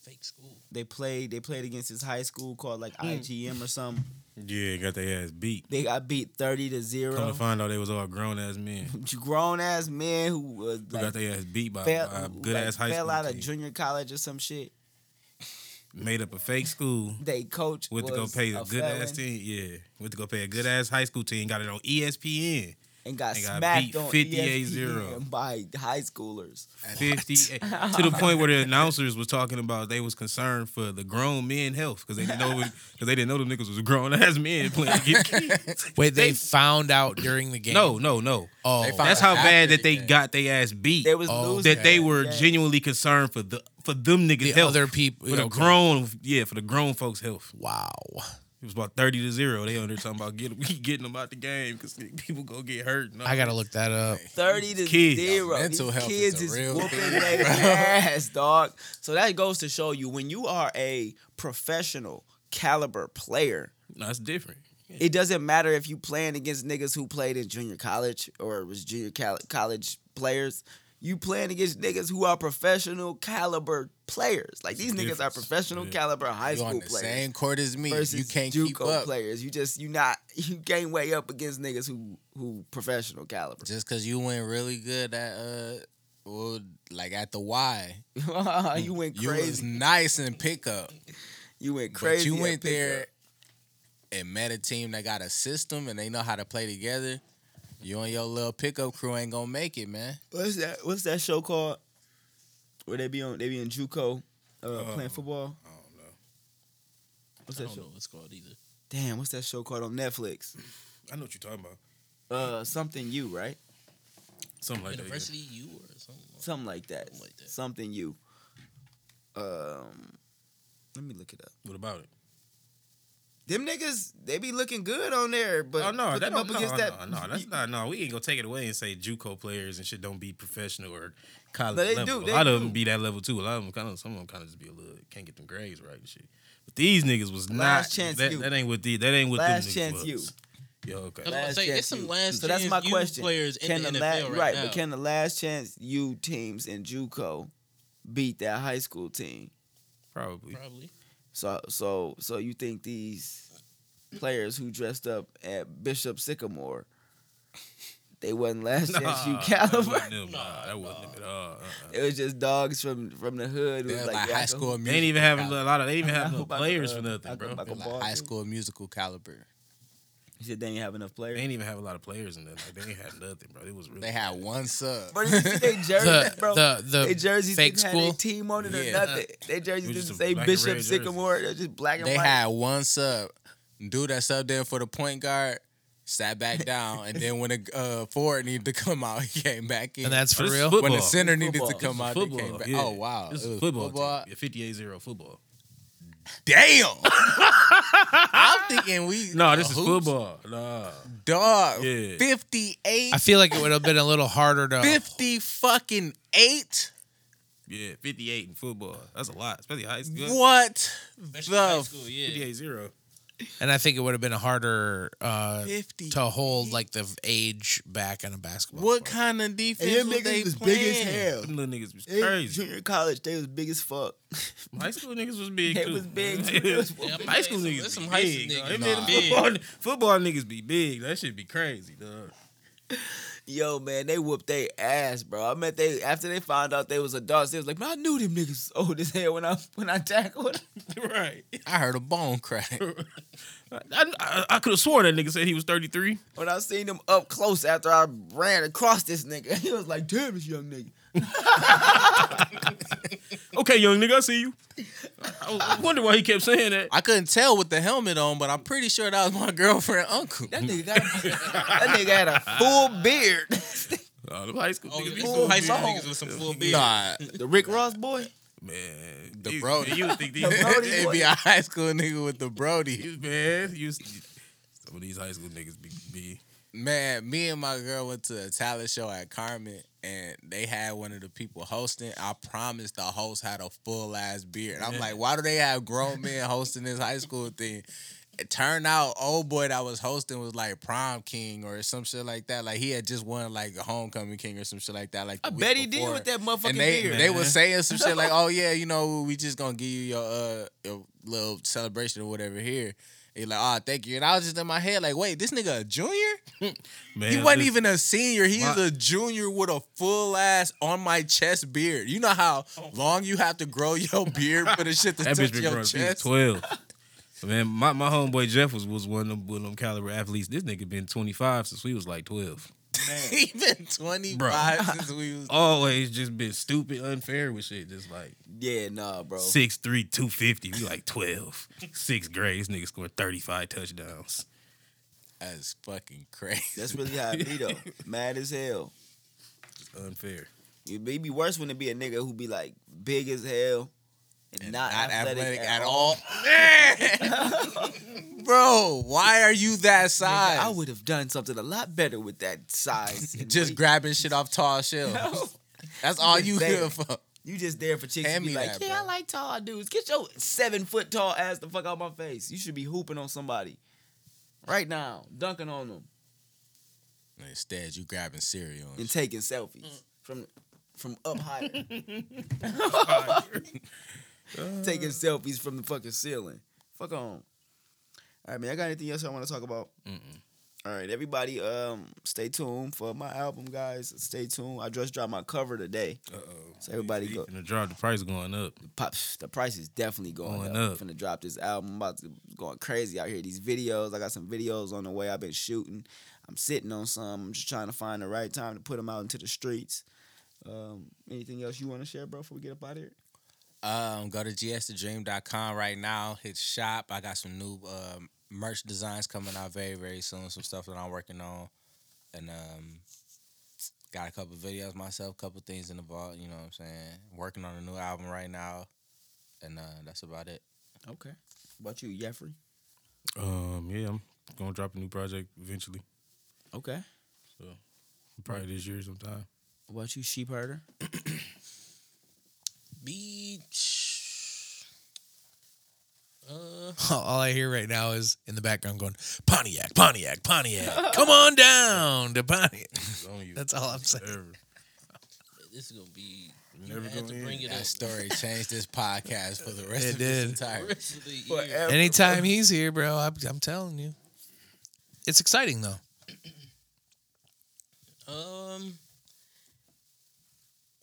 Fake school.
They played they played against this high school called like IGM or something.
Yeah, got their ass beat.
They got beat thirty to
Come
zero.
to find out, they was all grown ass men.
Grown ass men who was
Who
like,
got their ass beat by,
fell,
by a
who,
good
like,
ass high
fell
school
out
team.
of junior college or some shit.
Made up a fake school.
They coach
Went to go
was
pay
a
a good ass
felon
team. Yeah, went to go pay a good ass high school team. Got it on E ESPN.
and got
They got
smacked
beat
on E
58-0.
ESPN by high schoolers.
Fifty eh, to the point where the announcers was talking about they was concerned for the grown men health because they didn't know because they didn't know them niggas was grown ass men playing against kids.
Wait, they, found out during the game.
No, no, no.
Oh,
They found-
That's how
After
bad
the
that they
game.
got their ass beat.
They was
Oh,
losing
that they
that
were
game.
genuinely concerned for the for them niggas
the
health.
other people.
for the
okay.
grown, yeah, for the grown folks' health.
Wow.
It was about thirty to zero. They under talking about get, getting them out the game because people gonna get hurt. No.
I gotta look that up.
Thirty to
Kids.
zero.
Mental
These
health
kids
is a
is,
real
whooping
thing,
their
bro.
ass, dog. So that goes to show you when you are a professional caliber player,
No, it's different.
it doesn't matter if you playing against niggas who played in junior college or was junior cal- college players. You playing against niggas who are professional caliber players. Like these
a
niggas are
difference.
professional
Yeah.
caliber high
You
school
on the
players
same court as me.
versus
You can't
JUCO
keep up.
players. You just you not you can't weigh up against niggas who who professional caliber.
Just because you went really good at uh, well, like at the Y,
you went
you was
crazy.
nice in pickup,
You went crazy.
but you
at
went
pickup.
there and met a team that got a system and they know how to play together. You and your little pickup crew ain't gonna make it, man.
What's that? What's that show called? Where they be on? They be in JUCO uh, playing football.
I don't know.
What's
I
that
don't
show?
know what it's called either.
Damn, what's that show called on Netflix?
I know what you're talking about.
Uh, something you right?
Something like
University U or something.
Something like that.
Oh, Something like that.
Something you. Um, let me look it up.
that. Yeah. What about it?
Them niggas, they be looking good on there, but
Oh no,
put
that
them up
don't- no,
against
no,
that.
No, that's not. No, we ain't gonna take it away and say JUCO players and shit don't be professional or college
No, they
level.
do,
a
they
lot of them
do.
be that level too. A lot of them kind of some of them kind of just be a little can't get them grades right and shit. But these niggas was
Last
not.
chance
that,
you.
that ain't what the that ain't what them
Last
niggas
chance
was.
you.
Yo, okay.
I was about to say,
chance
it's some
you.
last
so that's
chance
my
you
question.
players in
can
the
the
NFL right now.
but can the last chance you teams in JUCO beat that high school team?
Probably.
Probably.
So so so you think these players who dressed up at Bishop Sycamore they wasn't last chance you
Nah, that
caliber?
wasn't them. Nah, that wasn't them at all. Uh-uh.
It was just dogs from from the hood. who
They're
was
like,
yeah, I
high
go-
school.
They ain't even
musical
having
caliber.
a lot of. They ain't even
I
having no
hope I go,
players
uh,
for
I
nothing,
go
bro.
back
They're
up
like
ball
high
too.
school musical caliber.
He said they ain't having enough
They
players.
ain't even have a lot of players in there. Like, they ain't had nothing, bro. It was really.
They had one sub.
Bro, did you see they jerseys,
The
bro?
the the
they jerseys
fake
didn't have
school.
their team on it or
Yeah.
nothing. They jerseys
It was
didn't
just a
say
black and red
Bishop
jersey.
Sycamore. They're just black and
They
white.
had one sub. Dude that's up there for the point guard sat back down, and then when the uh, forward needed to come out, he came back in.
And that's for
This is
real.
football.
when the center
Football.
needed to
This
come out, they
football.
came back.
yeah.
Oh wow,
This
It
is
was
football. football. 58-0 football.
Damn, I'm thinking we.
No, this is
hoops.
football. Nah.
dog.
Yeah. oh.
Fifty-eight,
I feel like it would have been a little harder to.
fifty fucking eight.
Yeah, 58 in football. That's a lot, especially high school.
What
Especially high
the
school, yeah.
58 0.
And I think it would have been harder uh,
fifty?
to hold like the age back in a basketball.
What
court.
kind of defense
And them
was they
niggas was
playing?
big as hell.
Them little niggas was
In
crazy.
Junior college, they was big as fuck.
High school niggas was big.
They
too.
was big, too. They was-
Yeah, I'm
High school
saying,
niggas.
there's
That's
some
some
high school
big, dog.
niggas
Them little
big.
Football, football niggas be big. That shit be crazy, dog.
Yo, man, they whooped they ass, bro. I mean, they after they found out they was adults, they was like, man, I knew them niggas was old as hell when I when I tackled. 'em."
right.
I heard a bone crack.
I, I, I could have sworn that nigga said he was 33.
When I seen them up close after I ran across this nigga, he was like, damn, this young nigga.
Okay, young nigga, I see you. I, I wonder why he kept saying that.
I couldn't tell with the helmet on, but I'm pretty sure that was my girlfriend uncle.
That nigga got that nigga had a full beard.
Oh, the high school
Oh,
niggas
there's
be
some high school
long.
niggas with some full beard.
Nah,
the Rick Ross boy.
Man,
The
these-
Brody.
You would think these
Brody.
it'd be a high school nigga with the Brody.
these- man, you, some of these high school niggas be, be
Man, me and my girl went to a talent show at Carmen, and they had one of the people hosting. I promise the host had a full ass beard. And I'm like, why do they have grown men hosting this high school thing? It turned out old boy that was hosting was like prom king or some shit like that. Like he had just won like a homecoming king or some shit like that. Like
I
the week
bet he did
before.
with that motherfucking
and they
beard.
they were saying some shit like, "Oh yeah, you know, we just gonna give you your uh your little celebration or whatever here." And you're like, "Oh, thank you." And I was just in my head like, "Wait, this nigga a junior?
man.
He wasn't
listen.
even a senior. He's
My-
a junior with a full ass on my chest beard. You know how
Oh.
long you have to grow your beard for the shit to
That
touch
bitch been
your
growing. She was
chest."
twelve. Man, my, my homeboy Jeff was, was one of them, one of them caliber athletes. This nigga been twenty five since we was like twelve.
he been twenty five since we was.
Always just been stupid, unfair with shit. Just like
Yeah, nah, bro.
six three, two fifty. We like twelve. Sixth grade, this nigga scored thirty five touchdowns.
That's fucking crazy.
That's really how it be though. Mad as hell.
It's unfair.
It'd be be worse when it be a nigga who be like big as hell and, not, athletic, at, all.
Man! Bro, why are you that size?
I would have done something a lot better with that size. and
just
weight.
grabbing shit off tall shelves. That's all you
There.
good for.
You just there for chicks
Hand
and be
me
like,
that,
yeah,
bro."
I like tall dudes. Get your seven foot tall ass the fuck out my face. You should be hooping on somebody right now, dunking on them
Instead, you grabbing cereal. and
and
shit.
taking
Mm.
selfies from from up higher. taking selfies from the fucking ceiling. Fuck on. All right, man. I got anything else I want to talk about? All right, everybody. Um, stay tuned for my album, guys. Stay tuned. I just dropped my cover today,
Uh oh.
so everybody go.
And the drop, the price going up.
Pops, the price is definitely going,
Going
up.
up.
I'm finna drop this album. I'm about to going crazy out here. These videos, I got some videos on the way. I've been shooting. I'm sitting on some. I'm just trying to find the right time to put them out into the streets. Um, anything else you want to share, bro? Before we get up out of here,
Um, go to gstdream.com right now. Hit shop. I got some new um, merch designs coming out very very soon. Some stuff that I'm working on, and um, got a couple videos myself, couple things in the vault. You know what I'm saying? Working on a new album right now, and uh, that's about it.
okay. What about you, Jeffrey?
Um, yeah, I'm gonna drop a new project eventually.
Okay.
So probably this year sometime.
What about you, sheep herder?
Beach. Uh,
All I hear right now is in the background going Pontiac, Pontiac, Pontiac. Come on down to Pontiac.
It's on you.
That's all I'm saying.
Whatever.
this is gonna be.
You
You
never
have to
gonna
bring
end.
it
That
up.
story changed this podcast for the rest
It
of this
did.
The
entire.
rest of the year.
Anytime he's here, bro, I'm, I'm telling you, it's exciting though.
Um,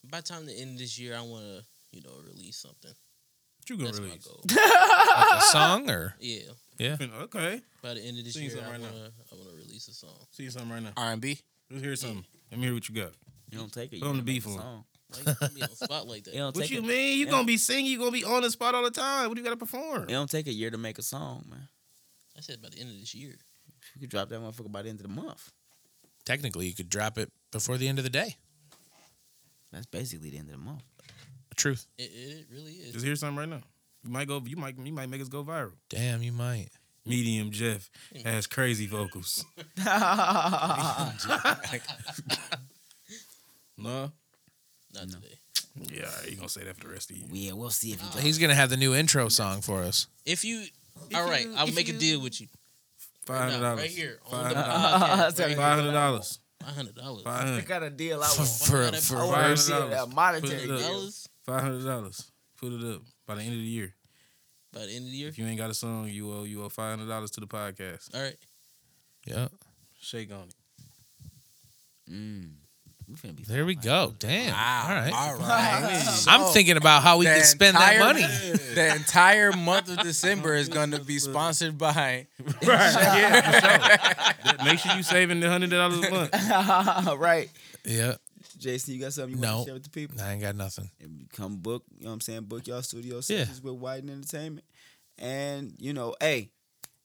by the time the end of this year, I want to you know release something.
What you gonna
That's
release?
my goal.
Like a song or
Yeah,
Okay.
by the end of this
Sing
year,
something
I
right now.
want to I want to release a song.
See something right now.
R and B.
Let's hear something. Let me hear what you got.
You don't take it.
Put on
you
the
make
beef
a
on.
song.
Like you be on a spot like
You
that.
don't
What
take
you
a,
mean? You
Yeah.
gonna be singing? You gonna be on the spot all the time? What do you gotta perform?
It don't take a year to make a song, man.
I said by the end of this year.
You could drop that motherfucker by the end of the month.
technically you could drop it before the end of the day.
That's basically the end of the month.
Truth.
It, it really is.
Just hear something right now. You might go. You might. You might make us go viral.
Mm.
Damn, you might.
Medium Jeff has crazy vocals. no.
Not today.
Yeah, you gonna say that for the rest of you.
Yeah, we'll see if you
He's gonna have the new intro song for us.
If you, all right, I'll make a deal with you.
Five hundred dollars.
right here on
Five
the
That's
podcast.
Five hundred dollars.
Five hundred dollars.
Five hundred.
got a deal. I
For for, for
wanna
her.
see it,
uh,
a monetary deal.
dollars
Five hundred dollars. Put it up by the end of the year.
by the end of the year.
If you ain't got a song, you owe you owe five hundred dollars to the podcast.
All right.
Yeah.
Shake on it.
Mm. We finna be
There we go. Damn. All right.
Ah, All right.
I'm thinking about how we
The
can spend that
entire-
money.
The entire month of December is going to be sponsored by
Make sure you saving the hundred dollars a month.
right.
Yeah.
Jason, you got something you want
No.
to share with the people?
I ain't got nothing.
And Come book, you know what I'm saying? Book y'all studio
Yeah.
sessions with Wyden Entertainment. And, you know, hey,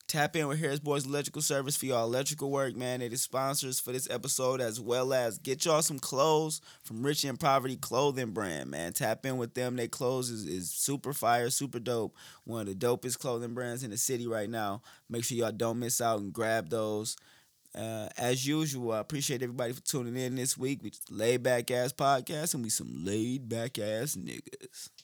tap in with Harris Boys Electrical Service for y'all electrical work, man. It is sponsors for this episode as well as get y'all some clothes from Rich and Poverty Clothing Brand, man. Tap in with them. Their clothes is, is super fire, super dope. One of the dopest clothing brands in the city right now. Make sure y'all don't miss out and grab those. Uh, as usual, I appreciate everybody for tuning in this week. We just laid back ass podcast and we some laid back ass niggas.